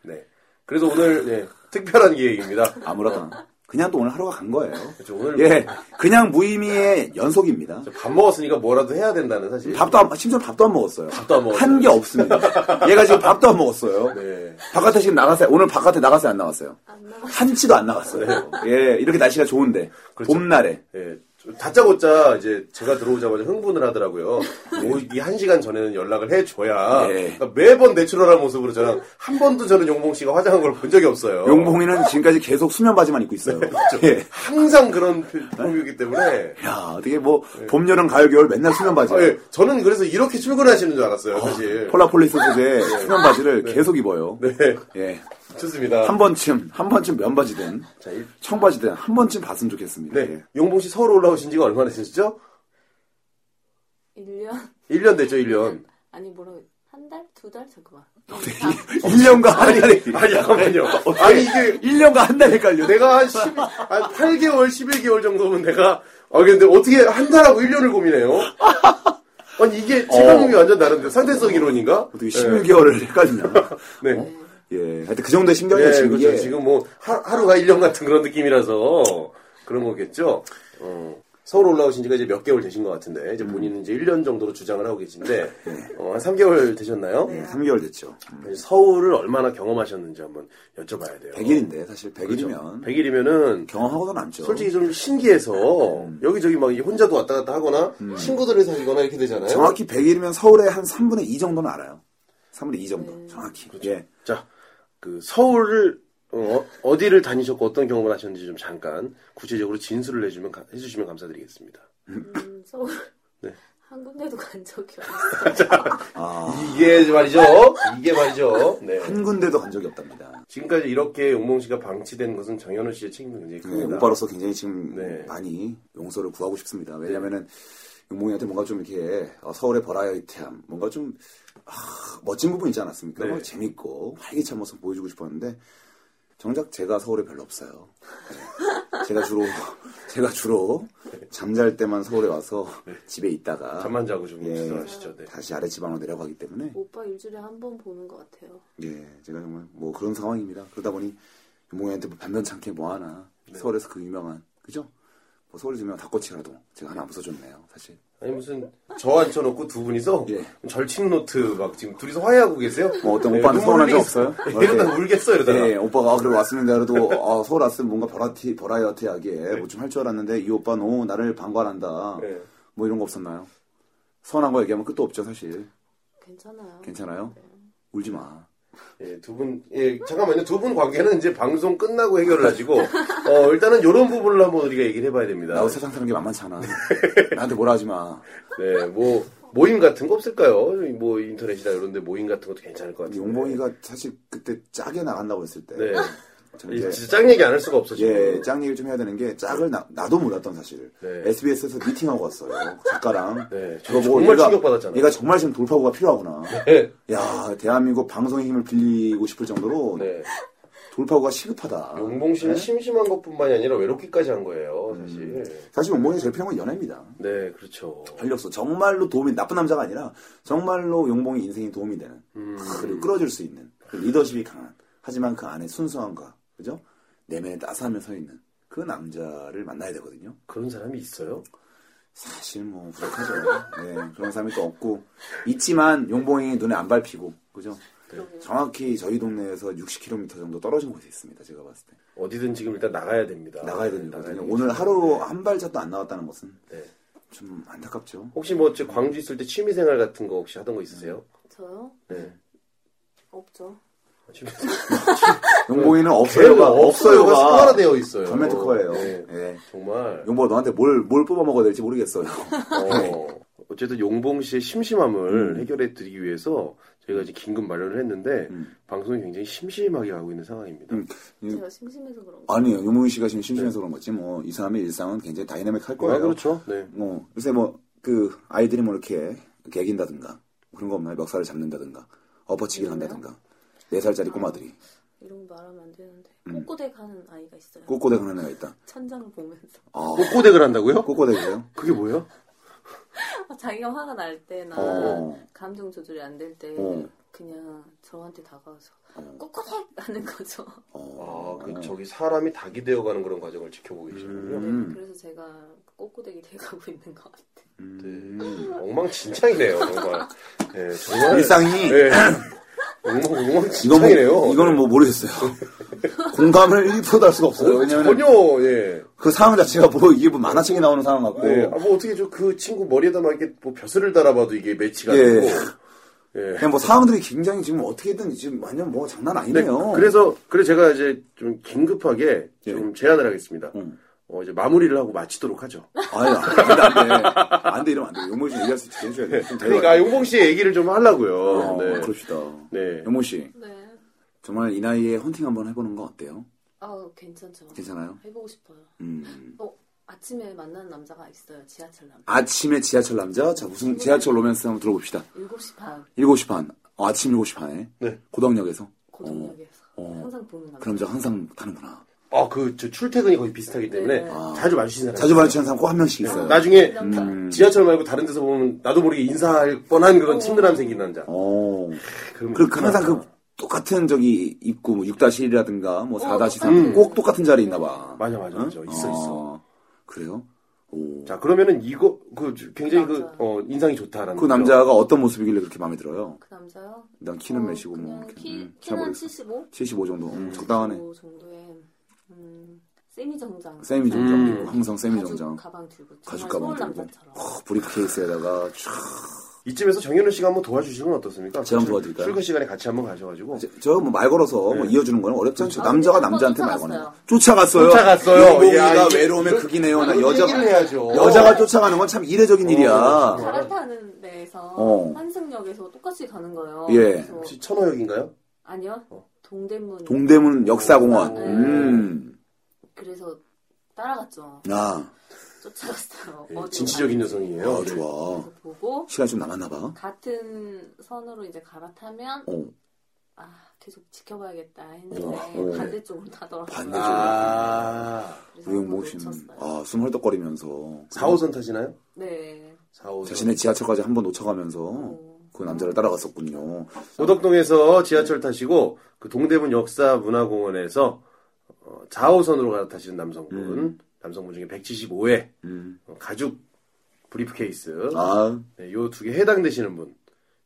S6: 네. 그래서 오늘 네, 특별한 기획입니다.
S3: 아무렇거나 그냥 또 오늘 하루가 간 거예요.
S2: 그렇죠. 오늘
S3: 예, 그냥 무의미의 연속입니다.
S2: 밥 먹었으니까 뭐라도 해야 된다는 사실.
S3: 밥도 안, 심지어 밥도 안 먹었어요.
S2: 밥도 안 먹었어요.
S3: 한 게 없습니다. 얘가 지금 밥도 안 먹었어요.
S2: 네.
S3: 바깥에 지금 나갔어요. 오늘 바깥에 나갔어요, 안 나갔어요?
S7: 안 나가.
S3: 한치도 안 나갔어요. 예, 이렇게 날씨가 좋은데.
S2: 그렇죠.
S3: 봄날에.
S2: 예. 좀 다짜고짜 이제 제가 들어오자마자 흥분을 하더라고요. 뭐이한 시간 전에는 연락을 해줘야
S3: 네.
S2: 그러니까 매번 내추럴한 모습으로 저랑 한 번도 저는 용봉 씨가 화장한 걸 본 적이 없어요. 네, 그렇죠.
S3: 용봉이는 지금까지 계속 수면 바지만 입고 있어요. 예.
S2: 항상 그런 품이기 때문에
S3: 야, 어떻게 뭐, 봄, 여름, 가을, 겨울 맨날 수면 바지.
S2: 네. 아, 예. 저는 그래서 이렇게 출근하시는 줄 알았어요, 사실.
S3: 폴라폴리스 소재 수면 바지를 계속 입어요.
S2: 네,
S3: 예.
S2: 좋습니다.
S3: 한 번쯤, 한 번쯤 면바지든,
S2: 자, 일-
S3: 청바지든 한 번쯤 봤으면 좋겠습니다.
S2: 네,
S3: 예.
S2: 용봉 씨 서울 올라오신 지가 얼마나 되셨죠?
S7: 1년?
S2: 1년 됐죠, 1년.
S7: 아니 뭐라고 한 달? 두 달? 잠깐만.
S3: 예. 1년과 한 달에,
S2: 네. 아니, 잠깐만요. 아니, 이게
S3: 1년과 한 달에 깔려.
S2: 내가 한 10, 한 8개월, 11개월 정도면 내가, 아, 근데 어떻게 한 달하고 1년을 고민해요? 아니, 이게 체감이 완전 다른데, 상대성 이론인가?
S3: 어떻게 11개월을 헷갈리냐.
S2: 네.
S3: 예. 하여튼 그 정도의 신경이
S2: 네,
S3: 지금
S2: 그렇죠.
S3: 이게.
S2: 지금 뭐, 하, 하루가 1년 같은 그런 느낌이라서, 그런 거겠죠? 어. 서울 올라오신 지가 이제 몇 개월 되신 것 같은데, 이제 본인은 이제 1년 정도로 주장을 하고 계신데, 어, 한 3개월 되셨나요?
S3: 예, 3개월 됐죠.
S2: 서울을 얼마나 경험하셨는지 한번 여쭤봐야 돼요.
S3: 100일인데, 사실 100일이면.
S2: 100일이면은,
S3: 경험하고도 남죠. 음.
S2: 솔직히 좀 신기해서 여기저기 막 혼자도 왔다 갔다 하거나 친구들을 사귀거나 이렇게 되잖아요.
S3: 정확히 100일이면 서울의 한 3분의 2 정도는 알아요. 3분의 2 정도. 정확히. 예.
S2: 자, 그 서울을 어, 어디를 다니셨고 어떤 경험을 하셨는지 좀 잠깐 구체적으로 진술을 해주면 가- 해주시면 감사드리겠습니다.
S7: 음, 서울.
S2: 네.
S7: 한 군데도 간 적이 없어.
S3: 아,
S2: 이게 말이죠. 이게 말이죠. 네.
S3: 한 군데도 간 적이 없답니다.
S2: 지금까지 이렇게 용봉 씨가 방치된 것은 정현우 씨의 책임이 굉장히
S3: 네,
S2: 큽니다.
S3: 오빠로서 굉장히 지금
S2: 네.
S3: 많이 용서를 구하고 싶습니다. 왜냐면은 용봉이한테 뭔가 좀 이렇게 어, 서울의 버라이어티함, 뭔가 좀 아, 멋진 부분 있지 않았습니까?
S2: 네.
S3: 막 재밌고 활기찬 모습 보여주고 싶었는데 정작 제가 서울에 별로 없어요. 네. 제가 주로 제가 주로 잠잘 때만 서울에 와서 집에 있다가
S2: 네. 잠만 자고 좀
S3: 예.
S2: 기도하시죠. 네.
S3: 다시 아래 지방으로 내려가기 때문에
S7: 오빠 일주일에 한 번 보는 것 같아요.
S3: 예, 제가 정말 뭐 그런 상황입니다. 그러다 보니 용봉이한테 뭐 반면찮게 뭐 하나
S2: 네.
S3: 서울에서 그 유명한 그죠? 뭐 서울에서 유명한 닭꼬치라도 제가 하나 부숴줬네요, 사실.
S2: 아니 무슨 저 앉혀놓고 두 분이서
S3: 예.
S2: 절친 노트 막 지금 둘이서 화해하고 계세요?
S3: 뭐 어떤
S2: 네, 눈물
S3: 오빠는 서운한 적
S2: 흘리겠어.
S3: 없어요?
S2: 이러다 울겠어 이러다가.
S3: 예, 오빠가 아, 그래 왔습니다. 그래도 아, 서울 왔으면 뭔가 버라티
S2: 네.
S3: 버라이어티하게 뭐 좀 할 줄 알았는데 이 오빠 너무 나를 방관한다.
S2: 예.
S3: 뭐 이런 거 없었나요? 서운한 거 얘기하면 끝도 없죠, 사실.
S7: 괜찮아요.
S3: 괜찮아요? 울지 마.
S2: 예, 두 분, 예, 잠깐만요. 두 분 관계는 이제 방송 끝나고 해결을 하시고, 어, 일단은 이런 부분을 한번 우리가 얘기를 해봐야 됩니다.
S3: 나도 세상 사는 게 만만치 않아. 나한테 뭐라 하지 마.
S2: 네, 뭐, 모임 같은 거 없을까요? 뭐, 인터넷이나 이런데 모임 같은 것도 괜찮을 것 같아요.
S3: 용봉이가 사실 그때 짜게 나간다고 했을 때
S2: 네.
S3: 저는
S2: 이-
S3: 이제
S2: 진짜 짱 얘기 안 할 수가 없어, 지금.
S3: 예, 짱 얘기를 좀 해야 되는 게 짝을 나, 나도 몰랐던 사실.
S2: 그렇죠. 네.
S3: SBS에서 미팅하고 왔어요. 작가랑.
S2: 네, 저
S3: 그거 보고
S2: 정말 충격받았잖아요.
S3: 얘가 정말 지금 돌파구가 필요하구나.
S2: 네.
S3: 야, 대한민국 방송의 힘을 빌리고 싶을 정도로
S2: 네. 음.
S3: 돌파구가 시급하다.
S2: 용봉
S3: 네?
S2: 씨는 심심한 것 뿐만이 아니라 외롭기까지 한 거예요, 사실.
S3: 음. 사실 용봉이 제일 필요한 건 연애입니다.
S2: 네, 그렇죠.
S3: 활력소. 정말로 도움이, 나쁜 남자가 아니라 정말로 용봉이 인생에 도움이 되는.
S2: 음.
S3: 그리고 끌어줄 수 있는. 그 리더십이 강한. 하지만 그 안에 순수함과, 그죠? 내면에 따스하며 서 있는 그 남자를 만나야 되거든요.
S2: 그런 사람이 있어요?
S3: 사실 뭐 부족하죠. 네, 그런 사람이 또 없고 있지만 용봉이 눈에 안 밟히고 그죠? 정확히 저희 동네에서 60km 정도 떨어진 곳에 있습니다. 제가 봤을 때
S2: 어디든 지금 일단 나가야 됩니다. 네.
S3: 나가야 되는
S2: 아, 나가야
S3: 거거든요.
S2: 됩니다.
S3: 오늘 하루 한 발자도 안 나왔다는 것은
S2: 네.
S3: 좀 안타깝죠.
S2: 혹시 뭐, 저 광주 있을 때 취미생활 같은 거 혹시 하던 거 있으세요?
S7: 저요?
S2: 네.
S7: 없죠.
S2: 취미생활.
S3: 용봉이는 없어요가
S2: 네. 없어요가
S3: 없어요가
S2: 상화되어 있어요.
S3: 전면 특허예요.
S2: 네.
S3: 예.
S2: 정말.
S3: 용봉 너한테 뭘 뭘 뽑아 먹어야 될지 모르겠어요.
S2: 어, 어쨌든 용봉 씨의 심심함을 해결해 드리기 위해서 저희가 이제 긴급 마련을 했는데
S3: 음.
S2: 방송이 굉장히 심심하게 가고 있는 상황입니다.
S3: 음. 음.
S7: 제가 심심해서 그런 거.
S3: 아니에요. 용봉이 씨가 지금 심심해서 그런 거지 뭐 이 사람의 일상은 굉장히 다이나믹할
S2: 아,
S3: 거예요.
S2: 그렇죠. 네.
S3: 뭐 요새 뭐 그 아이들이 뭐 이렇게 개긴다든가 그런 거 없나요? 멱살을 잡는다든가 엎어치기를 한다든가 네 살짜리 꼬마들이
S7: 이런 거 말하면 안 되는데. 꼬꼬댁 하는 아이가
S3: 음.
S7: 있어요.
S3: 꼬꼬대 하는 애가 있다.
S7: 천장을 보면서.
S3: 아
S2: 꼬꼬댁을 한다고요?
S3: 꼬꼬대예요?
S2: 그게 뭐예요?
S7: 자기가 화가 날 때나
S3: 어.
S7: 감정 조절이 안 될 때
S3: 어.
S7: 그냥 저한테 다가와서 꼿꼿해 하는 거죠.
S2: 아, 그 저기 사람이 닭이 되어가는 그런 과정을 지켜보고 계시군요.
S3: 음.
S7: 네, 그래서 제가 꼬꼬댁이 돼가고 있는 것 같아요.
S2: 네. 엉망진창이네요, 정말. 네, 정말.
S3: 일상이
S2: 네. 엉망,
S3: 이건
S2: 엉망진창이네요.
S3: 뭐, 이거는 뭐 모르겠어요. 공감을 1%도 할 수가 없어요. 왜냐면
S2: 전혀, 예.
S3: 그 상황 자체가 뭐 이게 뭐 만화책에 나오는 상황 같고
S2: 네. 아, 뭐 어떻게 저 그 친구 머리에다 막 이렇게 뭐 벼슬을 달아봐도 이게 매치가
S3: 예.
S2: 되고. 예.
S3: 그냥 뭐 상황들이 굉장히 지금 어떻게든 지금 완전 뭐 장난
S2: 네,
S3: 아니네요. 예.
S2: 그래서 그래서 제가 이제 좀 긴급하게 좀 제안을 하겠습니다.
S3: 음.
S2: 어, 이제 마무리를 하고 마치도록 하죠. 네.
S3: 아유 안돼 안돼 이러면 안돼 용모 씨 얘기할 수 있게 해줘야 돼. 좀
S2: 그러니까 용봉 씨의 얘기를 좀 하려고요.
S3: 어,
S2: 네.
S3: 그럽시다.
S2: 네.
S3: 용모 씨
S7: 네.
S3: 정말 이 나이에 헌팅 한번 해보는 건 어때요?
S7: 아 괜찮죠.
S3: 괜찮아요?
S7: 해보고 싶어요.
S3: 음.
S7: 어 아침에 만나는 남자가 있어요. 지하철 남자.
S3: 아침에 지하철 남자 자 무슨 지하철 로맨스 한번 들어봅시다.
S7: 7시 반
S3: 7시 반 어, 아침 7시 반에
S2: 네.
S3: 고덕역에서
S7: 고등역에서 항상 보는 남자.
S3: 어, 그럼 저 항상 타는구나.
S2: 아, 그, 저 출퇴근이 거의 비슷하기 때문에
S7: 네.
S2: 자주 마주치는 사람.
S3: 자주 마주치는 사람 꼭 한 명씩 있어요.
S2: 네. 나중에
S7: 그 남자.
S3: 음.
S2: 지하철 말고 다른 데서 보면 나도 모르게 인사할 뻔한 그런 친근함 생긴 남자.
S3: 어.
S2: 그럼
S3: 그, 그 항상
S2: 있구나.
S3: 그 똑같은 저기 입구 뭐 6-1이라든가 뭐 4-3
S7: 어, 똑같은
S3: 꼭 똑같은 자리에 있나 봐.
S2: 맞아, 맞아, 맞아. 음. 있어, 있어.
S3: 어, 그래요? 오.
S2: 자, 그러면은 이거, 그, 굉장히 그,
S7: 맞아.
S2: 어, 인상이 좋다라는.
S3: 그 남자가 어떤 모습이길래 그렇게 마음에 들어요?
S7: 그 남자요?
S3: 난 키는
S7: 어,
S3: 몇이고 뭐
S7: 그냥
S3: 이렇게,
S7: 키,
S3: 음, 키가
S7: 키는 한
S3: 모르겠어.
S7: 75?
S3: 75 정도 음, 적당하네.
S7: 그 정도의 음, 세미 정장.
S3: 세미 정장
S2: 음.
S3: 있고 항상 세미
S7: 가죽
S3: 정장.
S7: 가방 들고. 정말
S3: 가죽 가방
S7: 서울
S3: 들고
S7: 남자처럼.
S3: 어, 브리프케이스에다가
S2: 이쯤에서 정현우 씨가 한번 도와주시는 건 어떻습니까?
S3: 제가 한번
S2: 출-
S3: 도와드릴까요?
S2: 출근 시간에 같이 한번 가셔가지고.
S3: 저뭐말 걸어서
S2: 네.
S3: 뭐 이어주는 거는 어렵지 않죠. 남자가
S7: 아, 근데
S3: 남자한테 말
S7: 한번
S3: 거는 쫓아갔어요.
S2: 쫓아갔어요. 야,
S3: 용봉이가
S2: 이게- 그
S3: 외로움의
S2: 이거-
S3: 극이네요. 나
S2: 이거
S3: 여자
S2: 얘기를 해야죠.
S3: 여자가 쫓아가는 건 참 이례적인
S2: 어,
S3: 일이야.
S2: 그렇죠.
S7: 갈아타는 데에서
S3: 어.
S7: 한승역에서 똑같이 가는 거예요.
S3: 예.
S7: 그래서
S2: 혹시 천호역인가요?
S7: 아니요.
S2: 어.
S7: 동대문.
S3: 동대문
S2: 아,
S3: 역사공원.
S7: 네.
S3: 음.
S7: 그래서 따라갔죠.
S3: 아,
S7: 쫓아갔어요.
S2: 예,
S7: 어디로
S2: 진취적인
S7: 가는지.
S2: 여성이에요.
S3: 아,
S2: 네.
S3: 좋아.
S7: 그래서 보고
S3: 시간 좀 남았나 봐.
S7: 같은 선으로 이제 갈아타면
S3: 어,
S7: 아 계속 지켜봐야겠다 했는데
S3: 어.
S7: 반대쪽으로 타더라고요.
S3: 반대쪽으로.
S2: 아,
S7: 그래서 한번
S3: 우영복 씨는
S7: 놓쳤어요.
S3: 아, 숨 헐떡거리면서
S2: 4호선 타시나요?
S7: 네.
S2: 4호선.
S3: 자신의 지하철까지 한 번 놓쳐가면서
S7: 어.
S3: 그 남자를 따라갔었군요.
S2: 고덕동에서 지하철 타시고 그 동대문 역사문화공원에서 어, 4호선으로 가 타시는 남성분 남성분 중에 175회 어,
S3: 음.
S2: 가죽 브리프케이스 네,
S3: 아,
S2: 요 두 개 해당되시는 분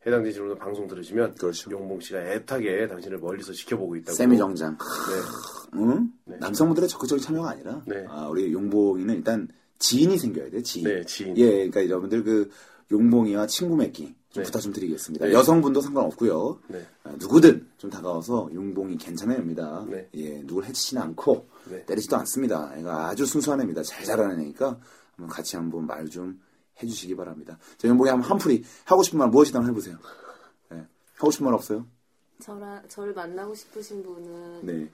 S2: 해당되시는 분 방송 들으시면
S3: 그렇죠.
S2: 용봉 씨가 애타게 당신을 멀리서 지켜보고 있다고
S3: 세미 정장.
S2: 네.
S3: 응?
S2: 네.
S3: 남성분들의 적극적인 참여가 아니라
S2: 네.
S3: 아, 우리 용봉이는 일단 지인이 생겨야 돼. 지인.
S2: 네, 지인.
S3: 예, 그러니까 여러분들 그 용봉이와 친구 맺기 좀
S2: 네.
S3: 부탁 좀 드리겠습니다.
S2: 네.
S3: 여성분도 상관없고요.
S2: 네.
S3: 아, 누구든 좀 다가와서 용봉이 괜찮은 애입니다.
S2: 네.
S3: 예, 누굴 해치지는 않고
S2: 네.
S3: 때리지도 않습니다. 애가 아주 순수한 애입니다. 잘 자라는 애니까 한번 같이 한번 말 좀 해주시기 바랍니다. 자, 용봉이 한번 한풀이 하고 싶은 말 무엇이든 한번 해보세요. 예. 하고 싶은 말 없어요?
S7: 저랑 저를 만나고 싶으신 분은
S3: 네.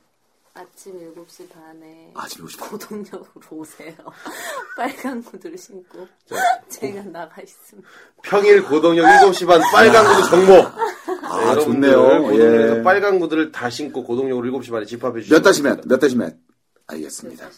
S7: 아침 7시 반에
S3: 아, 지금 오고 싶어.
S7: 고동역으로 오세요. 빨간 구두를 신고
S3: 어.
S7: 제가 나가 있습니다.
S2: 평일 고동역 7시 반 빨간 구두 정모 네,
S3: 아,
S2: 여러분들
S3: 좋네요.
S2: 고동역에서
S3: 예.
S2: 빨간 구두를 다 신고 고동역으로 7시 반에 집합해 주시면
S3: 몇 다시 몇? 몇 다시 몇? 네, 알겠습니다.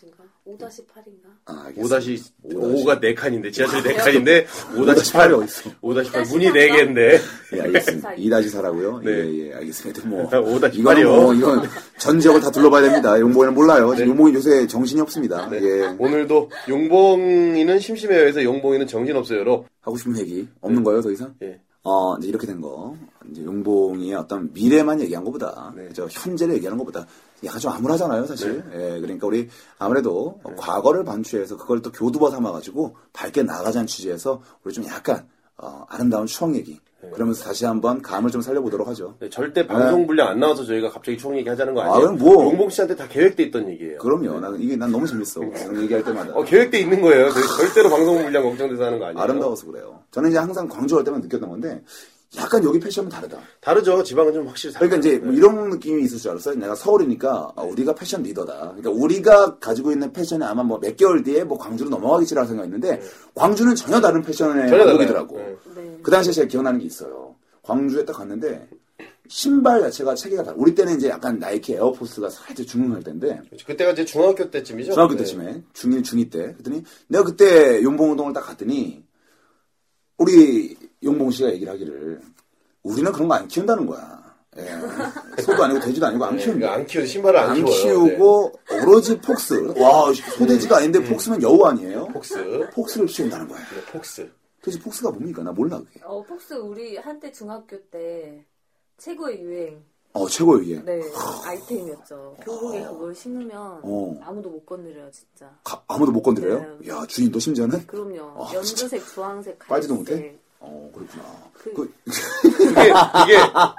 S7: 5-8인가?
S3: 아, 알겠습니다.
S2: 5-5가 4칸인데, 지하철
S3: 아,
S2: 4칸인데,
S3: 5-8이
S2: 5-8.
S3: 네. 어딨어?
S2: 5-8, 문이 4개인데.
S3: 예, 알겠습니다. 2-4라고요?
S2: 네.
S3: 예, 예, 알겠습니다. 뭐.
S2: 5-8 이요.
S3: 이거는 뭐, 이건 전 지역을 다 둘러봐야 됩니다. 용봉이는 몰라요. 지금 용봉이 요새 정신이 없습니다.
S2: 네.
S3: 예.
S2: 오늘도 용봉이는 심심해요에서 용봉이는 정신없어요로.
S3: 하고 싶은 얘기 없는 거예요, 더 이상?
S2: 예.
S3: 어, 이제 이렇게 된 거. 이제 용봉이의 어떤 미래만 얘기한 것보다,
S2: 네.
S3: 저 현재를 얘기하는 것보다 약간 좀 암울하잖아요, 사실. 예, 그러니까 우리 아무래도
S2: 네.
S3: 어, 과거를 반추해서 그걸 또 교두보 삼아가지고 밝게 나가자는 취지에서 우리 좀 약간 어, 아름다운 추억 얘기. 그러면서 다시 한번 감을 좀 살려보도록 하죠.
S2: 네, 절대 방송 분량 안 나와서 저희가 갑자기 총 얘기 하자는 거 아니에요.
S3: 아. 그럼 뭐.
S2: 용봉 씨한테 다 계획돼 있던 얘기예요.
S3: 그럼요. 난 이게 난 너무 재밌어.
S2: 네.
S3: 이런 얘기할 때마다.
S2: 어, 계획돼 있는 거예요. 저희 절대로 방송 분량 걱정돼서 하는 거 아니에요.
S3: 아름다워서 그래요. 저는 이제 항상 광주 할 때만 느꼈던 건데 약간 여기 패션은 다르다.
S2: 다르죠. 지방은 좀 확실히 다르죠.
S3: 그러니까 이제 뭐 이런 느낌이 있을 줄 알았어요. 내가 서울이니까 아, 우리가 패션 리더다. 그러니까 우리가 가지고 있는 패션이 아마 뭐 몇 개월 뒤에 뭐 광주로 넘어가겠지라고 생각했는데 광주는 전혀 다른 패션의
S2: 전혀 달라요.
S3: 목이더라고.
S2: 네.
S7: 네.
S3: 그 당시에 제가 기억나는 게 있어요. 광주에 딱 갔는데 신발 자체가 체계가 달라. 우리 때는 이제 약간 나이키 에어포스가 살짝 중흥할 때인데
S2: 그렇죠. 그때가 이제 중학교 때쯤이죠.
S3: 중학교
S2: 네.
S3: 때쯤에 중1 중2 때 그랬더니 내가 그때 용봉운동을 딱 갔더니 우리 용봉 씨가 얘기를 하기를 우리는 그런 거 안 키운다는 거야. 예. 소도 아니고 돼지도 아니고 안 키우는 거야.
S2: 네. 안 키우고 신발을 안,
S3: 안
S2: 키워요. 네.
S3: 키우고 오로지 폭스. 와 소돼지가 아닌데 폭스면 여우 아니에요?
S2: 네. 폭스.
S3: 폭스를 키운다는 거야.
S2: 네, 폭스.
S3: 도대체 폭스가 뭡니까? 나 몰라 그게.
S7: 어, 폭스 우리 한때 중학교 때 최고의 유행
S3: 어 최고예요 이게.
S7: 네 아이템이었죠. 교복에 그걸 신으면
S3: 어.
S7: 아무도 못 건드려요 진짜.
S3: 가- 아무도 못 건드려요?
S7: 네.
S3: 야 주인도 심지어는?
S7: 그럼요.
S3: 아, 진짜.
S7: 연두색, 주황색,
S3: 빨지도
S7: 갈색.
S3: 못해? 어 그렇구나.
S7: 그-
S3: 그,
S2: 그게, 그게,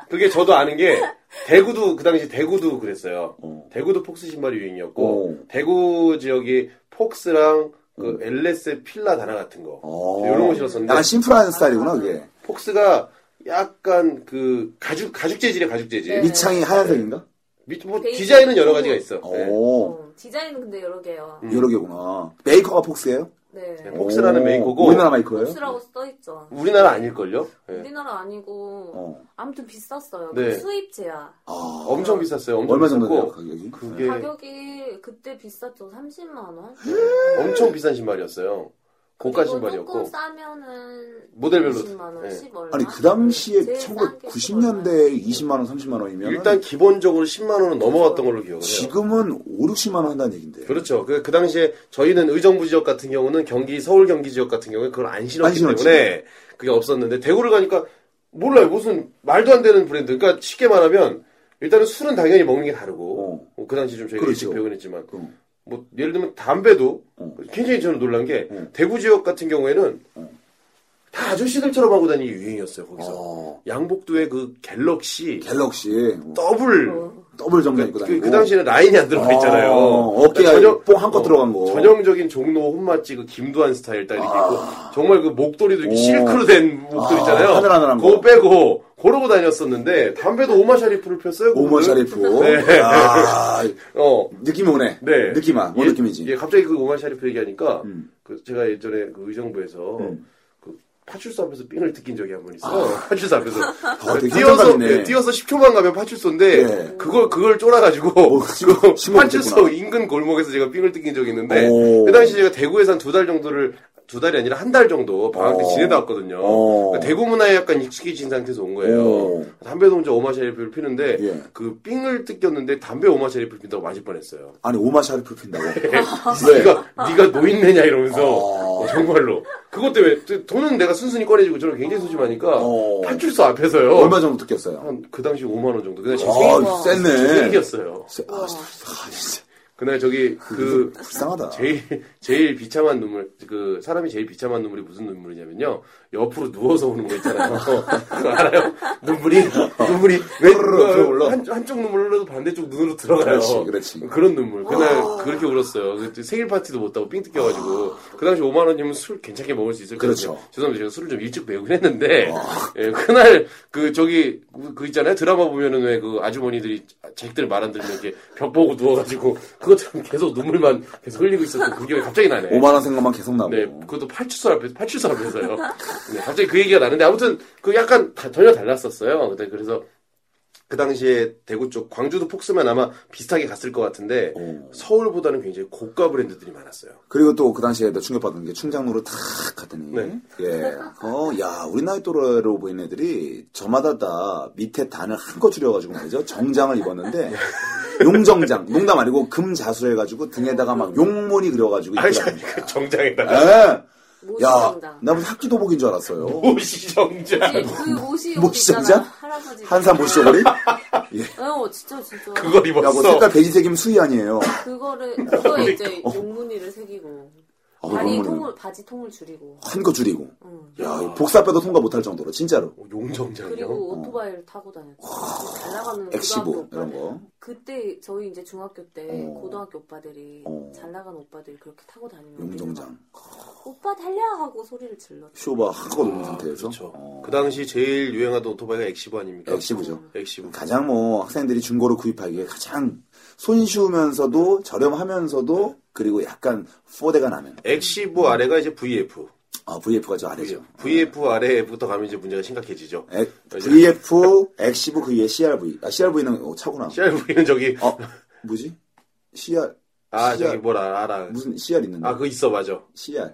S2: 그게 저도 아는 게, 대구도, 그 당시 대구도 그랬어요.
S3: 어.
S2: 대구도 폭스 신발이 유행이었고,
S3: 어. 음.
S2: 대구 지역이 폭스랑 그 LS 필라 단나 같은 거.
S3: 어.
S2: 이런 거 신었었는데,
S3: 약간
S7: 아.
S3: 심플한 스타일이구나 그게.
S2: 폭스가 약간 그 가죽, 가죽 재질이야, 가죽 재질.
S7: 네.
S3: 밑창이 하얀색인가?
S2: 밑- 뭐
S7: 베이지.
S2: 디자인은 여러 가지가 있어. 네.
S3: 오
S7: 어, 디자인은 근데 여러 개요.
S2: 음.
S3: 여러 개구나. 메이커가 폭스예요? 네.
S7: 네.
S2: 네. 폭스라는
S3: 오,
S2: 메이커고.
S3: 우리나라 메이커예요?
S7: 폭스라고 써있죠.
S2: 우리나라 아닐걸요? 네.
S7: 우리나라 아니고
S3: 어.
S7: 아무튼 비쌌어요.
S2: 네.
S7: 그 수입제야.
S3: 아
S2: 엄청 비쌌어요. 엄청
S3: 얼마 정도 돼요
S2: 비쌌고.
S3: 가격이?
S2: 그게
S7: 가격이 그때 비쌌죠. 30만 원?
S2: 엄청 비싼 신발이었어요. 고가
S7: 그리고 조금
S2: 신발이었고.
S7: 싸면은
S2: 모델별로.
S7: 20만 원,
S2: 네.
S7: 10 얼마?
S3: 아니 그 당시에
S7: 제일 싼게
S3: 1990년대에 20만 원, 30만 원이면
S2: 일단 기본적으로 10만 원은 넘어갔던 걸로 기억을 해요.
S3: 지금은 5, 60만 원 한다는 얘긴데.
S2: 그렇죠. 그, 그 당시에 저희는 의정부 지역 같은 경우는 경기, 서울 경기 지역 같은 경우에 그걸 안
S3: 안
S2: 신었기
S3: 신었지.
S2: 때문에 그게 없었는데 대구를 가니까 몰라요. 무슨 말도 안 되는 브랜드. 그러니까 쉽게 말하면 일단은 술은 당연히 먹는 게 다르고 뭐그 당시 좀 저희가
S3: 그렇죠.
S2: 일찍 배우긴 했지만
S3: 어.
S2: 뭐 예를 들면 담배도
S3: 어.
S2: 굉장히 저는 놀란 게
S3: 어.
S2: 대구 지역 같은 경우에는
S3: 어.
S2: 다 아저씨들처럼 하고 다니는 게 유행이었어요. 거기서.
S3: 어,
S2: 양복도의 그 갤럭시
S3: 갤럭시 어,
S2: 더블
S3: 더블 정장
S2: 그,
S3: 입고
S2: 그,
S3: 다니고.
S2: 그 당시에는 라인이 안 들어가 있잖아요.
S3: 아, 어깨가 뽕 한껏 들어간 거.
S2: 전형적인 종로 혼마치 그 김두한 스타일 딱 이렇게 있고 정말 그 목도리도 이렇게
S3: 아. 오.
S2: 실크로 된 목도리
S3: 아,
S2: 있잖아요.
S3: 하늘하늘한
S2: 그거
S3: 거.
S2: 빼고 그러고 다녔었는데 담배도 오마 샤리프를 폈어요.
S3: 오마
S2: 그분들.
S3: 샤리프.
S2: 네.
S3: 아,
S2: 어.
S3: 느낌 오네.
S2: 네.
S3: 느낌 아, 뭔
S2: 예,
S3: 느낌이지?
S2: 예, 갑자기 그 오마 샤리프 얘기하니까
S3: 음.
S2: 그 제가 예전에 그 의정부에서
S3: 음. 아.
S2: 그 파출소 앞에서 삥을 뜯긴 적이 한 번 있어요. 파출소 앞에서
S3: 되게
S2: 뛰어서
S3: 현장감이네.
S2: 네, 뛰어서 10초만 가면 파출소인데
S3: 네.
S2: 그걸 그걸 쫄아가지고
S3: 지금
S2: 그거
S3: 신문
S2: 파출소 인근 골목에서 제가 삥을 뜯긴 적이 있는데
S3: 오.
S2: 그 당시 제가 대구에서 한 두 달 정도를 두 달이 아니라 한 달 정도 방학 때
S3: 오.
S2: 지내다 왔거든요.
S3: 오.
S2: 그러니까 대구 문화에 약간 익숙해진 상태에서 온 거예요.
S3: 오.
S2: 담배 동자 오마샤리프를 피는데
S3: 예.
S2: 그 삥을 뜯겼는데 담배 오마샤리프 핀다고 맞을 뻔했어요.
S3: 아니 오마 샤리프 핀다고.
S2: 네가 네가 노인네냐 이러면서
S3: 어.
S2: 어, 정말로 그것 때문에 또 돈은 내가 순순히 꺼내주고 저는 굉장히 소심하니까
S3: 어.
S2: 파출소 앞에서요.
S3: 얼마 정도 뜯겼어요?
S2: 한 그 당시 5만 원 정도. 그날 제 생일,
S3: 아,
S2: 제
S3: 쎘네.
S2: 생일이었어요.
S3: 쎄- 아, 진짜
S2: 그날 저기 그
S3: 불쌍하다.
S2: 제일 제일 비참한 눈물 그 사람이 제일 비참한 눈물이 무슨 눈물이냐면요 옆으로 누워서 우는 거 있잖아요 그거 알아요 눈물이 눈물이 왜
S3: 흐르르 흘러.
S2: 한, 한쪽 눈물 흘러도 반대쪽 눈으로 들어가요
S3: 어. 그렇지, 그렇지.
S2: 런 눈물 그날 그렇게 울었어요 그때 생일 파티도 못 하고 삥 뜯겨가지고 그 당시 5만 원이면 술 괜찮게 먹을 수 있을 거예요
S3: 그렇죠.
S2: 죄송합니다 제가 술을 좀 일찍 배우긴 했는데 예, 그날 그 저기 그- 그 있잖아요 드라마 보면은 왜 그 아주머니들이 자기들 말 안 들으면 이렇게 벽 보고 누워가지고 그것처럼 계속 눈물만 계속 흘리고 있었던 그 기억이 갑자기 나네.
S3: 5만 원 생각만 계속 나고.
S2: 네, 그것도 파출소 앞에서 파출소 앞에서요. 네, 갑자기 그 얘기가 나는데 아무튼 그 약간 다- 전혀 달랐었어요. 그때 그래서 그 당시에 대구 쪽 광주도 폭스면 아마 비슷하게 갔을 것 같은데
S3: 오.
S2: 서울보다는 굉장히 고가 브랜드들이 많았어요.
S3: 어. 그리고 또 그 당시에 또 충격받은 게 충장로로 탁 갔더니
S2: 네.
S3: 예. 어, 야, 우리 나이 또래로 보인 애들이 저마다 다 밑에 단을 한껏 줄여가지고 말이죠. 정장을 입었는데 용정장, 농담 아니고 금자수 해가지고 등에다가 막 용문이 그려가지고
S2: 아니,
S3: 입더라고요.
S2: 그 정장에다가
S3: 예. 야,
S7: 모시정장.
S3: 나 무슨 학기도복인 줄 알았어요.
S2: 옷이 정장.
S7: 그 옷이
S3: 모시정장?
S7: 있잖아, 할아버지.
S3: 한산 보시죠버리?
S7: 어, 진짜 진짜.
S2: 그걸
S3: 야, 뭐
S2: 입었어.
S3: 색깔 베지색이면 수의 아니에요.
S7: 그거를 그거에
S3: 그러니까.
S7: 이제 용무늬를 새기고
S3: 어,
S7: 다리
S3: 용문은
S7: 통을 바지 통을 줄이고
S3: 한껏 줄이고.
S7: 응.
S3: 야, 이 복사뼈도 통과 못할 정도로 진짜로.
S2: 어, 용정장이요?
S7: 그리고 오토바이를 타고 다녔고 잘 나가는 고등학교
S3: 엑시보 이런
S7: 오빠들
S3: 거.
S7: 그때 저희 이제 중학교 때
S3: 어.
S7: 고등학교 오빠들이
S3: 어.
S7: 잘 나가는 오빠들이 그렇게 타고
S2: 음.
S7: 다니면
S3: 용정장.
S7: 오빠 달려 하고 소리를 질러
S3: 쇼바 한껏 오는 음, 상태에서.
S2: 그렇죠.
S3: 어.
S2: 그 당시 제일 유행하던 오토바이가 엑시브 아닙니까?
S3: 엑시브죠.
S2: 엑시브.
S3: 가장 뭐 학생들이 중고로 구입하기에 가장 손쉬우면서도 저렴하면서도 그리고 약간 4대가 나면
S2: 엑시브 아래가 이제 VF.
S3: 아, VF가 저 아래죠.
S2: VF 아래부터 가면 이제 문제가 심각해지죠.
S3: 에, VF, 엑시브 그 위에 CRV. 아, CRV는 차구나.
S2: CRV는 저기
S3: 어, 뭐지? CR
S2: 아
S3: CR.
S2: 저기 뭐라 알아.
S3: 무슨 CR 있는데?
S2: 아 그거 있어 맞아.
S3: CR.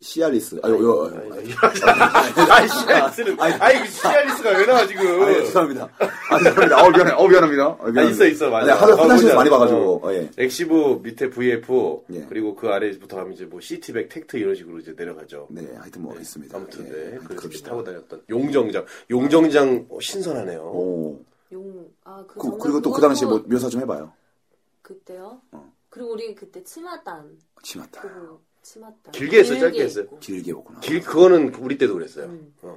S3: 시알리스. 아유, 아유, 아유, 아유.
S2: 아이 시알리스는
S3: 아니,
S2: 아이 시알리스가 왜 나와 지금?
S3: 아, 예, 죄송합니다. 아, 죄송합니다. 어, 미안해. 어, 미안합니다. 어, 미안합니다.
S2: 아, 있어, 있어, 맞아.
S3: 네, 하도
S2: 아, 뭔지
S3: 화장실에서 많이
S2: 알아.
S3: 봐가지고. 어, 예.
S2: 엑시브 밑에 VF
S3: 예.
S2: 그리고 그 아래부터 하면 이제 뭐 시티백 텍트 이런 식으로 이제 내려가죠.
S3: 네, 하여튼 뭐 있습니다.
S2: 아무튼
S3: 예,
S2: 네,
S3: 하여튼
S2: 그렇게
S3: 그럽시다.
S2: 타고 다녔던 용정장 용정장 어, 신선하네요.
S3: 오.
S7: 용, 아, 그,
S3: 그,
S7: 정말
S3: 그리고 또 그
S7: 그것도
S3: 당시에 뭐 묘사 좀 해봐요.
S7: 그때요?
S3: 어.
S7: 그리고 우리 그때 치마단.
S3: 치마타.
S7: 그거 치마단.
S2: 길게 했어요? 짧게
S7: 길게
S2: 했어요?
S7: 입고.
S3: 길게 오구나.
S2: 길 그거는 우리 때도 그랬어요.
S7: 음.
S2: 어.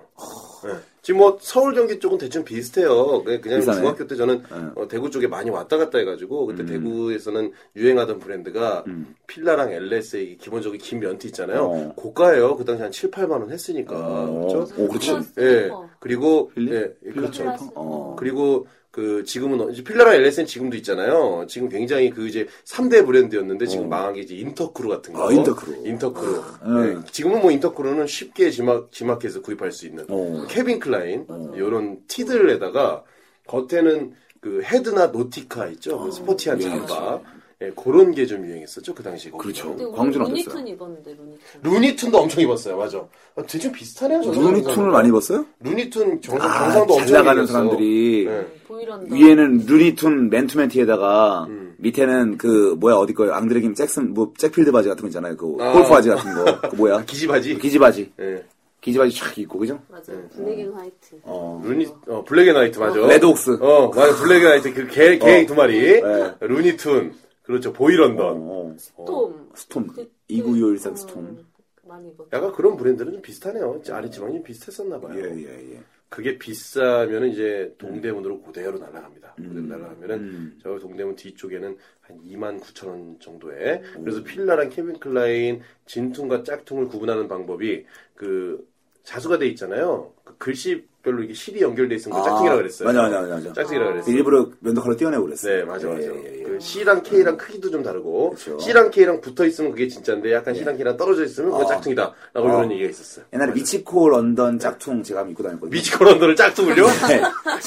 S2: 네. 지금 뭐 서울 경기 쪽은 대충 비슷해요. 그냥 그냥
S3: 비슷하네.
S2: 중학교 때 저는
S3: 네.
S2: 어, 대구 쪽에 많이 왔다 갔다 해가지고 그때
S3: 음.
S2: 대구에서는 유행하던 브랜드가
S3: 음.
S2: 필라랑 LS의 기본적인 긴 면티 있잖아요.
S3: 어.
S2: 고가예요. 그 당시 한 7, 8만 원 했으니까.
S3: 어.
S2: 그렇죠?
S3: 오, 그렇지.
S7: 어,
S2: 예.
S7: 슬리퍼.
S2: 그리고
S3: 필리?
S2: 예, 그렇죠.
S7: 필라 슬리퍼.
S3: 어.
S2: 그리고 그 지금은 어- 이제 필라랑 LS는 지금도 있잖아요. 지금 굉장히 그 이제 3대 브랜드였는데 지금
S3: 어.
S2: 망한 게 이제 인터크루 같은 거.
S3: 아, 인터크루.
S2: 인터크루.
S3: 아.
S2: 네, 지금은 뭐 인터크루는 쉽게 지막 지마켓에서 구입할 수 있는
S3: 어.
S2: 케빈 클라인
S3: 어.
S2: 이런 티들에다가 겉에는 그 헤드나 노티카 있죠. 그 스포티한
S3: 예,
S2: 잠바. 예, 그런 게 좀 유행했었죠 그 당시.
S3: 그렇죠.
S7: 근데 우리
S3: 광주는 안 됐어요.
S7: 루니툰 입었는데, 루니툰.
S2: 루니툰도 엄청 입었어요. 맞아. 아, 대충 비슷하네요. 저
S3: 루니툰을 많이 입었어요?
S2: 루니툰 정상
S3: 아,
S2: 정상도
S3: 잘
S2: 엄청
S3: 나가는
S2: 이겼어.
S3: 사람들이
S2: 네.
S7: 보이런다.
S3: 위에는 루니툰 맨투맨티에다가
S2: 음.
S3: 밑에는 그 뭐야 어디 거예요? 앙드레김 잭슨 뭐 잭필드 바지 같은 거 있잖아요. 그
S2: 아.
S3: 골프 바지 같은 거. 그 뭐야?
S2: 기지바지.
S3: 기지 바지.
S2: 예.
S3: 기지 바지 촥 입고 그죠?
S7: 맞아요. 블랙 앤 화이트.
S3: 네. 어.
S2: 루니 어 블랙 앤 화이트 맞아.
S3: 레드옥스.
S2: 어, 맞아. 블랙 앤 화이트 그개개
S3: 어.
S2: 두 마리. 루니툰. 그렇죠. 보이런던.
S3: 어.
S7: 톰.
S3: 스톰.
S7: 그-
S3: 29213
S7: 어,
S3: 스톰.
S7: 많이 입었
S2: 약간 그런 브랜드는 좀 비슷하네요. 아래 지방이 좀 비슷했었나 봐요.
S3: 예, 예, 예.
S2: 그게 비싸면은 이제 동대문으로 고대로 날아갑니다. 고대로 날아가면은
S3: 음.
S2: 저 동대문 뒤쪽에는 한 2만 9천 원 정도에 그래서 필라랑 케빈 클라인 진퉁과 짝퉁을 구분하는 방법이 그 자수가 돼 있잖아요. 그 글씨별로 이게 실이 연결돼 있으면 그 짝퉁이라고 그랬어요.
S3: 맞아, 맞아, 맞아. 맞아.
S2: 짝퉁이라고 그랬어요.
S3: 그 일부러 면도칼로 띄어내고 그랬어요.
S2: 네, 맞아, 맞아.
S3: 예, 예, 예.
S2: 그 C랑 K랑 크기도 좀 다르고,
S3: 그쵸.
S2: C랑 K랑 붙어 있으면 그게 진짜인데, 약간
S3: 예.
S2: C랑 K랑 떨어져 있으면 그거
S3: 어.
S2: 짝퉁이다. 라고
S3: 어.
S2: 이런 얘기가 있었어요.
S3: 옛날에 미치코 런던 짝퉁 제가 한번 입고 다녔거든요.
S2: 미지컬 언더를 짝퉁을요?
S3: 네.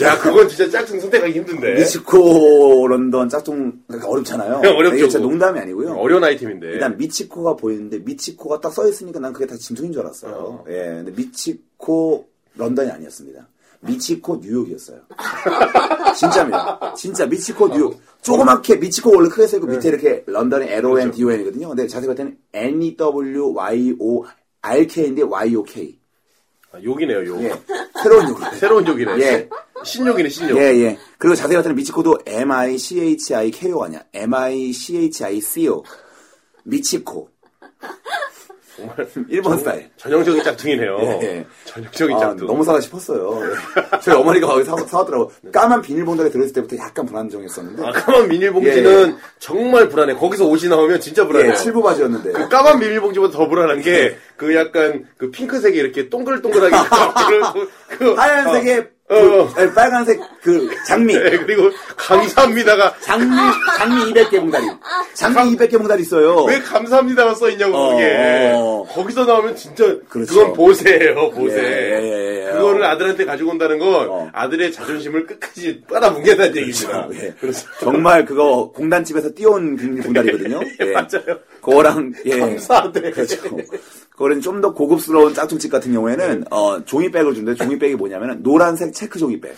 S2: 야, 그건 진짜 짝퉁 선택하기 힘든데.
S3: 미치코 런던 짝퉁 그러니까 어렵잖아요.
S2: 어렵죠,
S3: 이게 진짜
S2: 그거.
S3: 농담이 아니고요.
S2: 어려운 아이템인데.
S3: 일단 미치코가 보이는데 미치코가 딱 써있으니까 난 그게 다 진퉁인 줄 알았어요.
S2: 어.
S3: 예, 근데 미치코 런던이 아니었습니다. 미치코 뉴욕이었어요. 진짜입니다. 진짜 미치코 뉴욕. 조그맣게 미치코 원래 크게 써있고 밑에 이렇게 런던의 LON, DON이거든요. 근데 자세히 볼 때는 E N-E-W-Y-O-R-K인데 Y-O-K.
S2: 아, 욕이네요, 욕.
S3: 예. 새로운 욕을.
S2: 새로운 욕이네.
S3: 예.
S2: 신욕이네, 신욕.
S3: 예, 예. 그리고 자세히 봤더니 미치코도 M-I-C-H-I-K-O 아니야. M-I-C-H-I-C-O. 미치코.
S2: 정말.
S3: 일본 그 스타일.
S2: 전형적인 짝퉁이네요.
S3: 예.
S2: 전형적인
S3: 아,
S2: 짝퉁.
S3: 너무 사다 싶었어요. 예. 저희 어머니가 거기 사, 사왔더라고. 까만 비닐봉다리 들어있을 때부터 약간 불안정했었는데.
S2: 네. 아, 까만 비닐봉지는
S3: 예,
S2: 정말 불안해. 거기서 옷이 나오면 진짜 불안해요.
S3: 예, 칠부 바지였는데.
S2: 그 까만 비닐봉지보다 더 불안한 게, 그 약간, 그 핑크색이 이렇게 동글동글하게. 그- 그-
S3: 하얀색에
S2: 어, 어.
S3: 그- 아니, 빨간색 그 장미.
S2: 예, 그리고 감사합니다가
S3: 장미, 장미 200개 봉다리. 장미 200개 봉다리 있어요.
S2: 왜 그- 감사합니다가 써 있냐고
S3: 어,
S2: 그게
S3: 어.
S2: 거기서 나오면 진짜 그
S3: 그렇죠.
S2: 건 보세예요 보세
S3: 예, 예, 예, 예.
S2: 그거를 아들한테 가지고 온다는 건
S3: 어.
S2: 아들의 자존심을 끝까지 빨아뭉개다는 얘기입니다
S3: 예.
S2: 그래서
S3: 정말 그거 공단집에서 띄운 비닐봉다리거든요. 예.
S2: 맞아요.
S3: 그거랑, 예.
S2: 감사하대
S3: 그렇죠. 그거는 좀 더 고급스러운 짝퉁집 같은 경우에는 어, 종이백을 준대. 종이백이 뭐냐면 노란색 체크 종이백.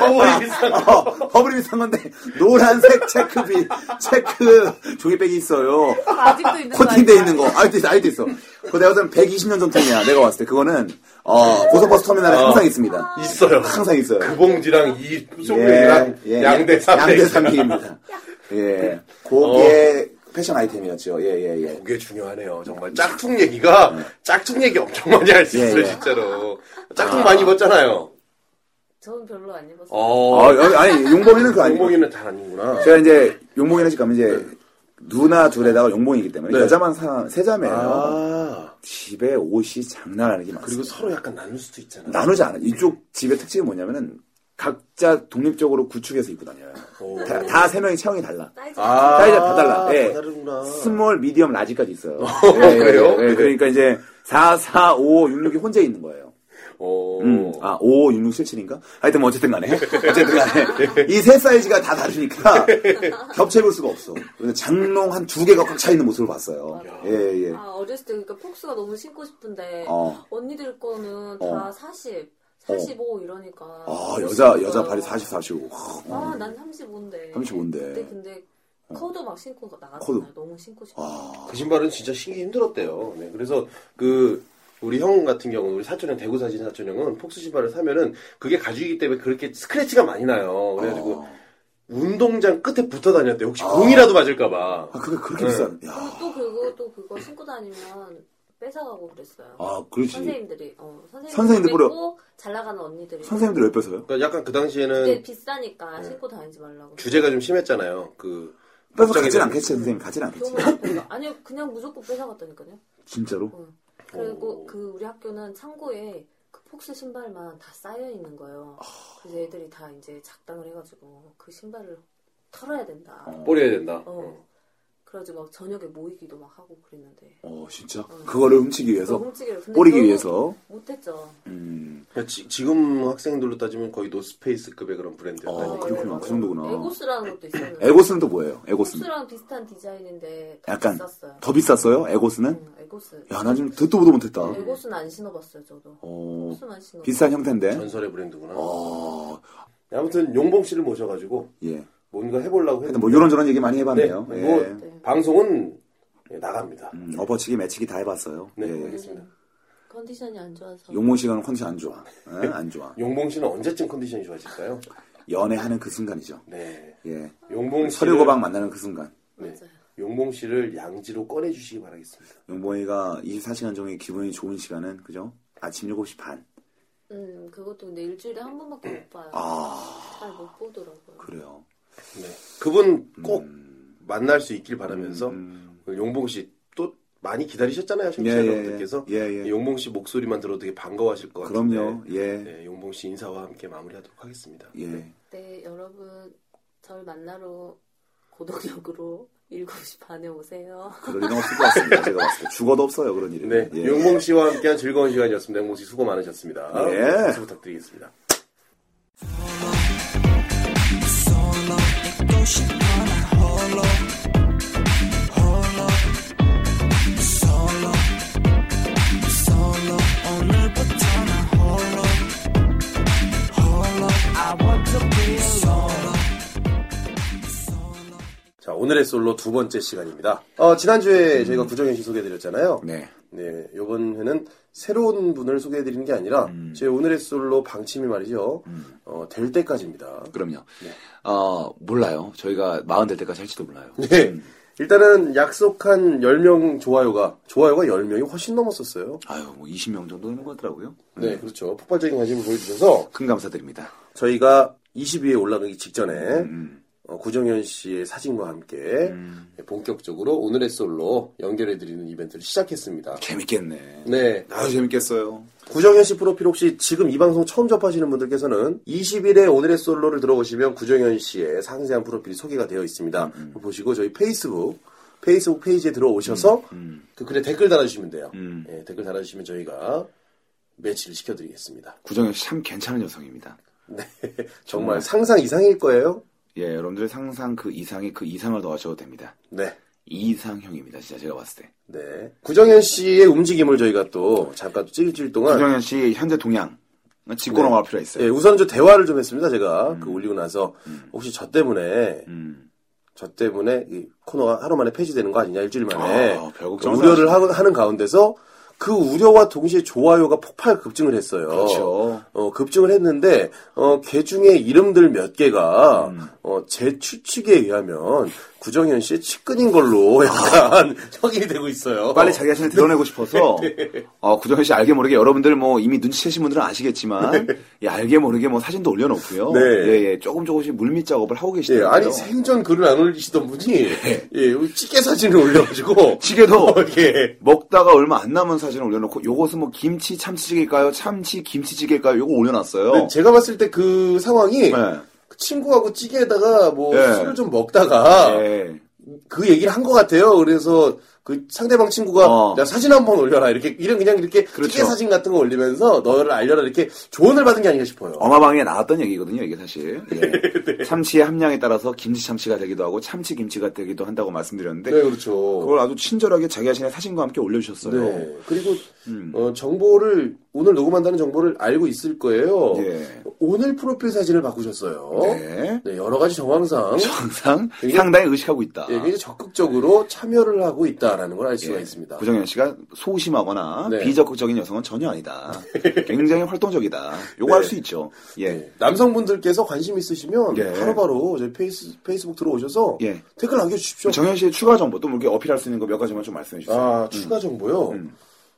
S2: 어머니 비싼 거
S3: 어, 허브리 비싼 건데 노란색 체크비 체크 종이백이 있어요.
S7: 아직도 있는 거
S3: 코팅돼
S7: 아니야?
S3: 있는 거. 아이도 있어, 아이도 있어. 그거 내가 봤을 때 120년 전통이야. 내가 봤을 때 그거는 어, 고속버스 터미널에 항상 있습니다.
S2: 있어요
S3: 항상 있어요. 예,
S2: 그 봉지랑 이 소매랑 양대 삼대 어.
S3: 양대 삼기입니다. 예, 그게 패션 아이템이었죠. 예, 예, 예.
S2: 그게 중요하네요. 정말 짝퉁 얘기가 짝퉁 얘기 엄청 많이 할 수
S3: 예,
S2: 있어요,
S3: 예.
S2: 진짜로. 짝퉁 많이 입었잖아요.
S7: 저는 별로 안 입었어요.
S2: 어,
S3: 어, 아니 용봉이는 그거 아니고.
S2: 공공이는 다 아니구나.
S3: 제가 이제 용봉이네 집 가면 이제 누나 둘에다가 용봉이기 때문에
S2: 네.
S3: 여자만 사, 세 자매예요.
S2: 아,
S3: 집에 옷이 장난 아니게 많습니다.
S2: 그리고 서로 약간 나눌 수도 있잖아.
S3: 나누지 않아. 이쪽 집의 특징이 뭐냐면은 각자 독립적으로 구축해서 입고 다녀요.
S2: 오.
S3: 다 세 명이 체형이 달라.
S7: 사이즈
S2: 아,
S3: 사이즈가 다 달라. 예.
S2: 다 다르구나.
S3: 스몰, 미디엄, 라지까지 있어요.
S2: 그래요?
S3: 예, 그러니까 이제 4, 4, 5, 6, 6이 혼자 있는 거예요.
S2: 오.
S3: 음, 아, 5, 6, 6, 7, 7인가? 하여튼 뭐 어쨌든 간에. 어쨌든 간에. 이 세 사이즈가 다 다르니까 겹쳐볼 수가 없어. 근데 장롱 한 두 개가 꽉 차있는 모습을 봤어요. 예, 예.
S7: 아, 어렸을 때 그러니까 폭스가 너무 신고 싶은데
S3: 어.
S7: 언니들 거는
S3: 어.
S7: 다 40, 45 이러니까. 그러니까
S3: 아, 여자, 여자 발이 음. 40, 45.
S7: 아, 난 35인데.
S3: 35 인데. 어.
S7: 그때 근데 코도 막 신고 나갔잖아요.
S3: 코도.
S7: 너무 신고 싶어.
S3: 아,
S2: 그 신발은 진짜 신기 힘들었대요. 네, 그래서 그 우리 형 같은 경우는 우리 사촌형 대구 사신 사촌형은 폭스 신발을 사면은 그게 가죽이기 때문에 그렇게 스크래치가 많이 나요. 그래가지고
S3: 아.
S2: 운동장 끝에 붙어 다녔대. 혹시 공이라도 맞을까봐.
S3: 아, 그게 그렇게 비싼. 야.
S7: 그리고 또 그거 또 그거 신고 다니면 뺏어가고 그랬어요.
S3: 아, 그렇지.
S7: 선생님들이 어 선생님들,
S3: 선생님들 뿌려.
S7: 뺏고 잘 나가는 언니들이
S3: 선생님들 네. 왜 뺏어요?
S2: 그러니까 약간 그
S7: 근데
S2: 당시에는
S7: 비싸니까 신고 다니지 말라고
S2: 규제가 좀 심했잖아요. 그
S3: 뺏어
S2: 걱정이
S3: 가진
S2: 되는-
S3: 않겠지, 선생님. 가진 않겠지.
S7: 좋은 거 같아요. 아니요 그냥 무조건 뺏어갔다니까요
S3: 진짜로?
S7: 그리고 그 우리 학교는 창고에 그 폭스 신발만 다 쌓여 있는 거예요 그래서 애들이 다 이제 작당을 해가지고 그 신발을 털어야 된다
S2: 뿌려야 된다.
S7: 어 그래가지고 막 저녁에 모이기도 막 하고 그랬는데
S3: 어, 진짜? 그거를 훔치기
S7: 그래서
S3: 위해서?
S7: 훔치기를 근데
S3: 뿌리기
S7: 결국
S3: 위해서?
S7: 못했죠
S3: 음,
S2: 그러니까 지, 지금 학생들로 따지면 거의 노스페이스급의 그런 브랜드였다니까.
S3: 어, 그렇구나. 그 정도구나.
S7: 에고스라는 것도 있었는데
S3: 에고스는 또 뭐예요? 에고스는.
S7: 폭스랑 비슷한 디자인인데 더
S3: 약간
S7: 비쌌어요
S3: 더 비쌌어요? 에고스는?
S7: 응, 에고스
S3: 야, 나 지금 듣도 보도 못했다.
S7: 에고스는 안 신어봤어요 저도
S3: 어,
S7: 폭스만 신어
S3: 비싼 형태인데.
S2: 전설의 브랜드구나. 네,
S3: 어,
S2: 아무튼 용봉 씨를 모셔가지고
S3: 예.
S2: 뭔가 해보려고 했는데
S3: 하여튼 뭐 이런저런 얘기 많이 해봤네요.
S2: 네,
S3: 예.
S2: 뭐 방송은 네, 나갑니다.
S3: 음, 엎어치기, 매치기 다 해봤어요.
S2: 네,
S3: 예.
S2: 알겠습니다.
S7: 컨디션이 안 좋아서
S3: 용모 씨가는 컨디션 안 좋아.
S2: 네.
S3: 예, 안 좋아.
S2: 용봉 씨는 언제쯤 컨디션이 좋아질까요?
S3: 연애하는 그 순간이죠.
S2: 네.
S3: 예.
S2: 용봉 씨를
S3: 서류고방 만나는 그 순간.
S2: 네.
S7: 맞아요.
S2: 용봉 씨를 양지로 꺼내 주시기 바라겠습니다.
S3: 용모이가 24시간 종일 기분이 좋은 시간은, 그죠? 아침 7시 반.
S7: 음 그것도 근데 일주일에 한 번밖에 못 봐요
S3: 아,
S7: 잘 못 보더라고요
S3: 그래요.
S2: 네. 그분 꼭
S3: 음.
S2: 만날 수 있길 바라면서 오늘 용봉 씨 또 많이 기다리셨잖아요, 청취자
S3: 예, 예,
S2: 여러분들께서.
S3: 예, 예.
S2: 네, 용봉 씨 목소리만 들어도 되게 반가워하실 것 같은데.
S3: 그럼요. 예.
S2: 네, 용봉 씨 인사와 함께 마무리하도록 하겠습니다.
S3: 예.
S7: 네 여러분 절 만나러 고덕역으로 7시 반에 오세요
S3: 그럴 일은 없을 것 같습니다. 제가 봤을 때. 죽어도 없어요, 그런 일은.
S2: 네,
S3: 예.
S2: 용봉 씨와 함께한 즐거운 시간이었습니다. 용봉 씨 수고 많으셨습니다.
S3: 예.
S2: 박수 부탁드리겠습니다. 자, 오늘의 솔로 두 번째 시간입니다. 어, 지난주에
S3: 음.
S2: 저희가 구정현 씨 소개해드렸잖아요.
S3: 네.
S2: 네, 요번 회는 새로운 분을 소개해드리는 게 아니라,
S3: 음.
S2: 제 오늘의 솔로 방침이 말이죠. 어, 될 때까지입니다.
S3: 그럼요. 어, 몰라요. 저희가 마흔 될 때까지 할지도 몰라요.
S2: 네. 네. 일단은 약속한 10명 좋아요가, 좋아요가 10명이 훨씬 넘었었어요.
S3: 아유, 뭐 20명 정도 되는 것 같더라고요.
S2: 네, 그렇죠. 폭발적인 관심을 보여주셔서,
S3: 큰 감사드립니다.
S2: 저희가 20위에 올라가기 직전에, 어, 구정현 씨의 사진과 함께, 음. 네, 본격적으로 오늘의 솔로 연결해드리는 이벤트를 시작했습니다.
S3: 재밌겠네.
S2: 네.
S3: 아유, 재밌겠어요.
S2: 구정현 씨 프로필 혹시 지금 이 방송 처음 접하시는 분들께서는 20일에 오늘의 솔로를 들어보시면 구정현 씨의 상세한 프로필이 소개가 되어 있습니다. 보시고 저희 페이스북 페이스북 페이지에 들어오셔서 그 글에 댓글 달아주시면 돼요. 예, 댓글 달아주시면 저희가 매치를 시켜드리겠습니다.
S3: 구정현 씨 참 괜찮은 여성입니다.
S2: 정말 상상 이상일 거예요.
S3: 예, 여러분들 상상 그 이상의 그 이상을 더하셔도 됩니다.
S2: 네.
S3: 이상형입니다, 진짜 제가 봤을 때.
S2: 네. 구정현 씨의 움직임을 저희가 또 잠깐 찔찔 동안
S3: 구정현 씨 현재 동향 짚고 넘어갈 필요가 있어요.
S2: 네. 예, 우선 저 대화를 좀 했습니다. 제가 그 올리고 나서 혹시 저 때문에
S3: 음.
S2: 저 때문에 이 코너가 하루 만에 폐지되는 거 아니냐 일주일 만에 그러니까
S3: 아, 별 걱정을
S2: 우려를 하, 는 가운데서 그 우려와 동시에 좋아요가 폭발 급증을 했어요.
S3: 그렇죠.
S2: 어, 급증을 했는데 어, 개 중에 이름들 몇 개가
S3: 음.
S2: 어, 제 추측에 의하면 구정현 씨의 측근인 걸로 약간 확인이 되고 있어요.
S3: 아.
S2: 네.
S3: 빨리 자기 자신을 드러내고 싶어서 어, 구정현 씨 알게 모르게 여러분들 뭐 이미 눈치채신 분들은 아시겠지만 예, 알게 모르게 뭐 사진도 올려놓고요.
S2: 네.
S3: 예, 예, 조금 조금씩 물밑 작업을 하고
S2: 예,
S3: 계시더라고요.
S2: 아니 생전 글을 안 올리시던 분이 예, 여기 찌개 사진을 올려가지고
S3: 찌개도
S2: 어, 예.
S3: 먹다가 얼마 안 남은 사진을 올려놓고 요것은 뭐 김치 참치찌개일까요? 참치 김치찌개일까요? 요거 올려놨어요.
S2: 근데 제가 봤을 때 그 상황이
S3: 네.
S2: 그 친구하고 찌개에다가 뭐
S3: 예.
S2: 술을 좀 먹다가
S3: 예.
S2: 그 얘기를 한 것 같아요. 그래서 그 상대방 친구가
S3: 어.
S2: 야, 사진 한 번 올려라 이렇게 이런 그냥 이렇게 그
S3: 그렇죠.
S2: 게 사진 같은 거 올리면서 너를 알려라 이렇게 조언을 받은 게 아닌가 싶어요.
S3: 어마방에 나왔던 얘기거든요, 이게 사실. 예.
S2: 네.
S3: 참치의 함량에 따라서 김치 참치가 되기도 하고 참치 김치가 되기도 한다고 말씀드렸는데
S2: 네 그렇죠.
S3: 그걸 아주 친절하게 자기 자신의 사진과 함께 올려주셨어요.
S2: 네. 그리고
S3: 음.
S2: 어, 정보를 오늘 녹음한다는 정보를 알고 있을 거예요.
S3: 예.
S2: 오늘 프로필 사진을 바꾸셨어요.
S3: 네.
S2: 네, 여러 가지 정황상
S3: 항상
S2: 이게-
S3: 상당히 의식하고 있다. 예.
S2: 예, 굉장히 적극적으로 참여를 하고 있다라는 걸 알 수가 있습니다.
S3: 구정현 씨가 소심하거나
S2: 네.
S3: 비적극적인 여성은 전혀 아니다. 굉장히 활동적이다. 요거 할 수 있죠. 예.
S2: 네. 남성분들께서 관심 있으시면
S3: 예.
S2: 바로바로 저희 페이스, 페이스북 들어오셔서
S3: 예.
S2: 댓글 남겨주십시오.
S3: 정현 씨의 추가 정보 또 이렇게 어필할 수 있는 거 몇 가지만 좀 말씀해 주세요.
S2: 아, 추가 정보요.
S3: 음.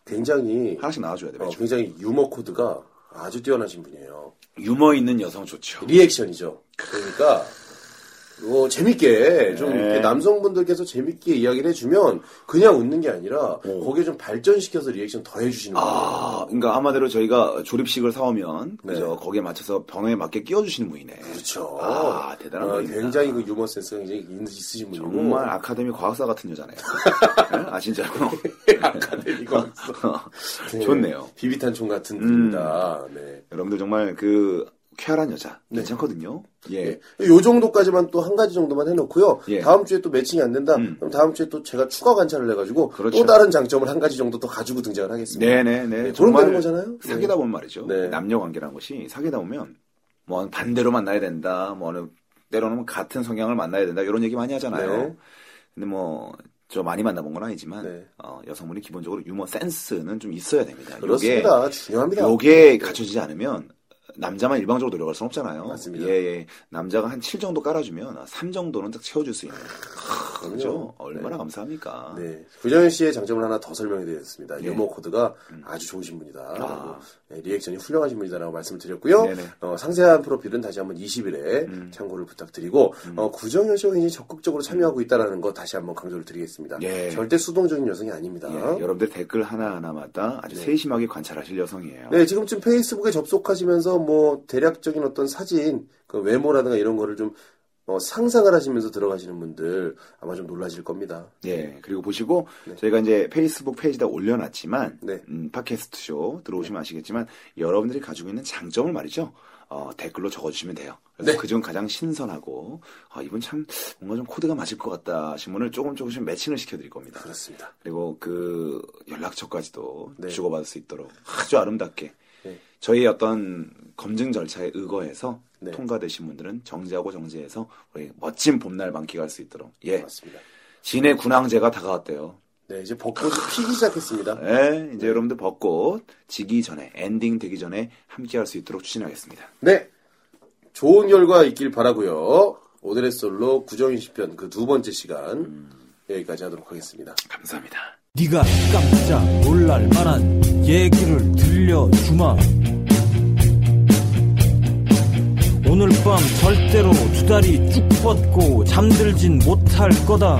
S2: 굉장히
S3: 하나씩 나와줘야 돼.
S2: 어,
S3: 매주.
S2: 굉장히 유머 코드가 아주 뛰어나신 분이에요.
S3: 유머 있는 여성 좋죠.
S2: 리액션이죠. 그러니까 어, 재밌게 좀
S3: 네.
S2: 이렇게 남성분들께서 재밌게 이야기를 해주면 그냥 웃는 게 아니라 거기에 좀 발전시켜서 리액션 더 해주시는 거예요.
S3: 아, 그러니까 한마디로 저희가 조립식을 사오면 그죠?
S2: 네.
S3: 거기에 맞춰서 변호에 맞게 끼워주시는 분이네.
S2: 그렇죠.
S3: 아, 대단한
S2: 어,
S3: 분입니다.
S2: 굉장히 그 유머 센스가 굉장히 있- 있으신 분이고
S3: 정말 아카데미 과학사 같은 여자네요. 예? 아 진짜로 어,
S2: 아카데미가 네.
S3: 좋네요. 음.
S2: 비비탄 총 같은 분입니다. 네.
S3: 여러분들 정말 그 쾌활한 여자 괜찮거든요. 예.
S2: 예. 요 정도까지만 또 한 가지 정도만 해놓고요.
S3: 예.
S2: 다음 주에 또 매칭이 안 된다.
S3: 음.
S2: 그럼 다음 주에 또 제가 추가 관찰을 해가지고
S3: 그렇죠.
S2: 또 다른 장점을 한 가지 정도 더 가지고 등장을 하겠습니다.
S3: 네네네.
S2: 네,
S3: 정말
S2: 그런 거잖아요. 네.
S3: 사귀다 보면 말이죠.
S2: 네.
S3: 남녀 관계라는 것이 사귀다 보면 뭐 반대로 만나야 된다. 뭐 어느 때로는 같은 성향을 만나야 된다. 이런 얘기 많이 하잖아요.
S2: 네.
S3: 근데 뭐 저 많이 만나본 건 아니지만
S2: 네.
S3: 어, 여성분이 기본적으로 유머 센스는 좀 있어야 됩니다.
S2: 그렇습니다. 중요합니다.
S3: 요게 갖춰지지 않으면 남자만 일방적으로 노력할 수는 없잖아요.
S2: 맞습니다.
S3: 예, 예. 남자가 한 7 정도 깔아주면 3 정도는 딱 채워줄 수 있는. 그렇죠. 얼마나 감사합니까?
S2: 네. 구정현 씨의 장점을 하나 더 설명해 드렸습니다.
S3: 네.
S2: 유머 코드가 아주 좋으신 분이다. 라고, 네, 리액션이 훌륭하신 분이다라고 말씀을 드렸고요.
S3: 네네. 음.
S2: 어, 상세한 프로필은 다시 한번 20일에 참고를 부탁드리고 어, 구정현 씨가 굉장히 적극적으로 참여하고 있다라는 거 다시 한번 강조를 드리겠습니다.
S3: 예.
S2: 절대 수동적인 여성이 아닙니다.
S3: 예, 여러분들 댓글 하나하나마다 아주 세심하게 관찰하실 여성이에요.
S2: 네, 지금쯤 페이스북에 접속하시면서 뭐 대략적인 어떤 사진, 그 외모라든가 이런 거를 좀 어, 상상을 하시면서 들어가시는 분들 아마 좀 놀라실 겁니다.
S3: 예, 그리고 보시고 저희가 이제 페이스북 페이지다 올려놨지만
S2: 네.
S3: 음, 팟캐스트 쇼 들어오시면 아시겠지만 여러분들이 가지고 있는 장점을 말이죠. 어, 댓글로 적어주시면 돼요. 그래서
S2: 네.
S3: 그중 가장 신선하고 아, 이분 참 뭔가 좀 코드가 맞을 것 같다 하신 분을 조금 조금씩 매칭을 시켜드릴 겁니다.
S2: 그렇습니다.
S3: 그리고 그 연락처까지도
S2: 네.
S3: 주고받을 수 있도록 아주 아름답게
S2: 네.
S3: 저희 어떤 검증 절차에 의거해서
S2: 네.
S3: 통과되신 분들은 정지하고 정지해서 우리 멋진 봄날 만끽할 수 있도록 예
S2: 맞습니다.
S3: 진의 군항제가 다가왔대요.
S2: 네, 이제 벚꽃이 피기 시작했습니다.
S3: 예, 이제 여러분들 벚꽃 지기 전에 엔딩 되기 전에 함께할 수 있도록 추진하겠습니다.
S2: 네. 좋은 결과 있길 바라고요. 오늘의 솔로 구정인 시편 그 두 번째 시간 여기까지 하도록 하겠습니다.
S3: 감사합니다.
S5: 네가 깜짝 놀랄 만한 얘기를 들려주마 오늘 밤 절대로 두 다리 쭉 뻗고 잠들진 못할 거다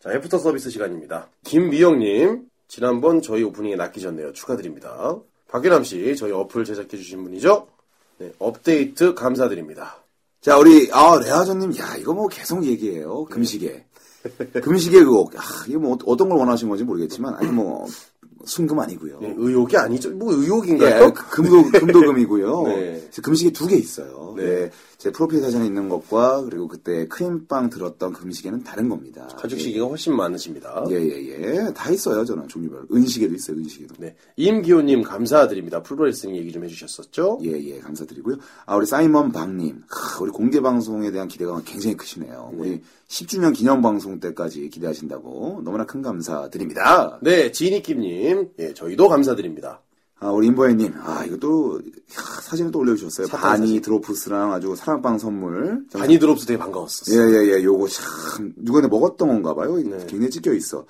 S2: 자, 애프터 서비스 시간입니다. 김미영님, 지난번 저희 오프닝에 낚이셨네요. 축하드립니다. 박유남 씨, 저희 어플 제작해주신 분이죠? 네, 업데이트 감사드립니다.
S3: 자, 우리 아 레아저님, 야 이거 뭐 계속 얘기해요. 금시계, 금시계 의혹. 아, 이거 뭐 어- 어떤 걸 원하신 건지 모르겠지만 아니 뭐 순금 아니고요.
S2: 네, 의혹이 아니죠? 뭐 의혹인가요?
S3: 예, 그- 금도 금도금이고요.
S2: 네.
S3: 그래서 금시계 두 개 있어요.
S2: 네.
S3: 예, 제 프로필 사진에 있는 것과 그리고 그때 크림빵 들었던 금시계는 다른 겁니다.
S2: 가족 시기가 훨씬 많으십니다.
S3: 예예예 다 있어요 저는 종류별 은시계도 있어요 은시계도
S2: 네, 임기호님 감사드립니다. 풀로레슬링 얘기 좀 해주셨었죠?
S3: 예예 감사드리고요 아 우리 사이먼 박님 크, 우리 공개 방송에 대한 기대가 굉장히 크시네요 우리 10주년 기념 방송 때까지 기대하신다고 너무나 큰 감사드립니다
S2: 네, 지니킴님, 예, 저희도 감사드립니다.
S3: 아 우리 임보혜님 아 이것도 야, 사진을 또 올려주셨어요
S2: 사탕
S3: 바니
S2: 사진. 아,
S3: 드로프스랑 아주 사랑방 선물
S2: 바니 드롭스 되게 반가웠었어요.
S3: 예예예 요거 참 누구한테 먹었던 건가 봐요
S2: 네.
S3: 굉장히 찢겨 있어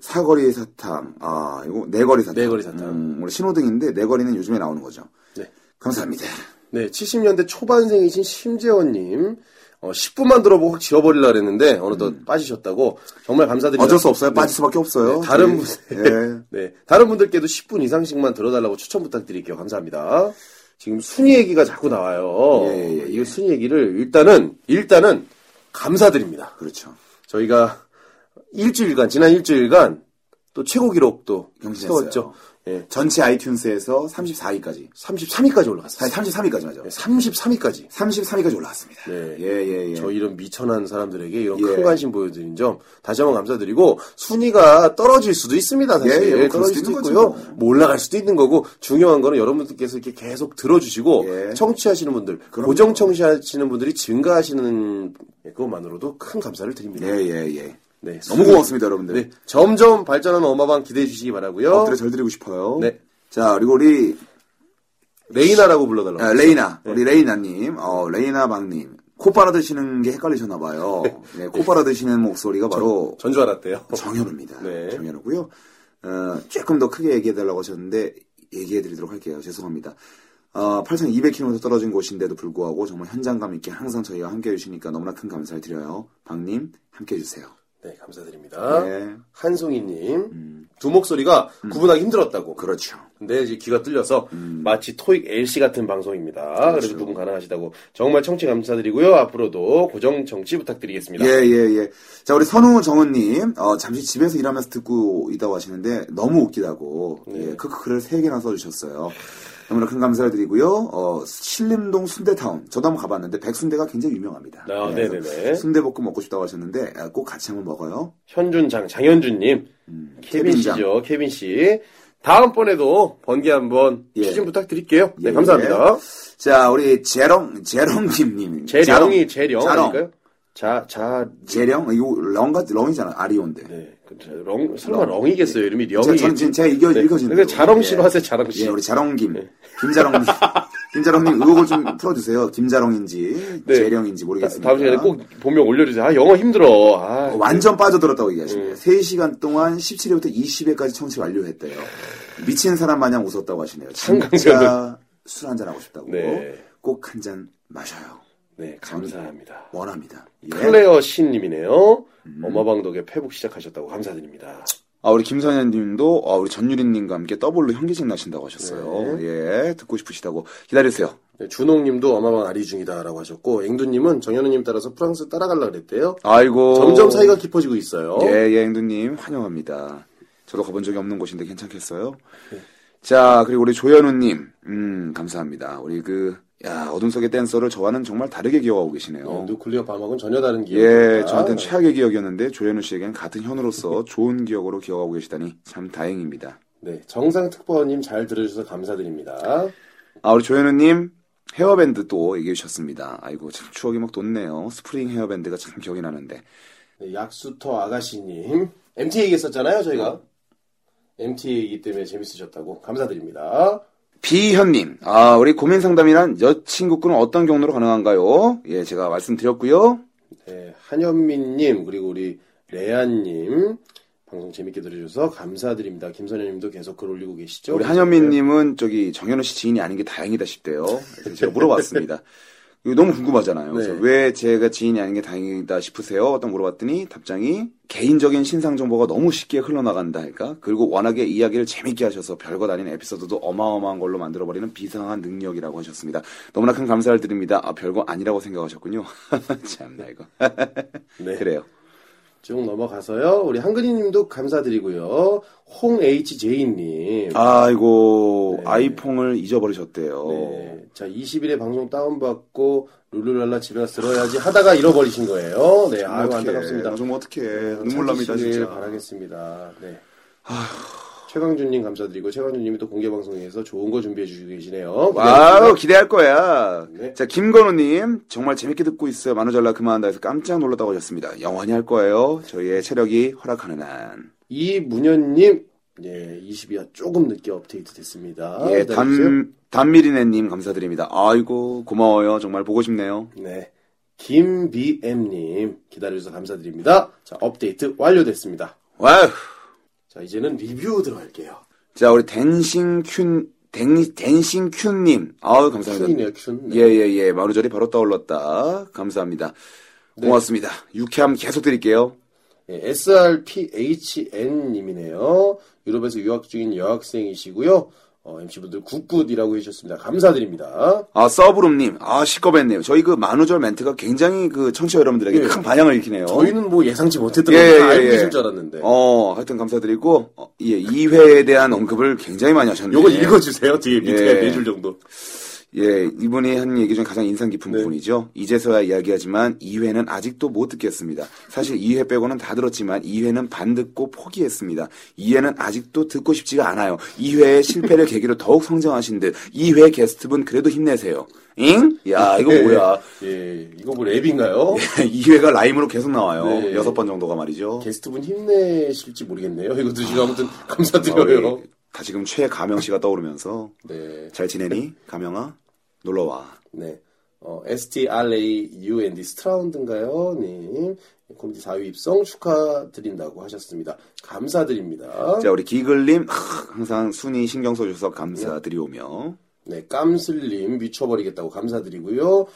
S3: 사거리 사탕 아 이거 네거리 사탕
S2: 네거리 네. 사탕.
S3: 음, 우리 신호등인데 네거리는 요즘에 나오는 거죠
S2: 네.
S3: 감사합니다.
S2: 네, 70년대 초반생이신 심재원님. 어, 10분만 들어보고 확 지워버리려 그랬는데, 어느덧 빠지셨다고. 정말 감사드립니다.
S3: 음. 어쩔 수 없어요.
S2: 네.
S3: 빠질 수밖에 없어요.
S2: 네, 다른 분,
S3: 저희. 예.
S2: 네, 다른 분들께도 10분 이상씩만 들어달라고 추천 부탁드릴게요. 감사합니다. 지금 순위 얘기가 자꾸 나와요.
S3: 예, 예, 예.
S2: 이 순위 얘기를 일단은, 일단은 감사드립니다.
S3: 그렇죠.
S2: 저희가 일주일간 지난 일주일간 또 최고 기록도
S3: 경신했어요.
S2: 세웠죠. 예.
S3: 전체 아이튠스에서 34위까지.
S2: 33위까지 올라갔어요. 네,
S3: 아니, 33위까지 맞아.
S2: 33위까지.
S3: 33위까지 올라왔습니다.
S2: 네.
S3: 예, 예, 예.
S2: 저 이런 미천한 사람들에게 이런
S3: 예.
S2: 큰 관심 보여드린 점 다시 한번 감사드리고 순위가 떨어질 수도 있습니다. 사실
S3: 예, 예, 뭐
S2: 떨어질
S3: 그럴 수도
S2: 수도
S3: 있는
S2: 있고요.
S3: 거죠.
S2: 뭐 올라갈 수도 있는 거고 중요한 거는 여러분들께서 이렇게 계속 들어주시고
S3: 예.
S2: 청취하시는 분들 고정 청취하시는 분들이 증가하시는 그것만으로도 큰 감사를 드립니다.
S3: 예, 예, 예.
S2: 네,
S3: 너무 고맙습니다, 여러분들. 어?
S2: 네, 점점 발전하는 엄마방 기대해 주시기 바라고요.
S3: 엎드려 절 드리고 싶어요.
S2: 네.
S3: 자, 그리고 우리
S2: 레이나라고 불러달라고.
S3: 아, 레이나, 우리
S2: 네.
S3: 레이나님, 어, 레이나 방님. 콧바라 드시는 게 헷갈리셨나봐요. 네, 콧바라 드시는 목소리가 바로
S2: 전주 알았대요.
S3: 어, 정현우입니다.
S2: 네.
S3: 정현우고요. 어, 조금 더 크게 얘기해달라고 하셨는데 얘기해드리도록 할게요. 죄송합니다. 어, 8,200km 떨어진 곳인데도 불구하고 정말 현장감 있게 항상 저희와 함께 해주시니까 너무나 큰 감사를 드려요. 방님 함께 해주세요.
S2: 네, 감사드립니다.
S3: 네.
S2: 한송이님 두 목소리가 구분하기 힘들었다고.
S3: 음. 그렇죠. 음.
S2: 근데 이제 귀가 뚫려서 마치 토익 LC 같은
S3: 그렇죠.
S2: 방송입니다. 그래서 구분 가능하시다고 정말 청취 감사드리고요. 앞으로도 고정 청취 부탁드리겠습니다.
S3: 예, 예, 예. 자, 우리 선우 정은님, 어, 잠시 집에서 일하면서 듣고 있다고 하시는데, 너무 웃기다고,
S2: 네.
S3: 예, 크크 글을 세개나 써주셨어요. 너무나 큰 감사를 드리고요. 어, 신림동 순대타운. 저도 한번 가봤는데, 백순대가 굉장히 유명합니다.
S2: 아,
S3: 네, 그래서
S2: 네네네.
S3: 순대볶음 먹고 싶다고 하셨는데, 아, 꼭 같이 한번 먹어요.
S2: 현준장 장현준님, 케빈
S3: 음, 케빈장.
S2: 씨죠, 케빈 씨. 다음번에도 번개 한번
S3: 예.
S2: 추진 부탁드릴게요. 네,
S3: 예,
S2: 감사합니다.
S3: 자, 우리 재롱, 재롱님님.
S2: 재령이 재령
S3: 자롱.
S2: 아닐까요? 자, 자,
S3: 재령? 이거 런가, 렁이잖아. 아리온데.
S2: 네, 그 자- 렁, 설마 렁이겠어요? 이름이
S3: 저,
S2: 령이.
S3: 저는 지금 제가 이겨, 읽어지는
S2: 그러니까 자롱 씨로 하세요, 자롱 씨. 네.
S3: 예, 우리 자롱김. 김자롱님. 김자롱님 의혹을 좀 풀어주세요. 김자롱인지,
S2: 네.
S3: 재령인지 모르겠습니다.
S2: 다음 시간에 꼭 보면 올려주세요. 아, 영어 힘들어. 아,
S3: 어, 완전 빠져들었다고 얘기하시네요. 3시간 동안 17회부터 20회까지 청취 완료했대요. 미친 사람 마냥 웃었다고 하시네요. 진짜 술 한잔 하고 싶다고.
S2: 네.
S3: 꼭 한 잔 마셔요.
S2: 네, 감사합니다.
S3: 원합니다. 예. 음.
S2: 클레어 신님이네요. 엄마방 덕에 페북 시작하셨다고 감사드립니다.
S3: 아, 우리 김선현님도 아, 우리 전유린님과 함께 더블로 현기증 나신다고 하셨어요. 예, 듣고 싶으시다고 기다리세요.
S2: 네, 준홍님도 엄마방 아리 중이다라고 하셨고 앵두님은 정현우님 따라서 프랑스 따라갈라 그랬대요.
S3: 아이고.
S2: 점점 사이가 깊어지고 있어요.
S3: 예, 예, 행두님 환영합니다. 저도 가본 적이 없는 곳인데 괜찮겠어요?
S2: 네.
S3: 자, 그리고 우리 조현우님, 음, 감사합니다. 우리 그, 야, 어둠 속의 댄서를 저와는 정말 다르게 기억하고
S2: 네, 아,
S3: 계시네요.
S2: 누클리어 밤하고는 전혀 다른 기억.
S3: 예, 저한테는 최악의 기억이었는데 조현우 씨에겐 같은 현우로서 좋은 기억으로 기억하고 계시다니 참 다행입니다.
S2: 네, 정상 특파원님 잘 들어주셔서 감사드립니다.
S3: 아, 우리 조현우님 헤어밴드 또 얘기해 주셨습니다. 아이고, 참 추억이 막 돋네요. 스프링 헤어밴드가 참 기억이 나는데.
S2: 네, 약수터 아가씨님 MT 얘기했었잖아요
S3: 어.
S2: 저희가 MT 얘기 때문에 재밌으셨다고 감사드립니다.
S3: 비현님, 아, 우리 고민 상담이란 여친구꾼은 어떤 경로로 가능한가요? 예, 제가 말씀드렸고요.
S2: 네, 한현민님 그리고 우리 레아님 방송 재밌게 들어주셔서 감사드립니다. 김선현님도 계속 글 올리고 계시죠? 네,
S3: 우리 한현민님은 저기 정현우 씨 지인이 아닌 게 다행이다 싶대요. 그래서 제가 물어봤습니다. 이거 너무 궁금하잖아요. 그래서
S2: 네.
S3: 왜 제가 지인이 아닌 게 다행이다 싶으세요? 딱 물어봤더니 답장이 개인적인 신상 정보가 너무 쉽게 흘러나간다 할까? 그리고 워낙에 이야기를 재밌게 하셔서 별것 아닌 에피소드도 어마어마한 걸로 만들어버리는 비상한 능력이라고 하셨습니다. 너무나 큰 감사를 드립니다. 아, 별거 아니라고 생각하셨군요. 참나 이거.
S2: 네,
S3: 그래요.
S2: 쭉 넘어가서요. 우리 한근희님도 감사드리고요. 홍HJ님
S3: 아, 아이고 아이폰을 잊어버리셨대요.
S2: 네. 자, 20일에 방송 다운받고 룰루랄라 집에 가서 들어야지 하다가 잃어버리신 거예요. 네, 아유 안타깝습니다. 네,
S3: 정말 어떻게
S2: 찾으시길
S3: 네, 눈물 납니다 진짜.
S2: 바라겠습니다. 네. 최강준님 감사드리고 최강준님이 또 공개 방송에서 좋은 거 준비해 주시고 계시네요.
S3: 와우 기대할 거야.
S2: 네.
S3: 자 김건우님 정말 재밌게 듣고 있어요. 만우절라 그만한다해서 깜짝 놀랐다고 하셨습니다. 영원히 할 거예요. 저희의 체력이 허락하는 한.
S2: 이문현님, 예, 20이야 조금 늦게 업데이트 됐습니다.
S3: 예,
S2: 아, 기다려주세요.
S3: 담 담미리네님 감사드립니다. 아이고 고마워요. 정말 보고 싶네요.
S2: 네. 김BM님 기다려주셔서 감사드립니다. 자, 업데이트 완료됐습니다.
S3: 와우.
S2: 자, 이제는 리뷰 들어갈게요.
S3: 자 우리 댄싱 큐 댄, 댄싱 큐님. 아우 감사합니다.
S2: 큐이네요, 큐. 네.
S3: 예예예 만우절이 바로 떠올랐다 감사합니다
S2: 네.
S3: 고맙습니다 유쾌함 계속 드릴게요
S2: 예, SRPHN님이네요. 유럽에서 유학 중인 여학생이시고요. 어, MC분들 굿굿이라고 해주셨습니다. 감사드립니다.
S3: 아, 서브룸님. 아, 시꺼맸네요. 저희 그 만우절 멘트가 굉장히 그 청취자 여러분들에게
S2: 예.
S3: 큰 반향을 일으키네요.
S2: 저희는 뭐 예상치 못했던
S3: 예,
S2: 걸다
S3: 예,
S2: 알고
S3: 예.
S2: 계실 줄 알았는데.
S3: 어, 하여튼 감사드리고, 어, 예, 이 회에 대한 언급을 굉장히 많이 하셨네요.
S2: 요거 읽어주세요. 뒤에 밑에
S3: 예.
S2: 네 줄 정도.
S3: 예, 이분이 한 얘기 중에 가장 인상 깊은
S2: 네.
S3: 부분이죠. 이제서야 이야기하지만 2회는 아직도 못 듣겠습니다. 사실 2회 빼고는 다 들었지만 2회는 반 듣고 포기했습니다. 2회는 아직도 듣고 싶지가 않아요. 2회의 실패를 계기로 더욱 성장하신 듯 2회 게스트분 그래도 힘내세요. 잉? 야, 이거 뭐야.
S2: 예, 이거 뭐 랩인가요?
S3: 2회가 라임으로 계속 나와요.
S2: 네.
S3: 여섯 번 정도가 말이죠.
S2: 게스트분 힘내실지 모르겠네요. 이거 드시고 아무튼 감사드려요.
S3: 다 지금 최가명 씨가 떠오르면서
S2: 네,
S3: 잘 지내니? 가명아? 놀러와.
S2: 네. 어, STRAUND, 스트라운드인가요? 님. 코미디 4위 입성 축하드린다고 하셨습니다. 감사드립니다.
S3: 자, 우리 기글님, 하, 항상 순위 신경 써주셔서 감사드리오며.
S2: 네, 깜슬님 미쳐버리겠다고 감사드리고요.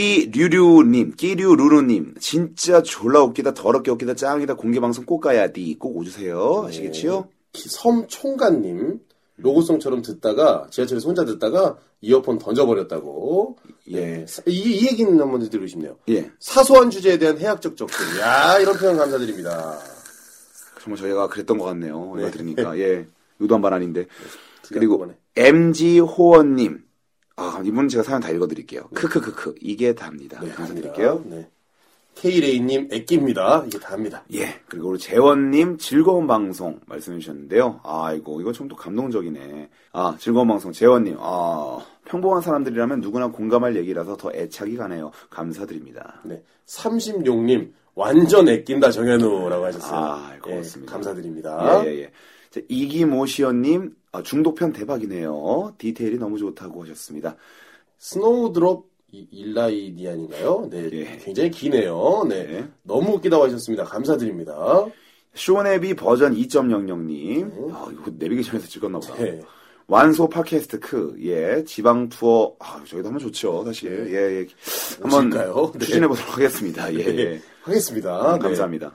S3: 끼류류님, 끼류루루님, 진짜 졸라 웃기다, 더럽게 웃기다, 짱이다, 공개방송 꼭 가야디, 꼭
S2: 네.
S3: 오주세요. 아시겠지요?
S2: 기- 섬총각님 로고송처럼 듣다가 지하철에서 혼자 듣다가 이어폰 던져버렸다고. 네, 사- 이, 이 얘기는 한번 드리고 싶네요.
S3: 예.
S2: 사소한 주제에 대한 해학적 접근. 야 이런 표현 감사드립니다.
S3: 정말 저희가 그랬던 것 같네요. 이거 들으니까, 예. 의도한 말 아닌데. 그리고
S2: 한꺼번에.
S3: MG 호원님. 아, 이분은 제가 사연 다 읽어드릴게요. 크크크크. 이게 답니다. 네. 감사드릴게요.
S2: 네. K레이님 애끼입니다. 이게 다입니다.
S3: 예. 그리고 우리 재원님 즐거운 방송 말씀해주셨는데요. 아이고, 이거 좀 또 감동적이네. 아, 즐거운 방송 재원님. 아, 평범한 사람들이라면 누구나 공감할 얘기라서 더 애착이 가네요. 감사드립니다.
S2: 네. 36님 완전 애낀다 정현우라고 하셨어요.
S3: 아, 고맙습니다.
S2: 예, 감사드립니다.
S3: 예, 예, 예. 자, 이기모시연님 아, 중독편 대박이네요. 디테일이 너무 좋다고 하셨습니다.
S2: 스노우드롭 이- 일라이디안인가요? 네.
S3: 예.
S2: 굉장히 기네요. 네.
S3: 예.
S2: 너무 웃기다고 하셨습니다. 감사드립니다.
S3: 쇼네비 버전 2.00님. 아, 이거 내비게이션에서 찍었나 보다.
S2: 네.
S3: 완소 팟캐스트 크, 예, 지방 투어, 아, 저희도 한번 좋죠, 사실. 예, 예. 한번
S2: 네. 오실까요? 네.
S3: 추진해 보도록 하겠습니다. 예, 예.
S2: 하겠습니다. 네.
S3: 감사합니다.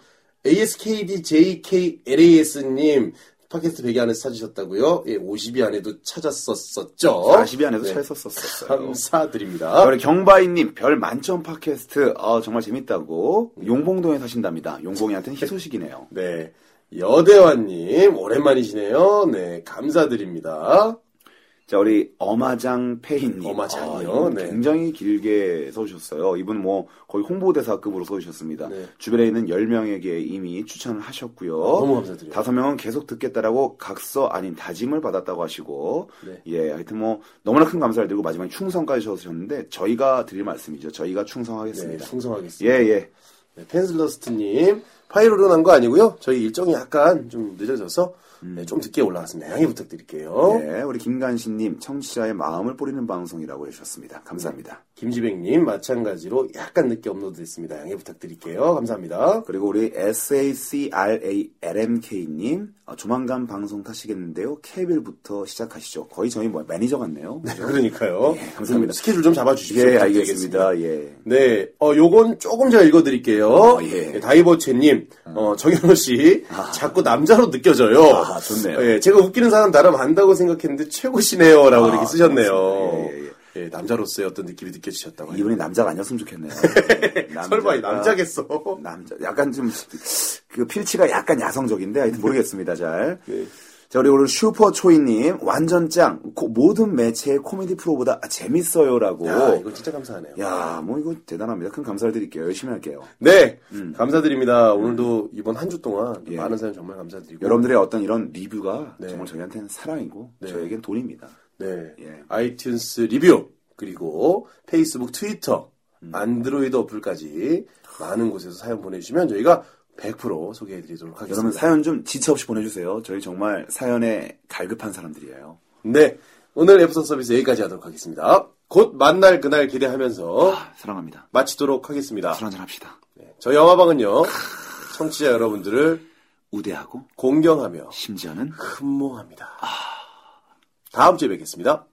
S2: ASKDJKLAS님 팟캐스트 100위 안에 찾으셨다고요? 예, 50위 안에도 찾았었었죠.
S3: 40위 안에도
S2: 네.
S3: 잘 썼었어요.
S2: 감사드립니다.
S3: 우리 경바이님, 별 만점 팟캐스트, 아, 정말 재밌다고. 용봉동에 사신답니다. 용봉이한테는 희소식이네요.
S2: 네. 여대환님, 오랜만이시네요. 네, 감사드립니다.
S3: 자, 우리 어마장 페이님.
S2: 어마장이요?
S3: 아, 이분
S2: 네.
S3: 굉장히 길게 써주셨어요. 이분 뭐 거의 홍보대사급으로 써주셨습니다.
S2: 네. 아,
S3: 주변에 있는 10명에게 이미 추천을 하셨고요.
S2: 너무 감사드려요.
S3: 다섯 명은 계속 듣겠다라고 각서 아닌 다짐을 받았다고 하시고
S2: 네.
S3: 예 하여튼 뭐 너무나 큰 감사를 드리고 마지막에 충성까지 주셨는데 저희가 드릴 말씀이죠. 저희가
S2: 네,
S3: 충성하겠습니다.
S2: 충성하겠습니다.
S3: 예예.
S2: 네, 펜슬러스트님, 파이로로 난 거 아니고요. 저희 일정이 약간 좀 늦어져서 네, 좀 늦게 올라왔습니다. 양해 부탁드릴게요.
S3: 음. 네, 우리 김간신님 청취자의 마음을 뿌리는 방송이라고 해주셨습니다. 감사합니다.
S2: 김지백님, 마찬가지로 약간 늦게 업로드됐습니다. 양해 부탁드릴게요. 감사합니다.
S3: 그리고 우리 SACRALMK님 어, 조만간 방송 타시겠는데요. 케빌부터 시작하시죠. 거의 저희 뭐 매니저 같네요. 그죠?
S2: 그러니까요.
S3: 감사합니다.
S2: 좀 네, 스케줄 좀 잡아주십시오.
S3: 예, 알겠습니다. 예.
S2: 네, 어, 요건 조금 제가 읽어드릴게요.
S3: 어, 예.
S2: 네, 다이버채님, 어, 정현호 씨, 자꾸 남자로 느껴져요.
S3: 아, 좋네요.
S2: 예, 제가 웃기는 사람 나름 안다고 생각했는데 최고시네요. 라고 이렇게 쓰셨네요.
S3: 고맙습니다. 아, 예,
S2: 예, 남자로서의 어떤 느낌이 느껴지셨다고. 하네요.
S3: 이분이 남자가 아니었으면 좋겠네요. 남자가- 음.
S2: 설마 이 남자겠어.
S3: 남자. 약간 좀 그 필치가 약간 야성적인데 하여튼 모르겠습니다. 잘.
S2: 네.
S3: 자, 우리 오늘 슈퍼초이님, 완전 짱, 고- 모든 매체의 코미디 프로보다 재밌어요라고.
S2: 야, 이거 진짜 감사하네요.
S3: 야, 뭐 이거 대단합니다. 큰 감사를 드릴게요. 열심히 할게요.
S2: 네, 감사드립니다. 오늘도 이번 한 주 동안
S3: 예.
S2: 많은 사연 정말 감사드리고.
S3: 여러분들의 어떤 이런 리뷰가
S2: 네.
S3: 정말 저희한테는 사랑이고 저희에겐 돈입니다.
S2: 네.
S3: 예.
S2: 아이튠스 리뷰, 그리고 페이스북, 트위터,
S3: 음.
S2: 안드로이드 어플까지 많은 곳에서 사연 보내주시면 저희가 100% 소개해드리도록 하겠습니다.
S3: 여러분 사연 좀 지체 없이 보내주세요. 저희 정말 사연에 갈급한 사람들이에요.
S2: 네. 오늘 앱선 서비스 여기까지 하도록 하겠습니다. 곧 만날 그날 기대하면서
S3: 아, 사랑합니다.
S2: 마치도록 하겠습니다.
S3: 술 한잔 합시다.
S2: 저희 영화방은요, 청취자 여러분들을
S3: 우대하고
S2: 공경하며
S3: 심지어는 아.
S2: 흠모합니다. 다음 주에 뵙겠습니다.